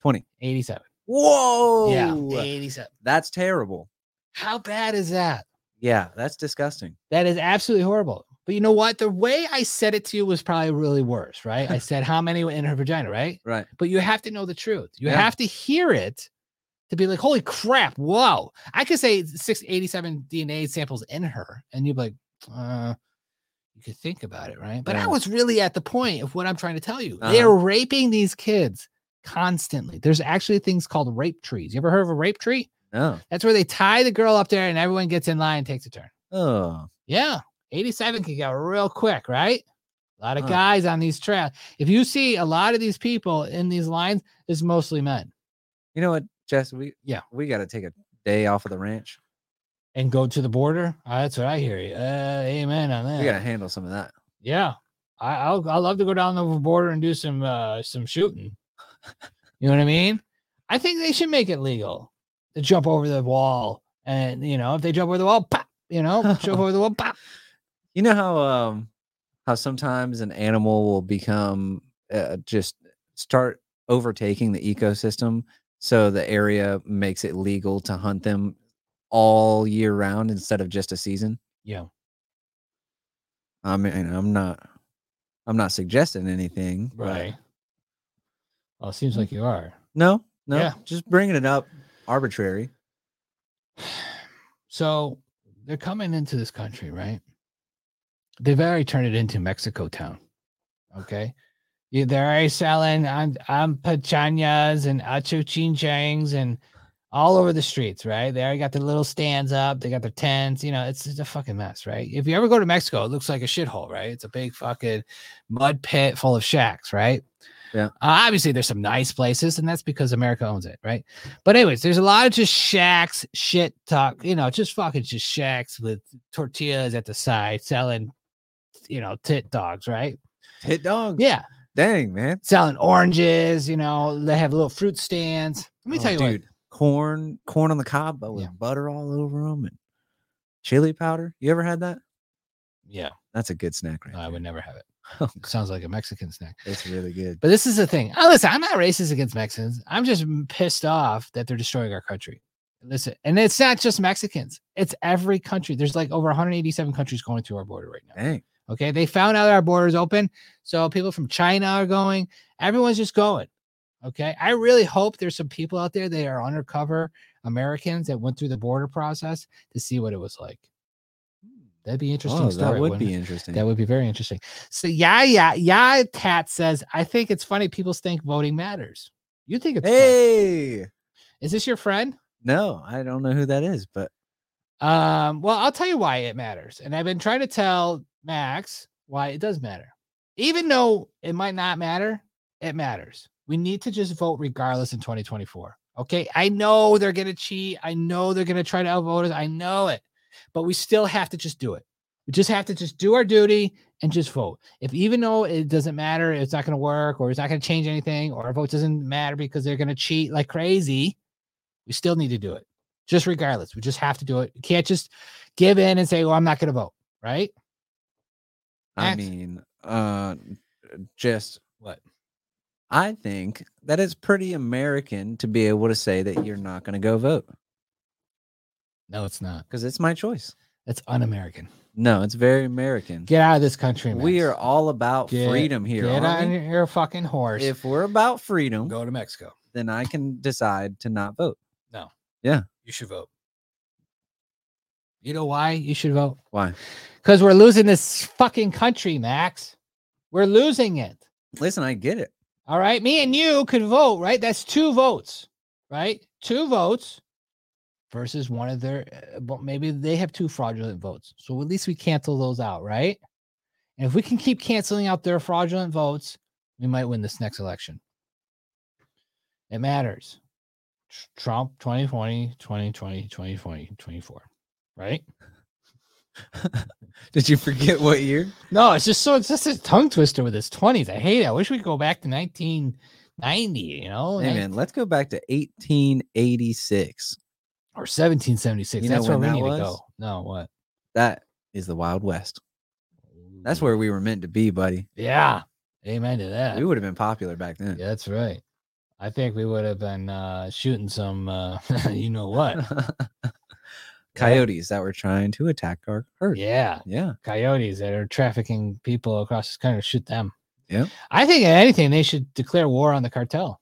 S3: twenty.
S2: Eighty seven.
S3: Oh, Whoa.
S2: Yeah. Eighty seven.
S3: That's terrible.
S2: How bad is that?
S3: Yeah, that's disgusting.
S2: That is absolutely horrible. But you know what? The way I said it to you was probably really worse, right? I said how many were in her vagina, right?
S3: Right.
S2: But you have to know the truth. You
S3: Yeah.
S2: have to hear it to be like, holy crap, whoa. I could say 687 DNA samples in her, and you'd be like, uh, you could think about it, right? But I
S3: Yeah.
S2: was really at the point of what I'm trying to tell you.
S3: Uh-huh.
S2: They're raping these kids constantly. There's actually things called rape trees. You ever heard of a rape tree?
S3: No.
S2: That's where they tie the girl up there and everyone gets in line and takes a turn.
S3: Oh.
S2: Yeah, 87 can go real quick, right? A lot of
S3: Huh.
S2: guys on these trails. If you see a lot of these people in these lines, it's mostly men
S3: You know what, Jess? We
S2: Yeah.
S3: we got to take a day off of the ranch.
S2: and go to the border. Uh, that's what I hear. You. Uh, amen on that.
S3: We got to handle some of that.
S2: Yeah, I I'll, I love to go down the border and do some uh, some shooting. You know what I mean? I think they should make it legal to jump over the wall, and you know if they jump over the wall, pop. You know, jump over the wall, pop.
S3: You know how um how sometimes an animal will become uh, just start overtaking the ecosystem, so the area makes it legal to hunt them all year round instead of just a season.
S2: Yeah,
S3: I mean, I'm not I'm not suggesting anything. but-
S2: right. Well, Oh, it seems like you are.
S3: No, no.
S2: Yeah.
S3: Just bringing it up arbitrary.
S2: So they're coming into this country, right? They've already turned it into Mexico town. Okay. Yeah, They're already selling um, um pachanyas and achuchinchangs and all over the streets, right? They already got their little stands up. They got their tents. You know, it's just a fucking mess, right? If you ever go to Mexico, it looks like a shithole, right? It's a big fucking mud pit full of shacks, right?
S3: Yeah.
S2: Uh, obviously, there's some nice places, and that's because America owns it, right? But anyways, there's a lot of just shacks, shit talk, you know, just fucking just shacks with tortillas at the side selling, you know, tit dogs, right?
S3: Hit dog.
S2: Yeah,
S3: Dang, man.
S2: selling oranges, you know, they have little fruit stands. Let me
S3: Oh,
S2: tell you,
S3: dude, corn, corn on the cob, but with
S2: Yeah.
S3: butter all over them and chili powder. You ever had that?
S2: What, yeah,
S3: That's a good snack, right?
S2: no, I
S3: there.
S2: would never have it. Oh, Sounds like a Mexican snack.
S3: It's really good.
S2: But this is the thing. Oh, listen, I'm not racist against Mexicans. I'm just m- pissed off that they're destroying our country. Listen, and it's not just Mexicans. It's every country. There's like over 187 countries going through our border right now.
S3: Dang.
S2: Okay. They found out our borders open. So people from China are going. Everyone's just going. Okay. I really hope there's some people out there that are undercover Americans that went through the border process to see what it was like. That'd be an interesting
S3: Oh,
S2: story.
S3: that would
S2: wouldn't it?
S3: be interesting.
S2: That would be very interesting. So yeah, yeah, yeah. Tat says, I think it's funny people think voting matters. You think it's hey.
S3: hey,
S2: is this your friend?
S3: no, I don't know who that is, but
S2: Um, well, I'll tell you why it matters. And I've been trying to tell Max why it does matter. Even though it might not matter, it matters. We need to just vote regardless in 2024. Okay. I know they're gonna cheat. I know they're gonna try to outvote us. I know it, but we still have to just do it. We just have to just do our duty and just vote. If even though it doesn't matter, it's not gonna work, or it's not gonna change anything, or our vote doesn't matter because they're gonna cheat like crazy, we still need to do it just regardless. We just have to do it. You can't just give in and say, "Well, I'm not going to vote." Right?
S3: I
S2: Max?
S3: mean, uh, just
S2: What?
S3: I think that it's pretty American to be able to say that you're not going to go vote.
S2: No, it's not.
S3: Because it's my choice.
S2: It's un-American.
S3: No, it's very American.
S2: Get out of this country, man.
S3: We are all about
S2: Get-
S3: freedom here.
S2: Get
S3: aren't
S2: on
S3: we?
S2: your fucking horse.
S3: If we're about freedom,
S2: go to Mexico.
S3: then I can decide to not vote.
S2: No.
S3: Yeah.
S2: You should vote. You know why you should vote?
S3: Why?
S2: Because we're losing this fucking country, Max. We're losing it.
S3: Listen, I get it.
S2: All right. Me and you could vote, right? That's two votes, right? Two votes versus one of their, uh, but maybe they have two fraudulent votes. So at least we cancel those out, right? And if we can keep canceling out their fraudulent votes, we might win this next election. It matters. Tr- Trump 2020, 2020, 2020, 24, right?
S3: Did you forget what year?
S2: No, it's just so it's just a tongue twister with his 20s. I hate it. I wish we could go back to 1990, you know,
S3: Hey,
S2: nin-
S3: man, let's go back to 1886.
S2: or 1776.
S3: You know
S2: That's where
S3: when
S2: we
S3: that
S2: need
S3: was?
S2: to go. No, what?
S3: That is the Wild West. That's where we were meant to be, buddy.
S2: Yeah. Amen to that.
S3: We would have been popular back then.
S2: Yeah, that's right. I think we would have been uh, shooting some, uh, you know what?
S3: Coyotes that were trying to attack our herd.
S2: Yeah,
S3: Yeah.
S2: coyotes that are trafficking people across this country. Shoot them.
S3: Yeah.
S2: I think if anything they should declare war on the cartel.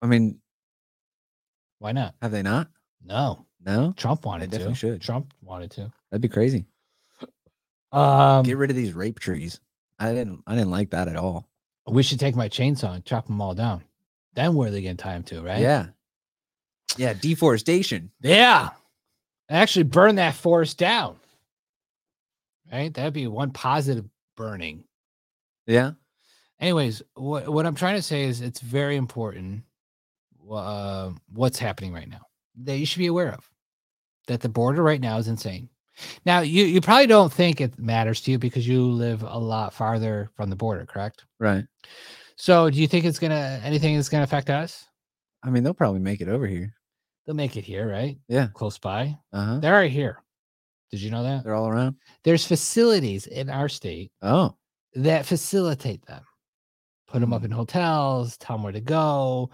S3: I mean,
S2: Why not?
S3: have they not?
S2: No,
S3: No.
S2: Trump wanted
S3: definitely
S2: to.
S3: should.
S2: Trump wanted to.
S3: That'd be crazy.
S2: Um,
S3: Get rid of these rape trees. I didn't I didn't like that at all.
S2: we should take my chainsaw and chop them all down. Then where are they getting time to, right?
S3: Yeah. Yeah, deforestation.
S2: Yeah. Actually burn that forest down. Right? That'd be one positive burning.
S3: Yeah.
S2: Anyways, what what I'm trying to say is it's very important wha- uh, what's happening right now that you should be aware of. That the border right now is insane. Now you you probably don't think it matters to you because you live a lot farther from the border, correct?
S3: Right.
S2: So do you think it's gonna anything is gonna affect us?
S3: I mean, they'll probably make it over here.
S2: They'll make it here, right?
S3: Yeah.
S2: Close by.
S3: Uh-huh.
S2: They're already here. Did you know that?
S3: They're all around.
S2: There's facilities in our state
S3: Oh. Mm.
S2: that facilitate them, put them up in hotels, tell them where to go,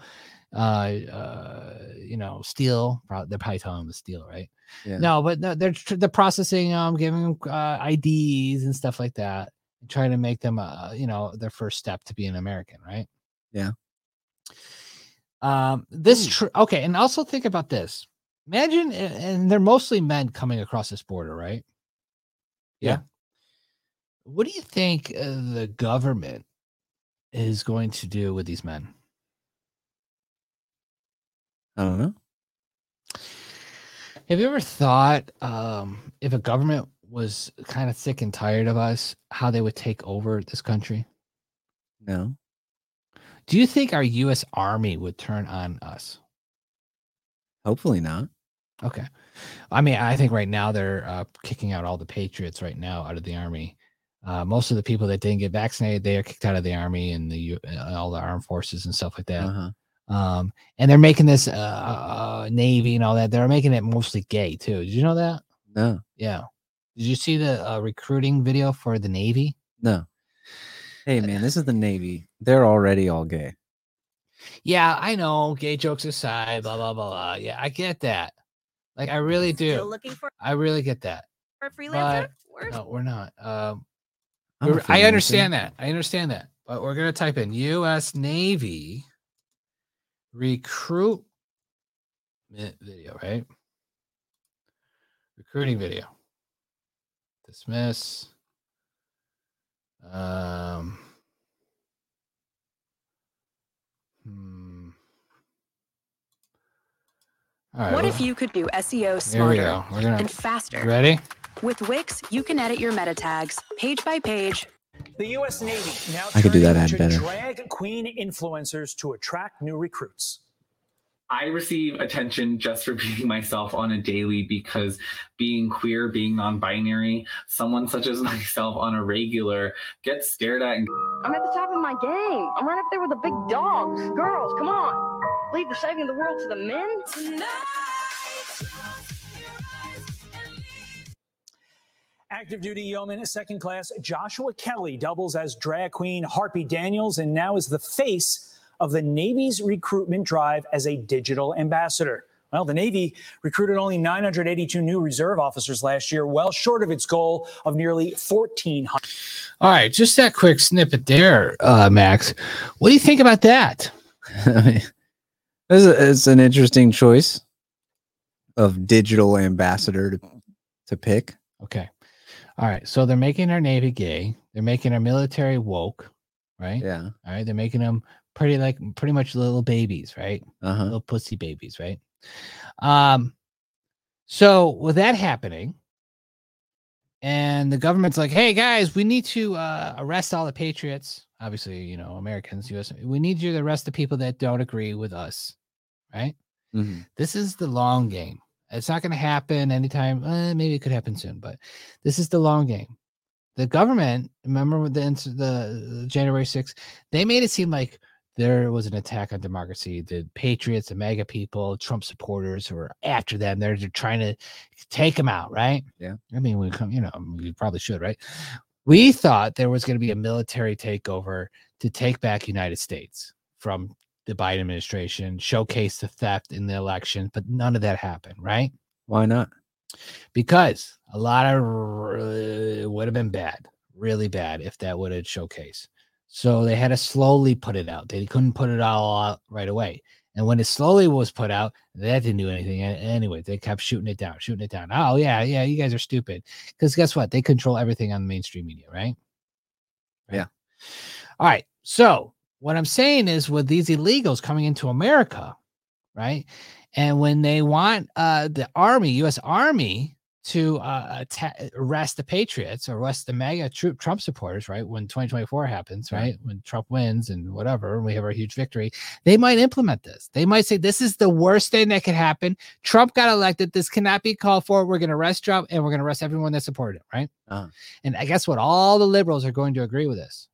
S2: uh, uh, you know, steal. prob- They're probably telling them to steal, right?
S3: Yeah.
S2: No, but no, they're tr- they're processing um, giving them uh, IDs and stuff like that, trying to make them, uh, you know, their first step to be an American, right?
S3: Yeah.
S2: Um, this tr- okay, and also think about this. Imagine, a- and they're mostly men coming across this border, right?
S3: Yeah.
S2: What do you think uh, the government is going to do with these men?
S3: I don't know.
S2: Have you ever thought um, if a government was kind of sick and tired of us, how they would take over this country?
S3: No.
S2: Do you think our U.S. Army would turn on us?
S3: Hopefully not.
S2: Okay. I mean, I think right now they're uh, kicking out all the patriots right now out of the army. Uh, most of the people that didn't get vaccinated, they are kicked out of the army and the U- and all the armed forces and stuff like that.
S3: Uh-huh.
S2: Um, and they're making this uh, uh, navy and all that. They're making it mostly gay too. Did you know that?
S3: No.
S2: Yeah. Did you see the uh, recruiting video for the navy?
S3: No. Hey man, this is the Navy. They're already all gay.
S2: Yeah, I know. Gay jokes aside, blah blah blah. blah. Yeah, I get that. Like, I really
S12: Still
S2: do.
S12: looking for
S2: I really get that.
S12: for a freelancer? Or-
S2: No, we're not. Um,
S3: I'm a
S2: we're- I
S3: freelancer.
S2: understand that. I understand that. But we're gonna type in U.S. Navy recruitment video, right? Recruiting video. Dismiss. Um. hmm. All right.
S12: What
S2: well,
S12: if you could do SEO
S2: Here we
S12: smarter
S2: go. We're gonna.
S12: and faster?
S2: you Ready?
S12: With Wix, you can edit your meta tags page by page.
S13: The U.S. Navy now
S3: I could do that
S13: turning
S3: ad
S13: to
S3: better.
S13: drag queen influencers to attract new recruits.
S14: I receive attention just for being myself on a daily because being queer, being non binary, someone such as myself on a regular gets stared at and
S15: I'm at the top of my game. I'm right up there with the big dogs. Girls, come on. Leave the saving of the world to the men.
S13: Active duty yeoman second class Joshua Kelly doubles as drag queen Harpy Daniels and now is the face of the Navy's recruitment drive as a digital ambassador. Well, the Navy recruited only 982 new reserve officers last year, well short of its goal of nearly 1,400.
S2: All right, just that quick snippet there, uh, Max. What do you think about that?
S3: It's, a- it's an interesting choice of digital ambassador to, to pick.
S2: Okay. All right. So they're making our Navy gay. They're making our military woke, right?
S3: Yeah.
S2: All right. They're making them pretty like pretty much little babies, right?
S3: Uh-huh.
S2: Little pussy babies, right? Um. So with that happening, and the government's like, "Hey guys, we need to uh, arrest all the patriots." Obviously, you know, Americans, U.S. We need you to arrest the people that don't agree with us, right?
S3: Mhm.
S2: This is the long game. It's not going to happen anytime. eh, maybe it could happen soon, but this is the long game. The government, remember with the inc- the the January 6th, they made it seem like there was an attack on democracy. The patriots, the MAGA people, Trump supporters who are after them. They're, they're trying to take them out, right?
S3: Yeah.
S2: I mean, we come, you know, we probably should, right? We thought there was going to be a military takeover to take back United States from the Biden administration, showcase the theft in the election, but none of that happened, right?
S3: Why not?
S2: Because a lot of r- it would have been bad, really bad, if that would have showcased. So they had to slowly put it out. They couldn't put it all out right away. And when it slowly was put out, that didn't do anything. A- Anyway, they kept shooting it down, shooting it down. Oh, yeah, yeah, you guys are stupid. Because guess what? They control everything on the mainstream media, right?
S3: Yeah.
S2: All right. So what I'm saying is with these illegals coming into America, right? And when they want uh, the army, U.S. Army, to uh, atta- arrest the patriots, arrest the mega tru- Trump supporters, right? When 2024 happens, right? When Trump wins and whatever, and we have our huge victory, they might implement this. They might say, "This is the worst thing that could happen. Trump got elected. This cannot be called for. We're going to arrest Trump, and we're going to arrest everyone that supported him." Right?
S3: Uh-huh.
S2: And I guess what? All the liberals are going to agree with this.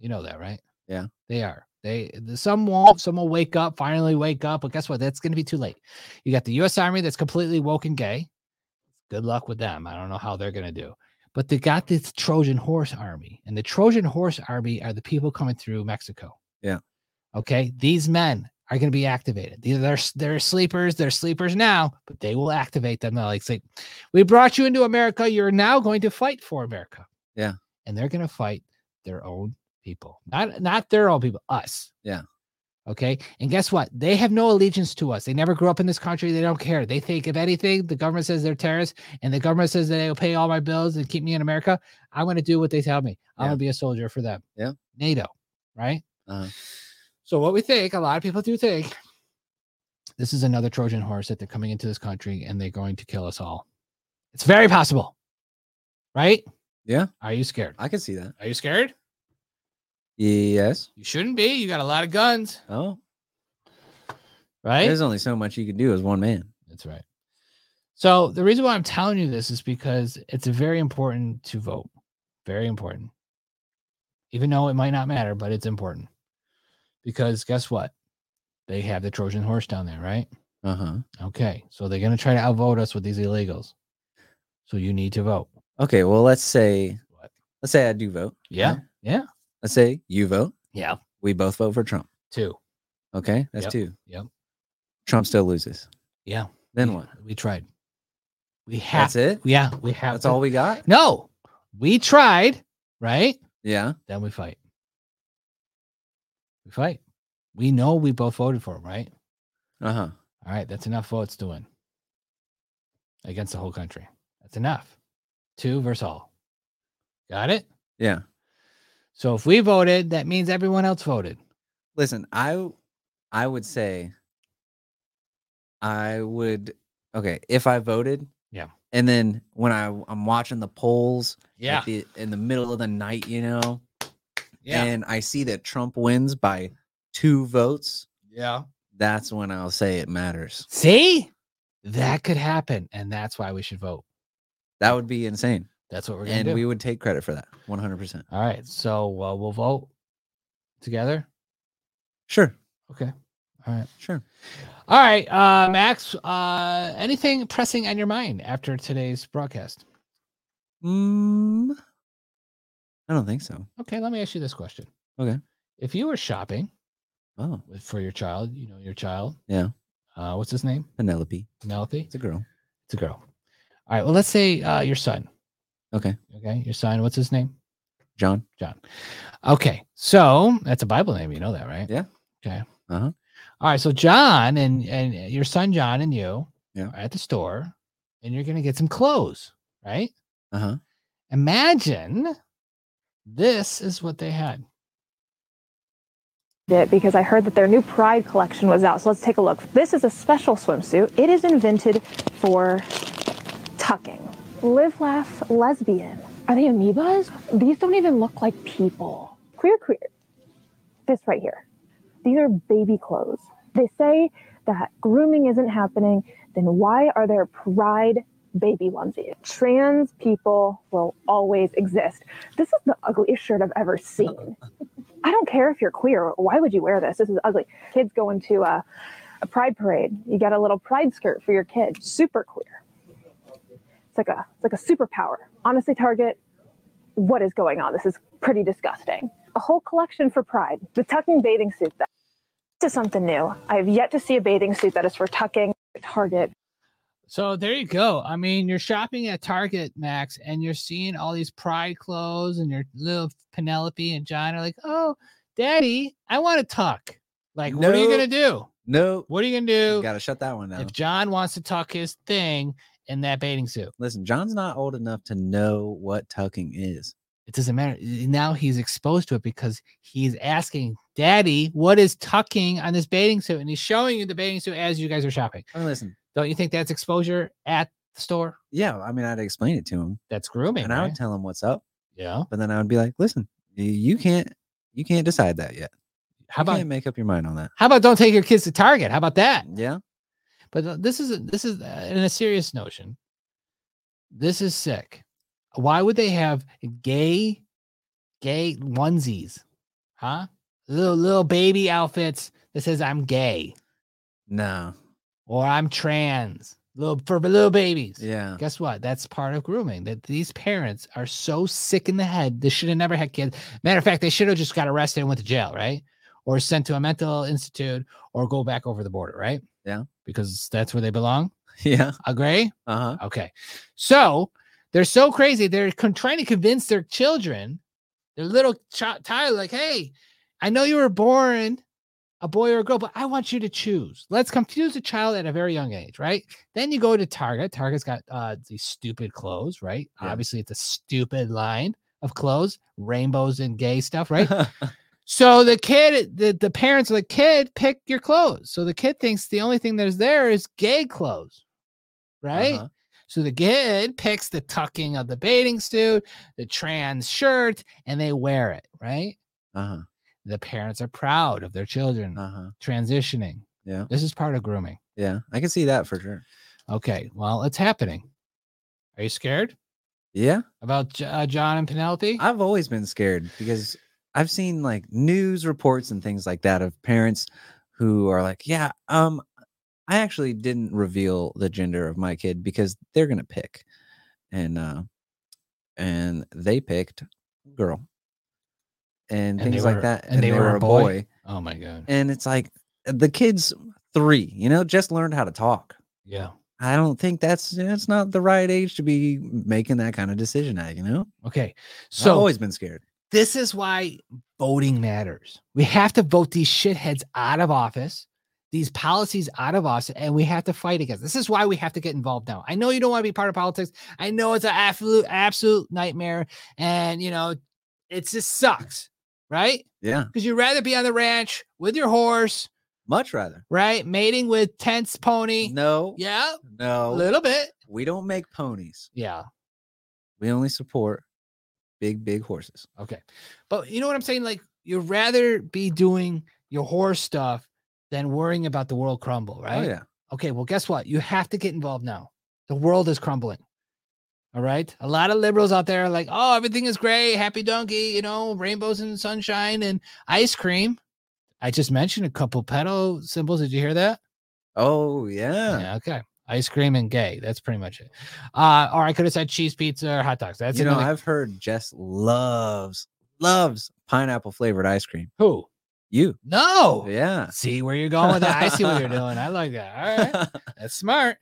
S2: You know that, right?
S3: Yeah.
S2: They are. They the- some won't. Some will wake up, finally wake up. But guess what? That's going to be too late. You got the U.S. Army that's completely woke and gay. Good luck with them. I don't know how they're going to do. But they got this Trojan horse army, and the Trojan horse army are the people coming through Mexico.
S3: Yeah.
S2: Okay, these men are going to be activated. These- They're s- they're sleepers. They're sleepers now, but they will activate them. They're like, say, we brought you into America. You're now going to fight for America,
S3: Yeah.
S2: and they're going to fight their own people, not not their own people, us.
S3: Yeah.
S2: Okay. And guess what? They have no allegiance to us. They never grew up in this country. They don't care. They think if anything, the government says they're terrorists and the government says that they'll pay all my bills and keep me in America. I'm going to do what they tell me. I'm
S3: Yeah.
S2: going to be a soldier for them.
S3: Yeah.
S2: NATO. Right.
S3: Uh-huh.
S2: So, what we think, a lot of people do think this is another Trojan horse that they're coming into this country and they're going to kill us all. It's very possible. Right.
S3: Yeah.
S2: Are you scared?
S3: I can see that.
S2: Are you scared?
S3: Yes.
S2: You shouldn't be. You got a lot of guns.
S3: Oh,
S2: Right.
S3: there's only so much you can do as one man.
S2: That's right. So the reason why I'm telling you this is because it's very important to vote. Very important. Even though it might not matter, but it's important. Because guess what? They have the Trojan horse down there, right?
S3: Uh huh.
S2: Okay. So they're going to try to outvote us with these illegals. So you need to vote.
S3: Okay. Well, let's say, let's say I do vote.
S2: Yeah.
S3: right?
S2: Yeah.
S3: Let's say you vote.
S2: Yeah.
S3: We both vote for Trump.
S2: Two.
S3: Okay. That's
S2: Yep.
S3: two.
S2: Yep.
S3: Trump still loses.
S2: Yeah.
S3: Then what?
S2: We tried. We have.
S3: That's it.
S2: Yeah. We have.
S3: That's
S2: to-
S3: all we got.
S2: No. We tried, right?
S3: Yeah.
S2: Then we fight. We fight. We know we both voted for him, right?
S3: Uh huh.
S2: All right, that's enough votes to win against the whole country. That's enough. Two versus all. Got it?
S3: Yeah.
S2: So if we voted, that means everyone else voted.
S3: Listen, I, I would say, I would. Okay, if I voted.
S2: Yeah.
S3: And then when I I'm watching the polls. at
S2: Yeah.
S3: the- in the middle of the night, you know.
S2: Yeah.
S3: and I see that Trump wins by two votes,
S2: yeah.
S3: that's when I'll say it matters.
S2: See? That could happen. And that's why we should vote.
S3: That would be insane.
S2: That's what we're going
S3: And
S2: to do.
S3: we would take credit for that 100%.
S2: all right. So uh, we'll vote together.
S3: Sure.
S2: Okay. All right.
S3: Sure.
S2: All right, uh, Max. Uh, anything pressing on your mind after today's broadcast?
S3: Mm, I don't think so.
S2: Okay, let me ask you this question.
S3: Okay.
S2: If you were shopping
S3: Oh,
S2: with- for your child, you know your child.
S3: Yeah.
S2: Uh, what's his name?
S3: Penelope.
S2: Penelope. It's
S3: a girl.
S2: It's a girl. All right. Well, let's say uh, your son.
S3: Okay.
S2: Okay. Your son. What's his name?
S3: John.
S2: John. Okay. So that's a Bible name. You know that, right?
S3: Yeah.
S2: Okay.
S3: Uh huh.
S2: All right. So John and and your son John and you
S3: Yeah.
S2: are at the store, and you're gonna get some clothes, right?
S3: Uh huh.
S2: Imagine this is what they had.
S16: it because I heard that their new Pride collection was out. So let's take a look. This is a special swimsuit. It is invented for tucking. Live, laugh, lesbian. Are they amoebas? These don't even look like people. Queer, queer. This right here. These are baby clothes. They say that grooming isn't happening. Then why are there Pride baby onesies? Trans people will always exist. This is the ugliest shirt I've ever seen. I don't care if you're queer. Why would you wear this? This is ugly. Kids going to a, a pride parade. You got a little pride skirt for your kid. Super queer. It's like a it's like a superpower. Honestly, Target, what is going on? This is pretty disgusting. A whole collection for pride. The tucking bathing suit. That, this is something new. I have yet to see a bathing suit that is for tucking. Target.
S2: So there you go. I mean, you're shopping at Target, Max, and you're seeing all these pride clothes, and your little Penelope and John are like, "Oh, Daddy, I want to tuck." Like, what are you gonna do?
S3: No.
S2: What are you gonna do?
S3: Got to shut that one down.
S2: If John wants to tuck his thing in that bathing suit,
S3: Listen, John's not old enough to know what tucking is.
S2: it doesn't matter. Now he's exposed to it because he's asking, "Daddy, what is tucking on this bathing suit?" And he's showing you the bathing suit as you guys are shopping.
S3: I mean, listen.
S2: Don't you think that's exposure at the store?
S3: Yeah, I mean, I'd explain it to him.
S2: That's grooming,
S3: and I
S2: right?
S3: would tell him what's up.
S2: Yeah.
S3: But then I would be like, listen, y- you can't, you can't decide that yet. you
S2: How about-
S3: can't make up your mind on that?
S2: How about don't take your kids to Target? How about that?
S3: Yeah.
S2: But uh, this is a, this is uh, in a serious notion. This is sick. Why would they have gay, gay onesies, huh? Little little baby outfits that says I'm gay
S3: No.
S2: or I'm trans. Little for little babies.
S3: Yeah.
S2: Guess what? That's part of grooming. That these parents are so sick in the head. They should have never had kids. Matter of fact, they should have just got arrested and went to jail, right? Or sent to a mental institute or go back over the border, right?
S3: Yeah.
S2: Because that's where they belong.
S3: Yeah.
S2: Agree?
S3: Uh huh.
S2: Okay. So they're so crazy. They're con- trying to convince their children, their little child, Tyler, like, hey, I know you were born a boy or a girl, but I want you to choose. Let's confuse a child at a very young age, right? Then you go to Target. Target's got uh, these stupid clothes, right?
S3: Yeah.
S2: Obviously, it's a stupid line of clothes, rainbows and gay stuff, right? So the kid, the, the parents of the kid pick your clothes. So the kid thinks the only thing that is there is gay clothes, right?
S3: Uh-huh.
S2: So the kid picks the tucking of the bathing suit, the trans shirt, and they wear it, right?
S3: Uh huh.
S2: The parents are proud of their children
S3: Uh huh.
S2: transitioning.
S3: Yeah.
S2: This is part of grooming.
S3: Yeah. I can see that for sure.
S2: Okay. Well, it's happening. Are you scared
S3: Yeah.
S2: about J- uh, John and Penelope?
S3: I've always been scared because I've seen like news reports and things like that of parents who are like, "Yeah, um I actually didn't reveal the gender of my kid because they're going to pick." And uh and they picked girl. And,
S2: And they
S3: things
S2: were-
S3: like that
S2: and they were a boy? oh my God.
S3: And it's like the kid's 3, you know, just learned how to talk.
S2: Yeah.
S3: I don't think that's that's not the right age to be making that kind of decision at, you know?
S2: Okay.
S3: So
S2: So
S3: I've always been scared.
S2: this is why voting matters. We have to vote these shitheads out of office, these policies out of office, and we have to fight against. This is why we have to get involved now. I know you don't want to be part of politics. I know it's an absolute absolute nightmare, and you know, it just sucks, right?
S3: Yeah.
S2: Because you'd rather be on the ranch with your horse,
S3: Much rather.
S2: right? Mating with tense pony.
S3: No.
S2: Yeah, a
S3: No.
S2: little bit.
S3: We don't make ponies.
S2: Yeah.
S3: We only support big, big horses.
S2: Okay. But you know what I'm saying? Like, you'd rather be doing your horse stuff than worrying about the world crumble, right?
S3: Oh yeah.
S2: Okay. Well, guess what? You have to get involved now. The world is crumbling. All right. A lot of liberals out there are like, oh, everything is great. Happy donkey, you know, rainbows and sunshine and ice cream. I just mentioned a couple pedal symbols. Did you hear that?
S3: Oh yeah.
S2: Yeah. Okay. Ice cream and gay. That's pretty much it. Uh, or I could have said cheese pizza or hot dogs. That's
S3: you know,
S2: another-
S3: I've heard Jess loves loves pineapple flavored ice cream.
S2: who?
S3: You.
S2: No.
S3: Yeah.
S2: See where you're going with that. I see what you're doing. I like that. All right. That's smart.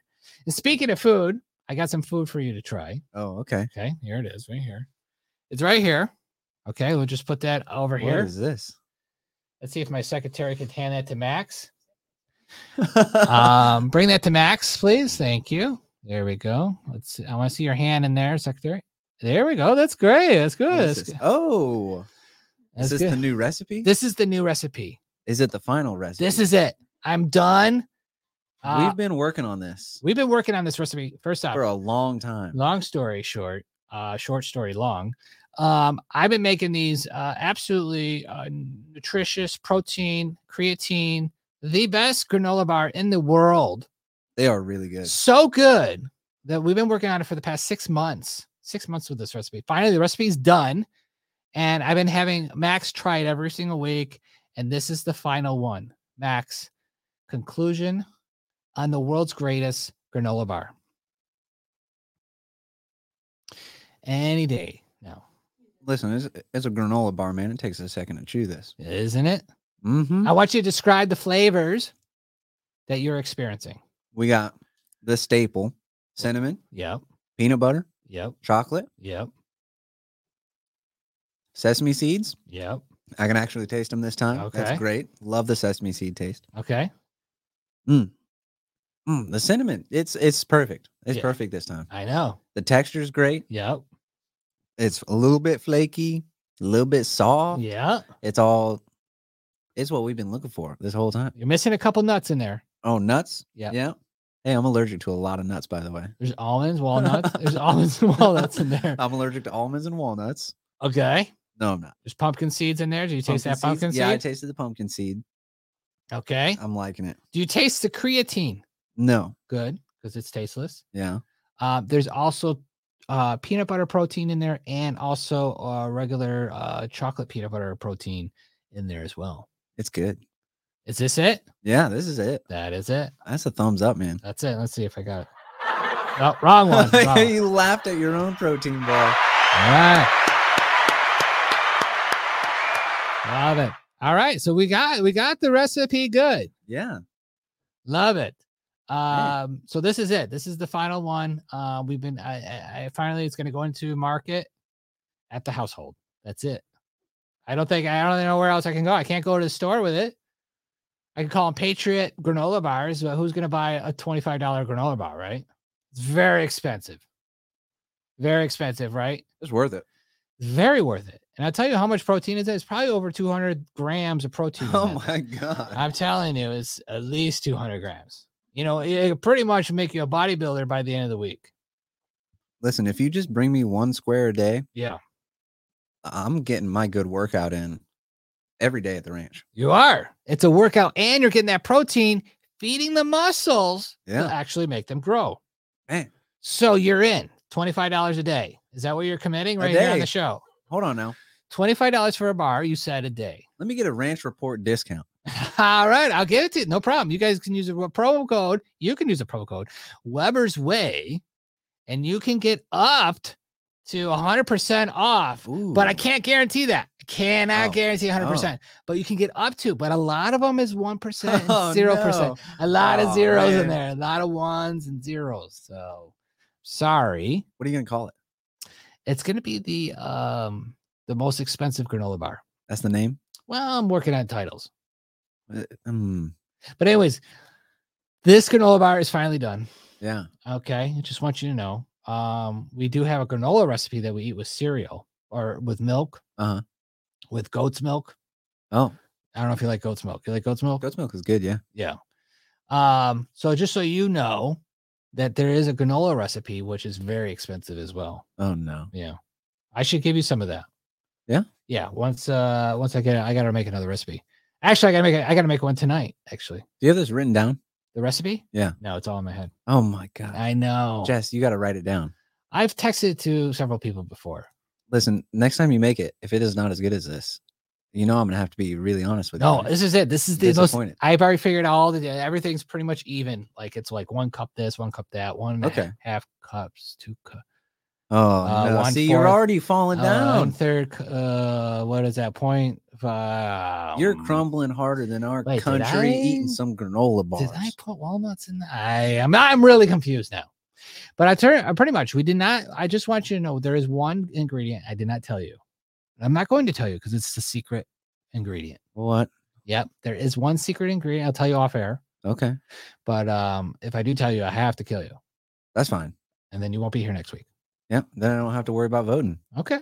S2: And speaking of food, I got some food for you to try.
S3: Oh, okay.
S2: Okay. Here it is, right here. It's right here. Okay. We'll just put that over
S3: What
S2: here.
S3: is this?
S2: Let's see if my secretary can hand that to Max. um, bring that to Max, please. Thank you. There we go. Let's. see. I want to see your hand in there, secretary. There we go. That's great. That's good.
S3: What is
S2: That's
S3: this?
S2: good.
S3: Oh.
S2: That's
S3: is this the
S2: good.
S3: new recipe?
S2: This is the new recipe.
S3: Is it the final recipe?
S2: This is it. I'm done. Uh,
S3: We've been working on this
S2: We've been working on this recipe. First off,
S3: for a long time.
S2: long story short, uh, short story long. Um, I've been making these uh, absolutely uh, nutritious protein, creatine, the best granola bar in the world.
S3: They are really good.
S2: So good that we've been working on it for the past six months. Six months with this recipe. Finally, the recipe is done, and I've been having Max try it every single week. And this is the final one. Max, conclusion on the world's greatest granola bar. Any day now,
S3: Listen, it's, it's a granola bar, man. It takes a second to chew this.
S2: isn't it?
S3: Mm-hmm.
S2: I want you to describe the flavors that you're experiencing.
S3: We got the staple cinnamon,
S2: Yep.
S3: peanut butter,
S2: Yep.
S3: chocolate,
S2: Yep.
S3: sesame seeds.
S2: Yep.
S3: I can actually taste them this time.
S2: Okay.
S3: That's great. Love the sesame seed taste.
S2: Okay.
S3: Mm, the cinnamon, it's it's perfect. It's
S2: Yeah.
S3: perfect this time.
S2: I know.
S3: The texture's great.
S2: Yep.
S3: It's a little bit flaky, a little bit soft.
S2: Yeah.
S3: It's all it's what we've been looking for this whole time.
S2: You're missing a couple nuts in there.
S3: Oh, nuts?
S2: Yeah.
S3: Yeah. Hey, I'm allergic to a lot of nuts, by the way.
S2: There's almonds, walnuts. There's almonds and walnuts in there.
S3: I'm allergic to almonds and walnuts.
S2: Okay.
S3: No, I'm not.
S2: There's pumpkin seeds in there. Do you taste that pumpkin
S3: seeds? Yeah, I
S2: seed?
S3: tasted the pumpkin seed.
S2: okay.
S3: I'm liking it.
S2: Do you taste the creatine?
S3: No.
S2: Good, because it's tasteless.
S3: Yeah.
S2: Uh, there's also uh, peanut butter protein in there, and also uh, regular uh, chocolate peanut butter protein in there as well.
S3: It's good.
S2: Is this it?
S3: Yeah, this is it.
S2: That is it.
S3: That's a thumbs up, man.
S2: That's it. Let's see if I got it. No, wrong one. wrong one.
S3: you laughed at your own protein bar.
S2: All right. Love it. All right. So we got we got the recipe good.
S3: Yeah.
S2: Love it. Um, so this is it. This is the final one. Uh, we've been I, I, I finally it's gonna go into market at the household. That's it. I don't think I don't know where else I can go. I can't go to the store with it. I can call them Patriot granola bars, but who's gonna buy a $25 granola bar, right? It's very expensive. Very expensive, right?
S3: It's worth it.
S2: very worth it. And I'll tell you how much protein is it. It's probably over 200 grams of protein. in
S3: Oh
S2: that.
S3: my god.
S2: I'm telling you, it's at least 200 grams. You know, it- it'll pretty much make you a bodybuilder by the end of the week.
S3: Listen, if you just bring me one square a day,
S2: Yeah,
S3: I'm getting my good workout in every day at the ranch.
S2: you are. It's a workout and you're getting that protein feeding the muscles
S3: Yeah.
S2: to actually make them grow.
S3: Man.
S2: So you're in $25 a day. Is that what you're committing
S3: A
S2: right here on
S3: day.
S2: the show?
S3: Hold on now.
S2: $25 for a bar, you said a day.
S3: Let me get a ranch report discount.
S2: All right, I'll give it to you. No problem. You guys can use a re- promo code. You can use a promo code Weber's Way, and you can get upped to 100% off. But I
S3: Ooh.
S2: can't guarantee that. I cannot
S3: Oh.
S2: guarantee 100%. But you can get up to. But a lot of them is 1% and
S3: Oh,
S2: 0%.
S3: no.
S2: A lot of
S3: Aw,
S2: zeros in
S3: man.
S2: there. A lot of ones and zeros. So sorry.
S3: What are you gonna call it?
S2: It's going to be the um the most expensive granola bar.
S3: That's the name.
S2: Well, I'm working on titles.
S3: Uh, mm,
S2: But anyways, this granola bar is finally done.
S3: yeah.
S2: Okay, I just want you to know, um, we do have a granola recipe that we eat with cereal or with milk,
S3: Uh huh.
S2: with goat's milk.
S3: Oh,
S2: I don't know if you like goat's milk. You like goat's milk?
S3: goat's milk is good. Yeah.
S2: Yeah. Um, so just so you know that there is a granola recipe which is very expensive as well.
S3: Oh no.
S2: Yeah. I should give you some of that.
S3: Yeah?
S2: Yeah. Once uh once I get it, I gotta make another recipe. Actually, I gotta make it, I gotta make one tonight, actually.
S3: Do you have this written down?
S2: The recipe?
S3: Yeah.
S2: No, it's all in my head.
S3: Oh my god.
S2: I know.
S3: Jess, you got to write it down.
S2: I've texted to several people before.
S3: Listen, next time you make it, if it is not as good as this, you know I'm gonna have to be really honest with
S2: No,
S3: you.
S2: this is it. This is the most.
S3: Disappointed.
S2: I've already figured out all the. Everything's pretty much even. Like it's like one cup this, one cup that, one and a
S3: Okay.
S2: half cups, two cups,
S3: Oh
S2: uh,
S3: no.
S2: one
S3: See, you you're
S2: fourth,
S3: already falling
S2: uh, one
S3: down.
S2: third. cu- Uh, what is that? Point Uh,
S3: You're crumbling harder than our
S2: Wait, did
S3: country
S2: I-
S3: eating some granola bars.
S2: Did I put walnuts in that? I am. I'm really confused now. But I turn uh, pretty much. We did not. I just want you to know there is one ingredient I did not tell you. I'm not going to tell you because it's the secret ingredient.
S3: What?
S2: Yep, there is one secret ingredient. I'll tell you off air.
S3: Okay,
S2: But um, if I do tell you, I have to kill you,
S3: that's fine.
S2: and then you won't be here next week.
S3: Yep. Then I don't have to worry about voting.
S2: Okay.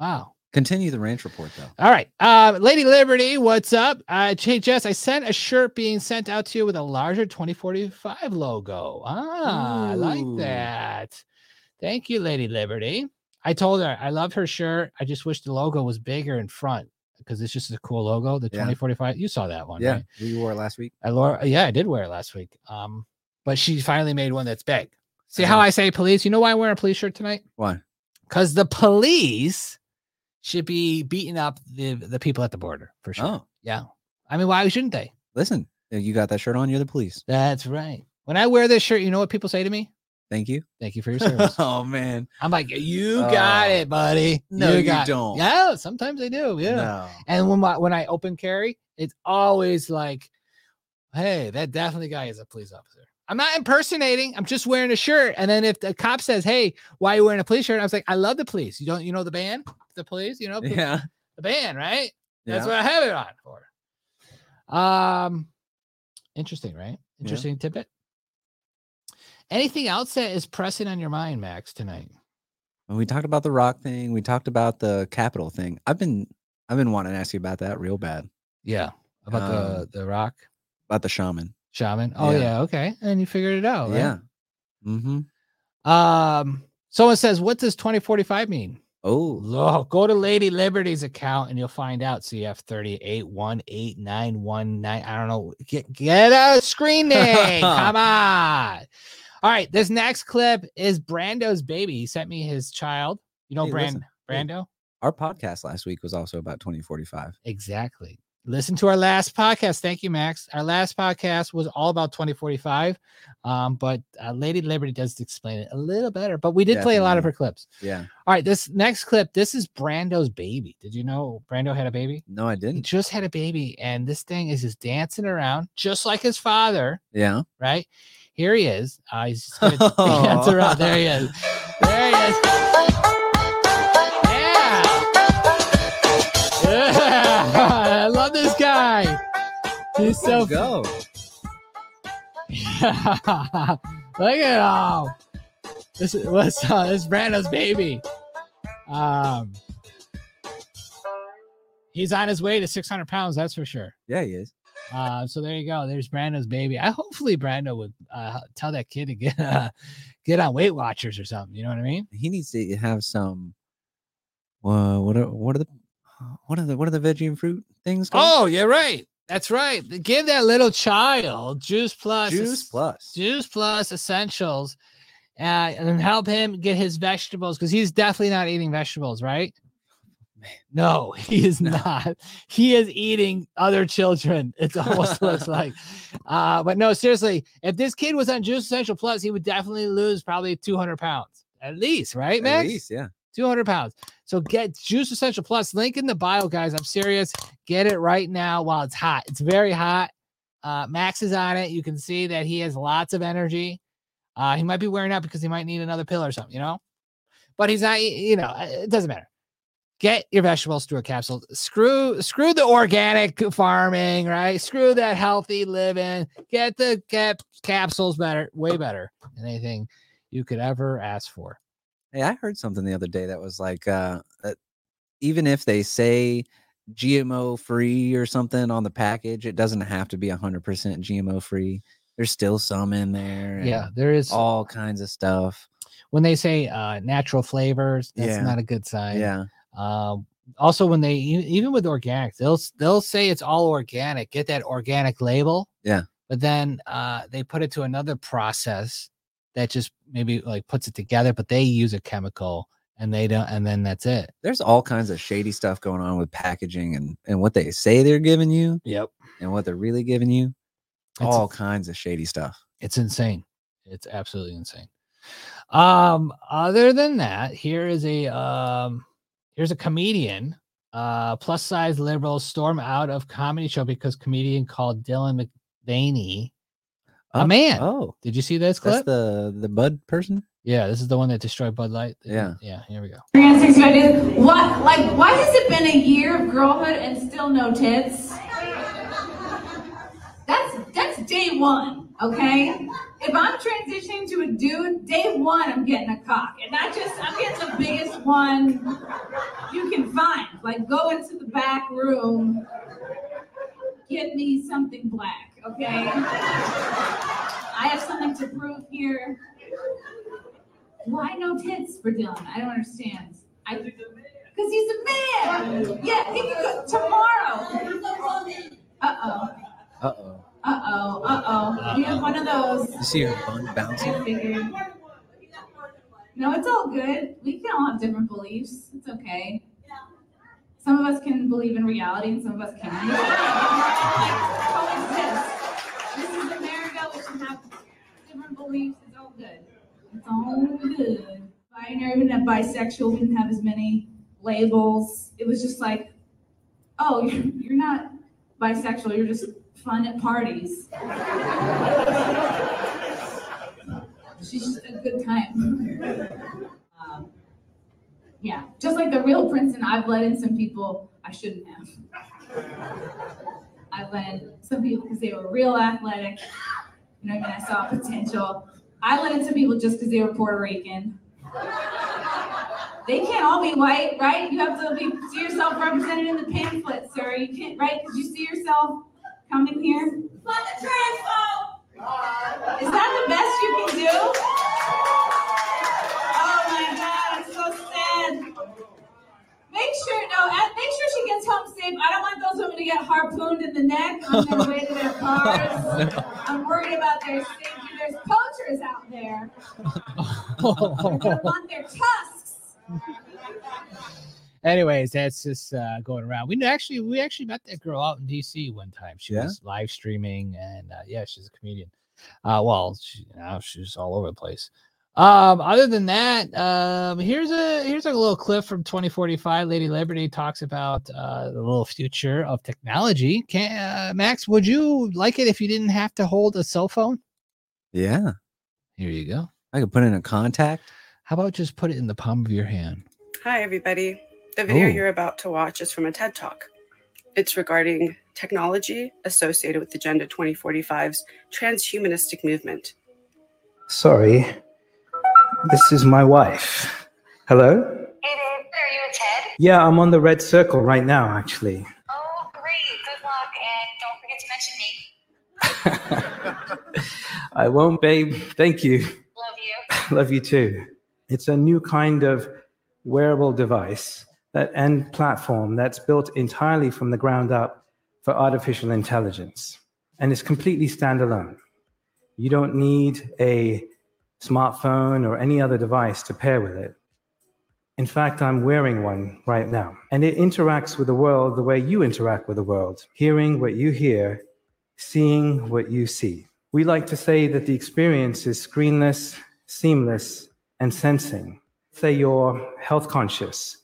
S2: Wow.
S3: Continue the ranch report though.
S2: All right. Uh, Lady Liberty, what's up? Uh, hey, Jess, I sent a shirt being sent out to you with a larger 2045 logo. Ah, I like
S3: Ooh.
S2: that. Thank you, Lady Liberty. I told her I love her shirt. I just wish the logo was bigger in front because it's just a cool logo. The
S3: Yeah.
S2: 2045, you saw that one,
S3: yeah,
S2: right?
S3: we wore it last week.
S2: I Laura, yeah, I did wear it last week. Um, but she finally made one that's big. See how I say police? You know why I'm wearing a police shirt tonight?
S3: Why?
S2: Because the police should be beating up the, the people at the border for sure.
S3: Oh,
S2: Yeah. I mean, why shouldn't they?
S3: listen, if you got that shirt on. You're the police.
S2: That's right. When I wear this shirt, you know what people say to me?
S3: Thank you.
S2: Thank you for your service.
S3: oh man,
S2: I'm like, you got
S3: Oh.
S2: it, buddy.
S3: No, you
S2: got it."
S3: don't.
S2: Yeah, sometimes I do. Yeah.
S3: no.
S2: And when my, when I open carry, it's always like, hey, that definitely guy is a police officer. I'm not impersonating. I'm just wearing a shirt. And then if the cop says, "Hey, why are you wearing a police shirt?" I was like, "I love the police. You don't, you know the band, the police. You know,
S3: Yeah.
S2: the band, right? That's
S3: Yeah.
S2: what I have it on for." Um, interesting, right?
S3: Yeah.
S2: Interesting tidbit. Anything else that is pressing on your mind, Max, tonight?
S3: When we talked about the rock thing, we talked about the capital thing. I've been I've been wanting to ask you about that real bad.
S2: Yeah, about
S3: Um,
S2: the the rock
S3: About the shaman.
S2: shaman. Oh yeah,
S3: yeah.
S2: okay. And you figured it out, right?
S3: yeah. Mm-hmm.
S2: Um, someone says, "What does 2045 mean?"
S3: Oh.
S2: Look, go to Lady Liberty's account and you'll find out. CF thirty eight one eight nine one nine. I don't know. Get get a screen name. Come on. All right. This next clip is Brando's baby. He sent me his child. You know,
S3: Hey,
S2: Brand
S3: listen. Hey.
S2: Brando.
S3: Our podcast last week was also about 2045.
S2: Exactly. Listen to our last podcast. Thank you, Max. Our last podcast was all about 2045, um, but uh, Lady Liberty does explain it a little better. But we did play a lot of her
S3: Definitely.
S2: clips.
S3: Yeah.
S2: All right, this next clip. This is Brando's baby. Did you know Brando had a baby?
S3: No, I
S2: He
S3: didn't.
S2: just had a baby, and this thing is just dancing around, just like his father.
S3: Yeah.
S2: Right here he is. Uh, he's just gonna dance around. There he is. There he is. Yeah. I love this guy. He's so
S3: go.
S2: Look at him. This is what's uh, this is Brando's baby. Um, he's on his way to 600 pounds. That's for sure.
S3: Yeah, he is.
S2: Uh, so there you go. There's Brando's baby. I hopefully Brando would uh, tell that kid to get uh, get on Weight Watchers or something. You know what I mean?
S3: He needs to have some. Well, what are what are the uh, what are the what are the veggie and fruit things called?
S2: Oh, you're right. That's right. Give that little child Juice Plus
S3: Juice plus.
S2: Juice Plus Essentials uh, and help him get his vegetables because he's definitely not eating vegetables, right? No, he is not. He is eating other children. It almost looks like. Uh, but no, seriously, if this kid was on Juice Essential Plus, he would definitely lose probably 200 pounds at least, right,
S3: At
S2: Max?
S3: least, yeah.
S2: 200 pounds. So get Juice Essential Plus. Link in the bio, guys. I'm serious. Get it right now while it's hot. It's very hot. Uh, Max is on it. You can see that he has lots of energy. Uh, he might be wearing out because he might need another pill or something, you know? But he's not, eat- you know, uh, it doesn't matter. Get your vegetables through a capsule. Screw, screw the organic farming, right? Screw that healthy living. Get the cap- capsules better, way better than anything you could ever ask for.
S3: Hey, I heard something the other day that was like, uh, that even if they say GMO free or something on the package, it doesn't have to be 100% GMO free. There's still some in there.
S2: Yeah,
S3: and
S2: there is
S3: All kinds of stuff.
S2: when they say uh, natural flavors, that's
S3: Yeah.
S2: not a good sign.
S3: Yeah.
S2: Um, also, when they e- even with organics, they'll s- they'll say it's all organic. Get that organic label.
S3: Yeah.
S2: But then uh, they put it to another process that just maybe like puts it together, but they use a chemical and they don't, and then that's it.
S3: There's all kinds of shady stuff going on with packaging and, and what they say they're giving you
S2: Yep.
S3: and what they're really giving you.
S2: It's-
S3: all kinds of shady stuff.
S2: It's insane. It's absolutely insane. Um, other than that, here is a um here's a comedian Uh, plus size liberals storm out of comedy show because comedian called Dylan McVaney a
S3: Oh,
S2: man.
S3: Oh,
S2: did you see this
S3: that's
S2: clip?
S3: the the bud person.
S2: Yeah, this is the one that destroyed Bud Light.
S3: Yeah.
S2: Yeah, here we go.
S17: Answers my dude. What? Like, why has it been a year of girlhood and still no tits? That's that's day one, okay? If I'm transitioning to a dude, day one I'm getting a cock, and I just I'm getting the biggest one you can find. Like, go into the back room, get me something black, okay? I have something to prove here. Why no tits for Dylan? I don't understand. I because he's a man. Yeah, he can go tomorrow. Uh oh.
S3: Uh oh.
S17: Uh oh. Uh oh. You have one of those.
S3: You see her bun bouncing.
S17: I figured. No, it's all good. We can all have different beliefs. It's okay. Some of us can believe in reality, and some of us can't. We're all, like, coexist. This is America. We should have different beliefs. It's all good. It's all good. Binary, we didn't have bisexual. We didn't have as many labels. It was just like, oh, you're, you're not bisexual. You're just fun at parties. She's just a good time. Um, yeah, just like the real Princeton, I've let in some people I shouldn't have. I've let in some people because they were real athletic. You know what I mean? I saw potential. I let in some people just because they were Puerto Rican. They can't all be white, right? You have to be, see yourself represented in the pamphlet, sir. You can't, right? Because you see yourself coming here. Fuck the transphobe! Is that the best you can do? Oh my god, I'm so sad. Make sure no, and make sure she gets home safe. I don't want those women to get harpooned in the neck on their way to their cars. I'm worried about their safety. There's poachers out there. They want their tusks.
S2: Anyways, that's just uh, going around. We kn- actually we actually met that girl out in DC one time. She
S3: Yeah?
S2: was live streaming, and uh, yeah, she's a comedian. Uh, well, she, you know, she's all over the place. Um, other than that, um, here's a here's a little clip from 2045. Lady Liberty talks about uh, the little future of technology. Can uh, Max, would you like it if you didn't have to hold a cell phone?
S3: Yeah.
S2: Here you go.
S3: I could put in a contact.
S2: How about just put it in the palm of your hand?
S18: Hi, everybody. The video
S2: Ooh.
S18: you're about to watch is from a TED Talk. It's regarding technology associated with Agenda 2045's transhumanistic movement.
S19: Sorry, this is my wife. Hello?
S20: Are you a Ted?
S19: Yeah, I'm on the red circle right now, actually.
S20: Oh, great. Good luck. And don't forget to mention me.
S19: I won't, babe. Thank you.
S20: Love you.
S19: Love you too. It's a new kind of wearable device that, and platform that's built entirely from the ground up for artificial intelligence and is completely standalone. You don't need a smartphone or any other device to pair with it. In fact, I'm wearing one right now, and it interacts with the world the way you interact with the world, hearing what you hear, seeing what you see. We like to say that the experience is screenless, seamless, and sensing. Say you're health conscious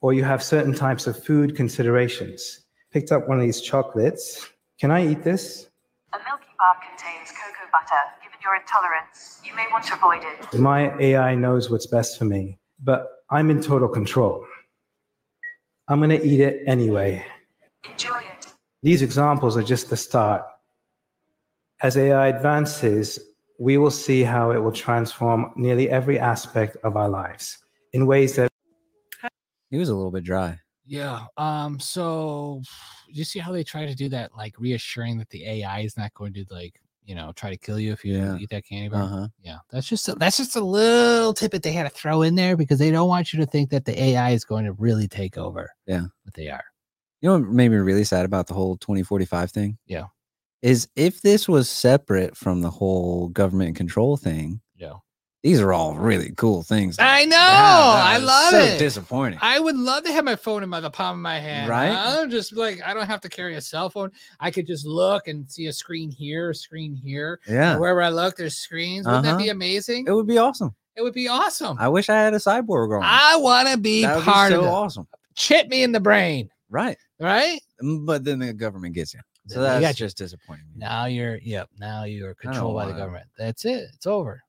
S19: or you have certain types of food considerations. Picked up one of these chocolates. Can I eat this?
S21: A milky bar contains cocoa butter. Given your intolerance, you may want to avoid it.
S19: My AI knows what's best for me, but I'm in total control. I'm going to eat it anyway.
S21: Enjoy it.
S19: These examples are just the start. As AI advances, we will see how it will transform nearly every aspect of our lives in ways that.
S3: He was a little bit dry.
S2: Yeah. Um. So, you see how they try to do that, like reassuring that the AI is not going to like you know try to kill you if you
S3: Yeah.
S2: eat that candy bar.
S3: Uh-huh.
S2: Yeah. That's just a, that's just a little tidbit they had to throw in there because they don't want you to think that the AI is going to really take over.
S3: Yeah.
S2: But they are.
S3: You know what made me really sad about the whole 2045 thing?
S2: Yeah.
S3: Is if this was separate from the whole government control thing,
S2: Yeah.
S3: these are all really cool things.
S2: I know.
S3: that
S2: I
S3: is
S2: love
S3: so
S2: it.
S3: disappointing.
S2: I would love to have my phone in my, the palm of my hand.
S3: Right?
S2: I'm just like I don't have to carry a cell phone. I could just look and see a screen here, a screen here. and
S3: Yeah.
S2: Wherever I look, there's screens. Wouldn't
S3: Uh-huh.
S2: that be amazing?
S3: It would be awesome.
S2: It would be awesome.
S3: I wish I had a cyborg on.
S2: I want to be
S3: That would
S2: part
S3: be so
S2: of it.
S3: awesome.
S2: chip me in the brain.
S3: Right.
S2: Right.
S3: But then the government gets in. So
S2: They
S3: that's
S2: got you.
S3: just disappointing.
S2: Now you're yep. Now you're
S3: don't
S2: controlled by the
S3: wanna-
S2: government. That's it. It's over.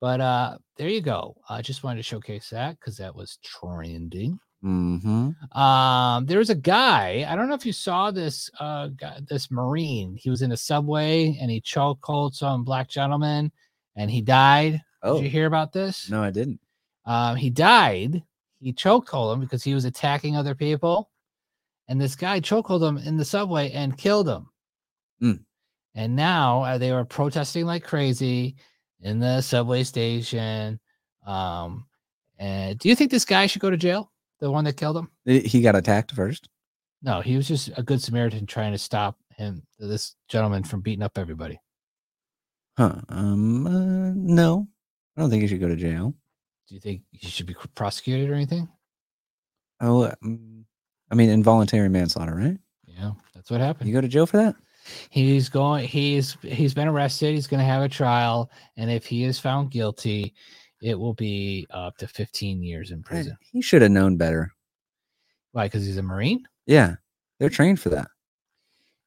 S2: But uh there you go. I just wanted to showcase that because that was trending.
S3: Mm-hmm.
S2: Um, there was a guy. I don't know if you saw this. Uh, guy, this Marine. He was in a subway and he chokehold some black gentleman, and he died.
S3: Oh.
S2: Did you hear about this?
S3: No, I didn't.
S2: Um, he died. He chokehold him because he was attacking other people, and this guy chokehold him in the subway and killed him.
S3: Mm.
S2: And now uh, they were protesting like crazy in the subway station. Um, and do you think this guy should go to jail? The one that killed him?
S3: He he got attacked first.
S2: No, he was just a good Samaritan trying to stop him, this gentleman, from beating up everybody.
S3: Huh. Um. uh, no, I don't think he should go to jail.
S2: Do you think he should be cr- prosecuted or anything?
S3: Oh, uh, mm, I mean involuntary manslaughter, right?
S2: Yeah, that's what happened.
S3: You go to jail for that?
S2: He's going. He's he's been arrested. He's going to have a trial, and if he is found guilty, it will be up to 15 years in prison.
S3: He should have known better.
S2: Why? Because he's a Marine.
S3: Yeah, they're trained for that.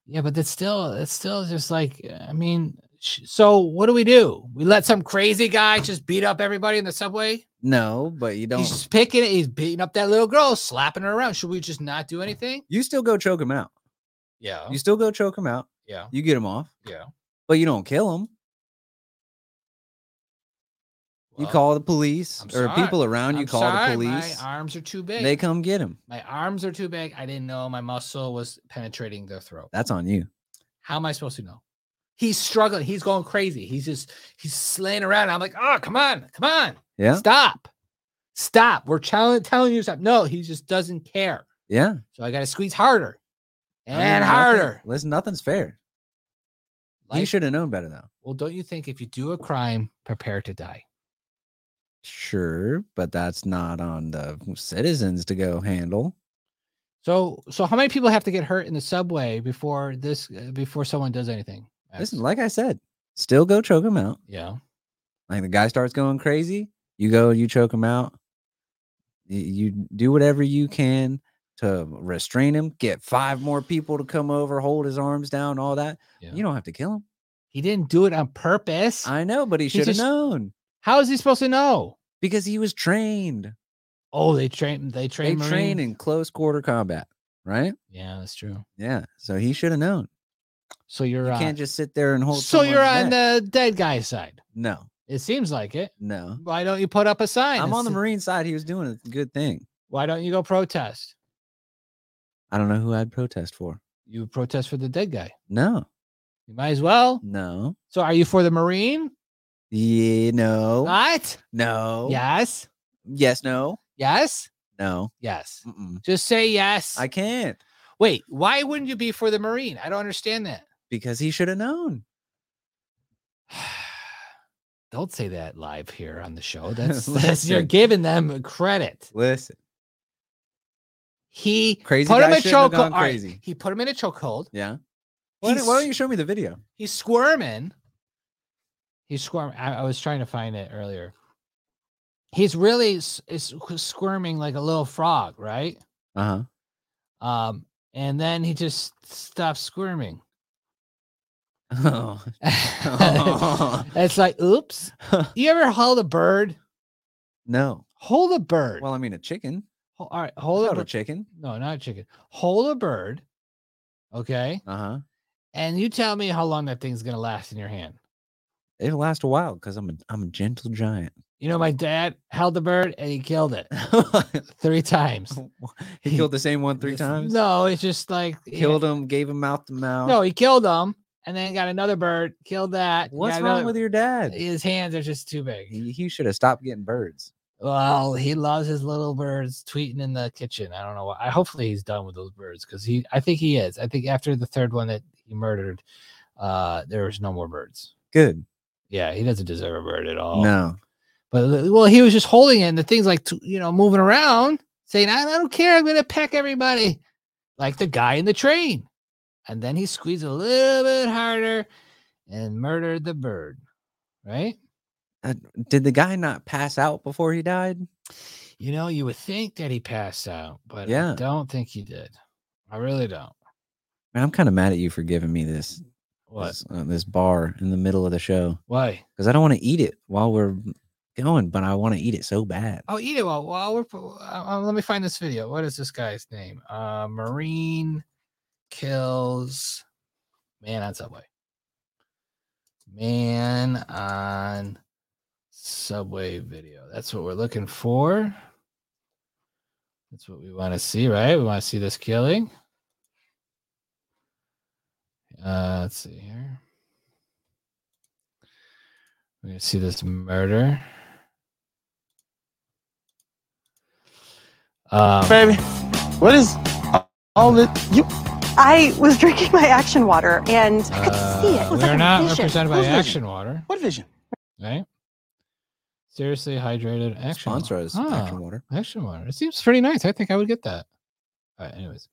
S2: Yeah, but that's still that's still just like I mean, sh- so what do we do? We let some crazy guy just beat up everybody in the subway?
S3: No, but you don't.
S2: He's picking it. He's beating up that little girl, slapping her around. Should we just not do anything?
S3: You still go choke him out.
S2: Yeah.
S3: You still go choke him out.
S2: Oh. Yeah.
S3: You get him off,
S2: Yeah.
S3: but you don't kill him. you
S2: Well,
S3: call the police
S2: I'm
S3: or
S2: sorry.
S3: people around. You
S2: I'm
S3: call
S2: sorry,
S3: the police.
S2: My arms are too big.
S3: They come get him.
S2: My arms are too big. I didn't know my muscle was penetrating their throat.
S3: That's on you.
S2: How am I supposed to know? He's struggling. He's going crazy. He's just he's slaying around. I'm like, oh, come on, come on,
S3: Yeah.
S2: stop, stop. We're telling telling you to stop. No, he just doesn't care.
S3: Yeah.
S2: So I got to squeeze harder
S3: I mean,
S2: and
S3: nothing-
S2: harder.
S3: Listen, nothing's fair. he
S2: Life-
S3: should have known better though.
S2: Well, don't you think if you do a crime, prepare to die?
S3: Sure, but that's not on the citizens to go handle.
S2: So, so how many people have to get hurt in the subway before this uh, before someone does anything?
S3: Listen, like I said, still go choke him out.
S2: Yeah.
S3: Like the guy starts going crazy, you go, you choke him out. Y- You do whatever you can to restrain him. Get five more people to come over, hold his arms down, all that.
S2: Yeah.
S3: You don't have to kill him.
S2: He didn't do it on purpose.
S3: I know, but he
S2: He
S3: should have
S2: just-
S3: known
S2: How is he supposed to know?
S3: Oh, because he was trained.
S2: Oh, they train. They train.
S3: they train
S2: Marines?
S3: in close quarter combat, right?
S2: Yeah, that's true.
S3: Yeah, so he should have known.
S2: So you're
S3: You
S2: on.
S3: can't just sit there and hold.
S2: so you're on
S3: someone's neck.
S2: the dead guy's side.
S3: no,
S2: It seems like it.
S3: no.
S2: Why don't you put up a sign?
S3: I'm
S2: and
S3: on the
S2: s-
S3: Marine side. He was doing a good thing.
S2: Why don't you go protest?
S3: I don't know who I'd protest for.
S2: You protest for the dead guy.
S3: No,
S2: You might as well.
S3: no,
S2: So are you for the Marine?
S3: yeah, no,
S2: What?
S3: no,
S2: Yes.
S3: yes, no,
S2: Yes.
S3: no.
S2: Yes.
S3: Mm-mm.
S2: Just say yes.
S3: I can't
S2: Wait, why wouldn't you be for the Marine? I don't understand that.
S3: because he should have known.
S2: Don't say that live here on the show. That's, that's you're giving them credit.
S3: Listen,
S2: He
S3: Crazy
S2: put him
S3: guy
S2: in
S3: shouldn't have
S2: chokehold.
S3: gone
S2: all right,
S3: crazy.
S2: he put him in a chokehold.
S3: yeah. Why, don't-
S2: He's-
S3: why don't you show me the video?
S2: He's squirming. He's squirming. I, I was trying to find it earlier. He's really s- is squirming like a little frog, right?
S3: Uh huh.
S2: Um, and then he just stops squirming.
S3: Oh, Oh.
S2: it's like, oops. You ever hold a bird?
S3: no.
S2: Hold a bird.
S3: Well, I mean, a chicken.
S2: Ho- all right,
S3: Hold
S2: hold a
S3: a
S2: bird.
S3: chicken.
S2: no, not a chicken. Hold a bird. Okay.
S3: Uh huh.
S2: And you tell me how long that thing's gonna last in your hand.
S3: It'll last a while because I'm a I'm a gentle giant.
S2: You know, my dad held the bird and he killed it three times.
S3: he killed the same one three
S2: It's-
S3: times.
S2: No, it's just like he-
S3: Killed him. Gave him mouth to mouth.
S2: No, he killed him and then got another bird, killed that.
S3: What's wrong with your dad?
S2: his hands are just too big.
S3: He, he should have stopped getting birds.
S2: Well, he loves his little birds tweeting in the kitchen. I don't know why. I hopefully he's done with those birds because he I think he is. I think after the third one that he murdered, uh there was no more birds.
S3: Good.
S2: Yeah, he doesn't deserve a bird at all.
S3: No.
S2: But uh, well, he was just holding it, and the thing's like t- you know moving around, saying, "I don't care, I'm gonna peck everybody," like the guy in the train. And then he squeezed a little bit harder and murdered the bird. Right?
S3: Uh, did the guy not pass out before he died?
S2: You know, you would think that he passed out, but I
S3: Yeah.
S2: don't think he did. I really don't.
S3: Man, I'm kind of mad at you for giving me this
S2: What?
S3: this, uh, this bar in the middle of the show
S2: Why?
S3: because I don't want to eat it while we're going, but I want to eat it so bad.
S2: Oh, eat it while, while we're. pro- Uh, uh, let me find this video. What is this guy's name? Uh, Marine kills man on subway. Man on subway video. That's what we're looking for. That's what we want to see, right? We want to see this killing. Uh, let's see here. We're gonna see this murder. Um,
S5: Baby, what is all this? You,
S22: I was drinking my action water and I could see it.
S2: Uh,
S22: It was
S2: we
S22: like
S2: are
S22: a
S2: not
S22: vision.
S2: represented by
S22: What vision?
S2: Action Water. What vision? Right? Seriously hydrated action.
S3: Sponsor
S2: Water.
S3: us, Action
S2: Oh,
S3: Water.
S2: Action Water. It seems pretty nice. I think I would get that. All right, anyways.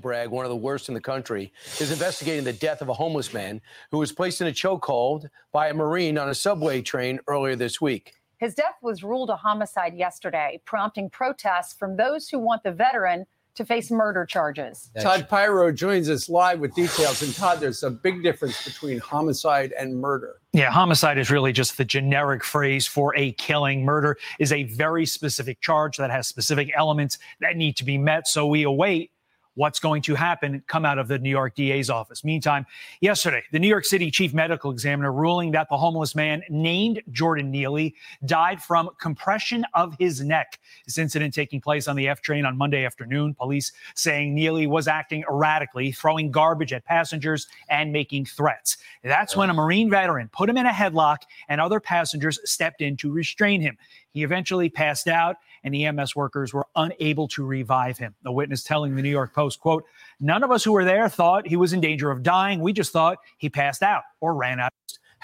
S23: Bragg, one of the worst in the country, is investigating the death of a homeless man who was placed in a chokehold by a Marine on a subway train earlier this week.
S24: His death was ruled a homicide yesterday, prompting protests from those who want the veteran to face murder charges.
S23: Todd Pyro joins us live with details. And Todd, there's a big difference between homicide and murder.
S13: Yeah, homicide is really just the generic phrase for a killing. Murder is a very specific charge that has specific elements that need to be met. So we await what's going to happen come out of the New York DA's office. Meantime, yesterday, the New York City chief medical examiner ruling that the homeless man named Jordan Neely died from compression of his neck. This incident taking place on the F train on Monday afternoon. Police saying Neely was acting erratically, throwing garbage at passengers and making threats. That's when a Marine veteran put him in a headlock and other passengers stepped in to restrain him. He eventually passed out and the MS workers were unable to revive him. A witness telling the New York Post, quote, none of us who were there thought he was in danger of dying. We just thought he passed out or ran out.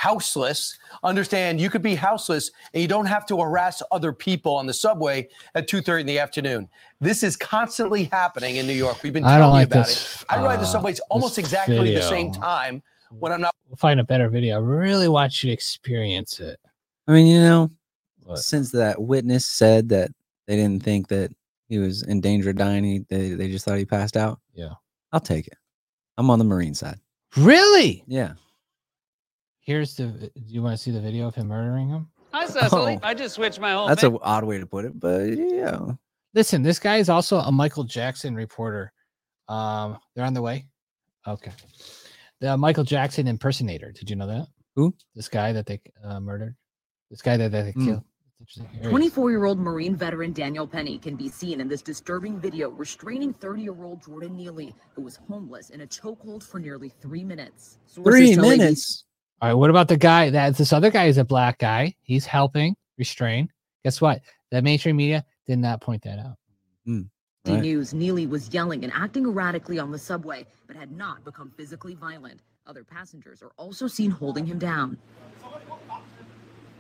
S23: Houseless. Understand you could be houseless and you don't have to harass other people on the subway at 2.30 in the afternoon. This is constantly happening in New York. We've been
S2: I
S23: telling
S2: don't
S23: you
S2: like
S23: about
S2: this,
S23: it. I ride
S2: uh,
S23: the subways
S2: this
S23: almost exactly the same
S2: video.
S23: time when I'm not
S2: We'll find a better video. I really want you to experience it.
S3: I mean, you know,
S2: What?
S3: since that witness said that they didn't think that he was in danger of dying, he, they, they just thought he passed out.
S2: Yeah.
S3: I'll take it. I'm on the Marine side.
S2: Really?
S3: Yeah.
S2: Here's the. Do you want to see the video of him murdering him?
S25: Hi, Cecily.
S3: Oh.
S25: I just switched my whole
S3: That's
S25: thing.
S3: a odd way to put it, but yeah.
S2: Listen, this guy is also a Michael Jackson reporter. Um, they're on the way. Okay. The uh, Michael Jackson impersonator. Did you know that?
S3: Who?
S2: This guy that they uh, murdered. This guy that, that they
S26: Mm.
S2: killed. Interesting. Here he is.
S26: 24 year old Marine veteran Daniel Penny can be seen in this disturbing video restraining 30 year old Jordan Neely, who was homeless in a chokehold for nearly three minutes. Sources tell ABC
S2: All right. What about the guy that this other guy is a black guy? He's helping restrain. Guess what? The mainstream media did not point that out. Right.
S26: News Neely was yelling and acting erratically on the subway, but had not become physically violent. Other passengers are also seen holding him down.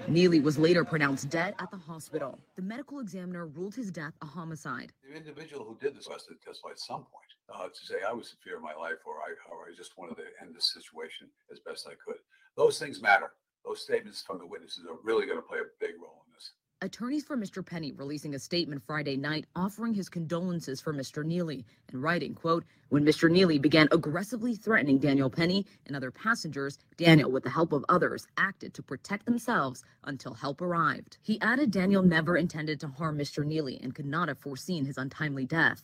S26: Neely was later pronounced dead at the hospital. The medical examiner ruled his death a homicide.
S27: The individual who did this must have testified at some point uh, to say, I was in fear of my life or I, or I just wanted to end this situation as best I could. Those things matter. Those statements from the witnesses are really going to play a big role in this.
S26: Attorneys for Mr. Penny releasing a statement Friday night offering his condolences for Mr. Neely and writing, quote, when Mr. Neely began aggressively threatening Daniel Penny and other passengers, Daniel, with the help of others, acted to protect themselves until help arrived. He added Daniel never intended to harm Mr. Neely and could not have foreseen his untimely death.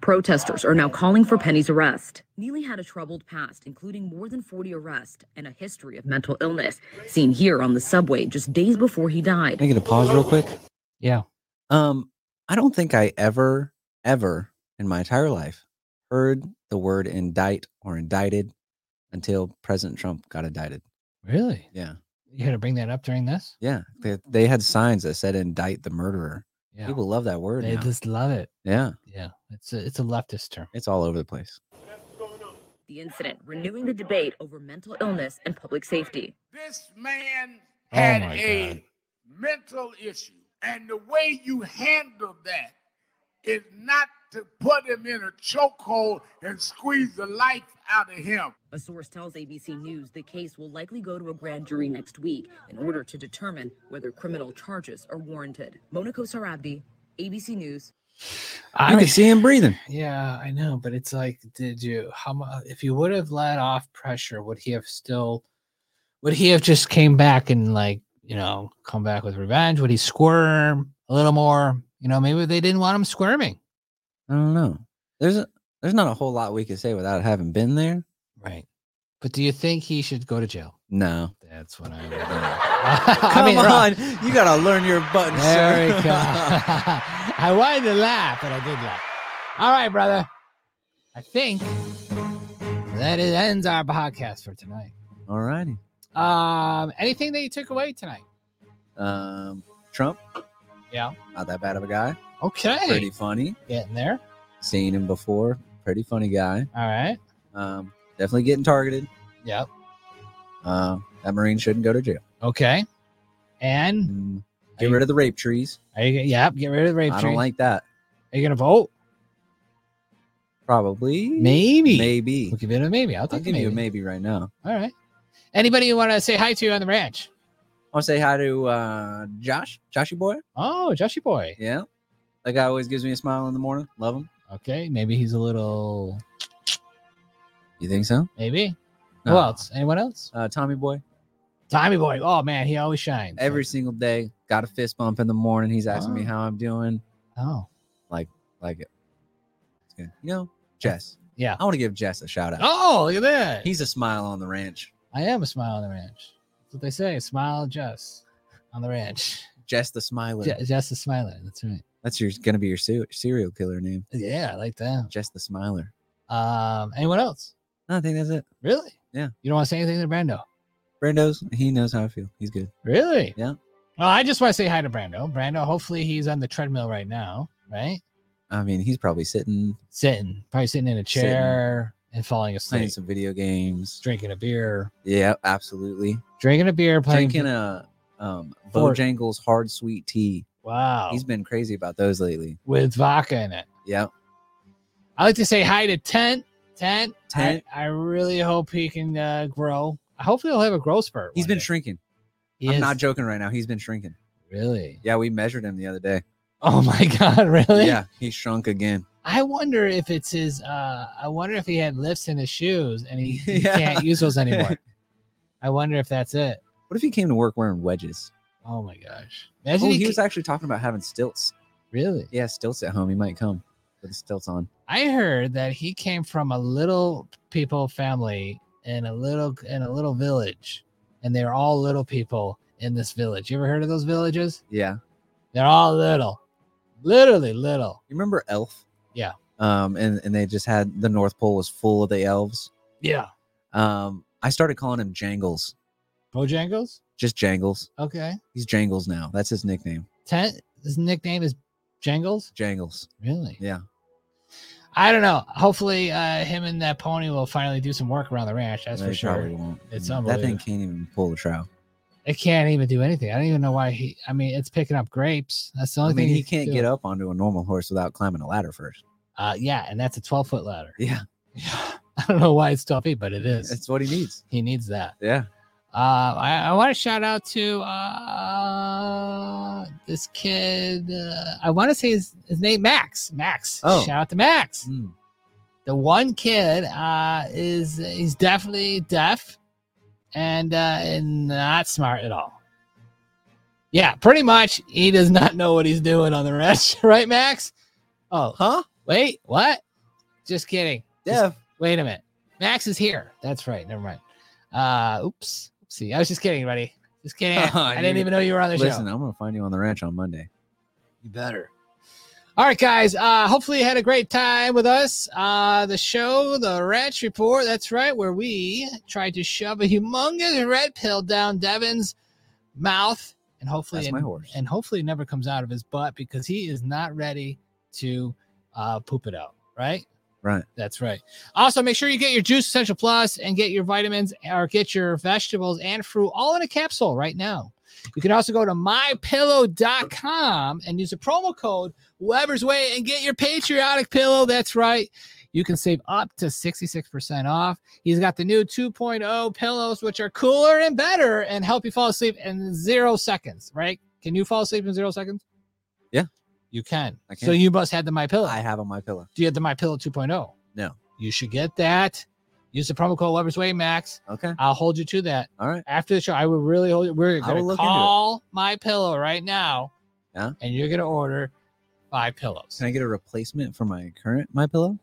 S26: Protesters are now calling for Penny's arrest. Neely had a troubled past, including more than 40 arrests and a history of mental illness, seen here on the subway just days before he died.
S3: Can I get a pause real quick?
S2: Yeah.
S3: Um, I don't think I ever, ever in my entire life heard the word indict or indicted until President Trump got indicted.
S2: Really?
S3: Yeah.
S2: You had to bring that up during this?
S3: Yeah. They, they had signs that said indict the murderer.
S2: Yeah.
S3: People love that word.
S2: They
S3: now.
S2: just love it.
S3: yeah.
S2: Yeah. It's a, it's a leftist term.
S3: It's all over the place.
S26: The incident renewing the debate over mental illness and public safety.
S28: This man
S26: Oh
S28: had
S26: my
S28: a
S26: God.
S28: mental issue, and the way you handle that is not
S4: to put him in a chokehold and squeeze the life out of him.
S26: A source tells ABC News the case will likely go to a grand jury next week in order to determine whether criminal charges are warranted. Monaco Sarabdi, ABC News.
S3: I can see him breathing.
S2: Yeah, I know, but it's like, did you how much? If you would have let off pressure, would he have still? Would he have just came back and like you know come back with revenge? Would he squirm a little more? You know, maybe they didn't want him squirming.
S3: I don't know. There's a, there's not a whole lot we could say without having been there.
S2: Right. But do you think he should go to jail?
S3: No.
S2: That's what I.
S3: Come
S2: I mean,
S3: on,
S2: Ron-
S3: you gotta learn your buttons.
S2: There
S3: sir.
S2: we go. I wanted to laugh, but I did laugh. All right, brother. I think that it ends our podcast for tonight.
S3: All righty.
S2: Um, anything that you took away tonight?
S3: Um, Trump,
S2: Yeah.
S3: not that bad of a guy.
S2: Okay.
S3: Pretty funny.
S2: Getting there.
S3: Seen him before. Pretty funny guy.
S2: All right.
S3: Um, definitely getting targeted.
S2: Yep.
S3: Uh, that Marine shouldn't go to jail. Mm,
S2: Okay. And
S3: Get rid of the rape trees.
S2: are you? Yep. Get rid of the rape
S3: I
S2: tree.
S3: don't like that.
S2: Are you gonna vote?
S3: Probably.
S2: Maybe.
S3: Maybe.
S2: We'll give it a maybe. I'll
S3: I'll
S2: take
S3: give
S2: a
S3: you a
S2: maybe.
S3: maybe right now.
S2: All right. Anybody you want to say hi to on the ranch?
S3: I'll say hi to uh, Josh, Joshy boy.
S2: Oh, Joshy boy.
S3: Yeah, that guy always gives me a smile in the morning. Love him.
S2: Okay, maybe he's a little.
S3: You think so?
S2: Maybe. Who
S3: No.
S2: else? Anyone else?
S3: Uh, Tommy boy.
S2: Tommy boy. Oh man, he always shines.
S3: Every single day, got a fist bump in the morning. He's asking me
S2: Oh.
S3: how I'm doing.
S2: Oh,
S3: Like, like it. It's good. You know, Jess.
S2: Yeah.
S3: I want to give Jess a shout out.
S2: Oh, look at that.
S3: He's a smile on the ranch.
S2: I am a smile on the ranch. That's what they say. Smile, Jess, on the ranch.
S3: Jess the smiler.
S2: Je- Jess is smiling. That's right.
S3: That's your gonna be your se- serial killer name.
S2: Yeah, I like that.
S3: Jess the smiler.
S2: Um, anyone else?
S3: No, I think that's it.
S2: Really?
S3: Yeah.
S2: You don't want to say anything to Brando?
S3: Brando's. He knows how I feel. He's good.
S2: Really?
S3: Yeah.
S2: Well, I just want to say hi to Brando. Brando, hopefully he's on the treadmill right now, right?
S3: I mean, he's probably sitting
S2: Sitting, probably sitting in a
S3: Sitting.
S2: chair and falling
S3: playing
S2: asleep,
S3: some video games.
S2: drinking a beer,
S3: Yeah, absolutely.
S2: drinking a beer, playing.
S3: Drinking a um,
S2: Fort-
S3: Bojangles hard sweet tea.
S2: wow.
S3: He's been crazy about those lately.
S2: with vodka in it.
S3: Yeah.
S2: I like to say hi to Tent. Tent.
S3: Tent.
S2: I, I really hope he can uh, grow. Hopefully, he'll have a growth spurt.
S3: He's
S2: one
S3: been
S2: day.
S3: shrinking.
S2: He
S3: I'm
S2: is-
S3: not joking right now. He's been shrinking.
S2: really.
S3: Yeah, we measured him the other day.
S2: Oh my God! Really?
S3: Yeah, he shrunk again.
S2: I wonder if it's his. Uh, I wonder if he had lifts in his shoes and he, he
S3: Yeah.
S2: can't use those anymore. I wonder if that's it.
S3: What if he came to work wearing wedges?
S2: Oh my gosh!
S3: Oh,
S2: Imagine
S3: he
S2: he
S3: was
S2: ca-
S3: actually talking about having stilts.
S2: really.
S3: Yeah, stilts at home. He might come with the stilts on.
S2: I heard that he came from a little people family in a little in a little village, and they're all little people in this village. You ever heard of those villages?
S3: Yeah.
S2: They're all little, literally little.
S3: You remember Elf?
S2: Yeah.
S3: Um, and, and they just had the North Pole was full of the elves.
S2: Yeah.
S3: Um, I started calling him Jangles.
S2: Bojangles.
S3: Just Jangles.
S2: Okay.
S3: He's Jangles now. That's his nickname.
S2: Tent. His nickname is Jangles.
S3: Jangles.
S2: Really?
S3: Yeah.
S2: I don't know. Hopefully, uh, him and that pony will finally do some work around the ranch. That's
S3: They
S2: for sure.
S3: probably won't. Mm-hmm.
S2: It's
S3: Mm, that thing
S2: unbelievable.
S3: can't even pull the trowel.
S2: It can't even do anything. I don't even know why he. I mean, it's picking up grapes. That's the
S3: I
S2: only
S3: mean,
S2: thing
S3: he can't get up onto a normal horse without climbing a ladder first.
S2: Uh, yeah, and that's a twelve foot ladder.
S3: Yeah,
S2: I don't know why it's 12 feet, but it is.
S3: that's what he needs.
S2: he needs that.
S3: Yeah.
S2: Uh, I, I want to shout out to uh, this kid. Uh, I want to say his, his name, Max. Max.
S3: Oh.
S2: Shout out to Max.
S3: Mm.
S2: The one kid uh, is he's definitely deaf and, uh, and not smart at all. Yeah, pretty much. He does not know what he's doing on the rest, right, Max? Oh,
S3: Huh?
S2: wait, what? Just kidding. Just
S3: Yeah.
S2: Wait a minute. Max is here. That's right. Never mind. Uh, oops. See, I was just kidding, buddy. Just kidding.
S3: Oh,
S2: I didn't even know you were on the
S3: Listen,
S2: show.
S3: I'm gonna find you on the ranch on Monday.
S2: You better. All right, guys. Uh, hopefully you had a great time with us. Uh, the show, the Ranch Report. That's right, where we tried to shove a humongous red pill down Devin's mouth, and hopefully,
S3: That's my horse.
S2: and hopefully, it never comes out of his butt because he is not ready to uh, poop it out. Right.
S3: Right.
S2: That's right. Also, make sure you get your Juice Essential Plus and get your vitamins or get your vegetables and fruit all in a capsule right now. You can also go to mypillow.com and use a promo code Weber's Way and get your patriotic pillow. That's right. You can save up to 66% off. He's got the new 2.0 pillows, which are cooler and better and help you fall asleep in zero seconds, right? Can you fall asleep in zero seconds?
S3: Yeah.
S2: You can.
S3: I can.
S2: So you must have the My Pillow.
S3: I have on my pillow.
S2: Do you have the My Pillow 2.0?
S3: No.
S2: You should get that. Use the promo code Lovers Way Max.
S3: Okay.
S2: I'll hold you to that.
S3: All right.
S2: After the show, I will really hold you. We're
S3: I will
S2: gonna
S3: look into it.
S2: call my pillow right now,
S3: Yeah.
S2: and you're gonna order five pillows.
S3: Can I get a replacement for my current my pillow?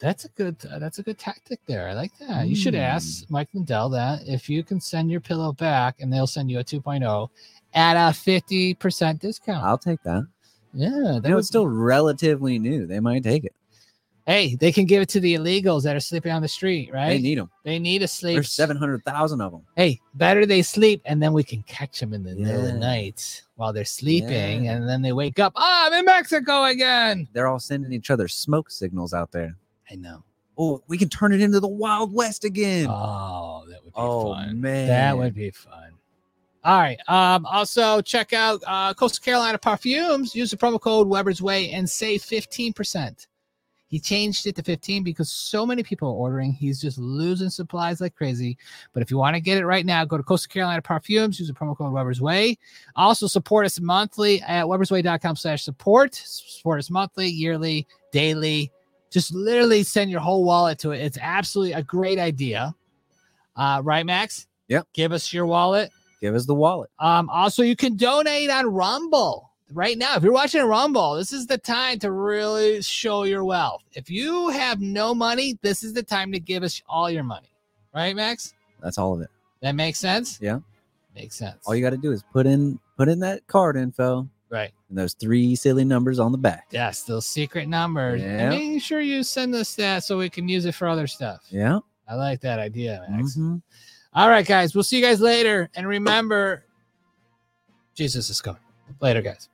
S2: That's a good. Uh, that's a good tactic there. I like that. You
S3: Hmm.
S2: should ask Mike Lindell that if you can send your pillow back, and they'll send you a 2.0 at a 50 percent discount.
S3: I'll take that.
S2: yeah,
S3: You know, it's still relatively new. They might take it.
S2: Hey, they can give it to the illegals that are sleeping on the street, right?
S3: They need them.
S2: They need a sleep.
S3: There's 700,000 of them.
S2: hey, better they sleep, and then we can catch them in the middle of the
S3: Yeah.
S2: night while they're sleeping, and then they wake up. Ah, I'm in Mexico again.
S3: They're all sending each other smoke signals out there.
S2: I know.
S3: Oh, we can turn it into the Wild West again.
S2: Oh, that would be
S3: oh,
S2: fun.
S3: man.
S2: That would be fun. All right. Um, also check out uh, Coastal Carolina Perfumes. Use the promo code Weber's Way and save 15%. He changed it to 15 because so many people are ordering. He's just losing supplies like crazy. But if you want to get it right now, go to Coastal Carolina Perfumes. Use the promo code Weber's Way. Also support us monthly at webersway.com slash support. Support us monthly, yearly, daily. Just literally send your whole wallet to it. It's absolutely a great idea. Uh, right, Max?
S3: Yep.
S2: Give us your wallet.
S3: Give us the wallet.
S2: Um, also, you can donate on Rumble right now. If you're watching Rumble, this is the time to really show your wealth. If you have no money, this is the time to give us all your money. Right, Max?
S3: That's all of it.
S2: That makes sense?
S3: Yeah.
S2: Makes sense.
S3: All you got to do is put in put in that card info
S2: right.
S3: and those three silly numbers on the back.
S2: Yes, those secret numbers.
S3: Yeah.
S2: And making sure you send us that so we can use it for other stuff.
S3: Yeah.
S2: I like that idea, Max.
S3: Mhm.
S2: All right, guys. We'll see you guys later. And remember, Jesus is coming. Later, guys.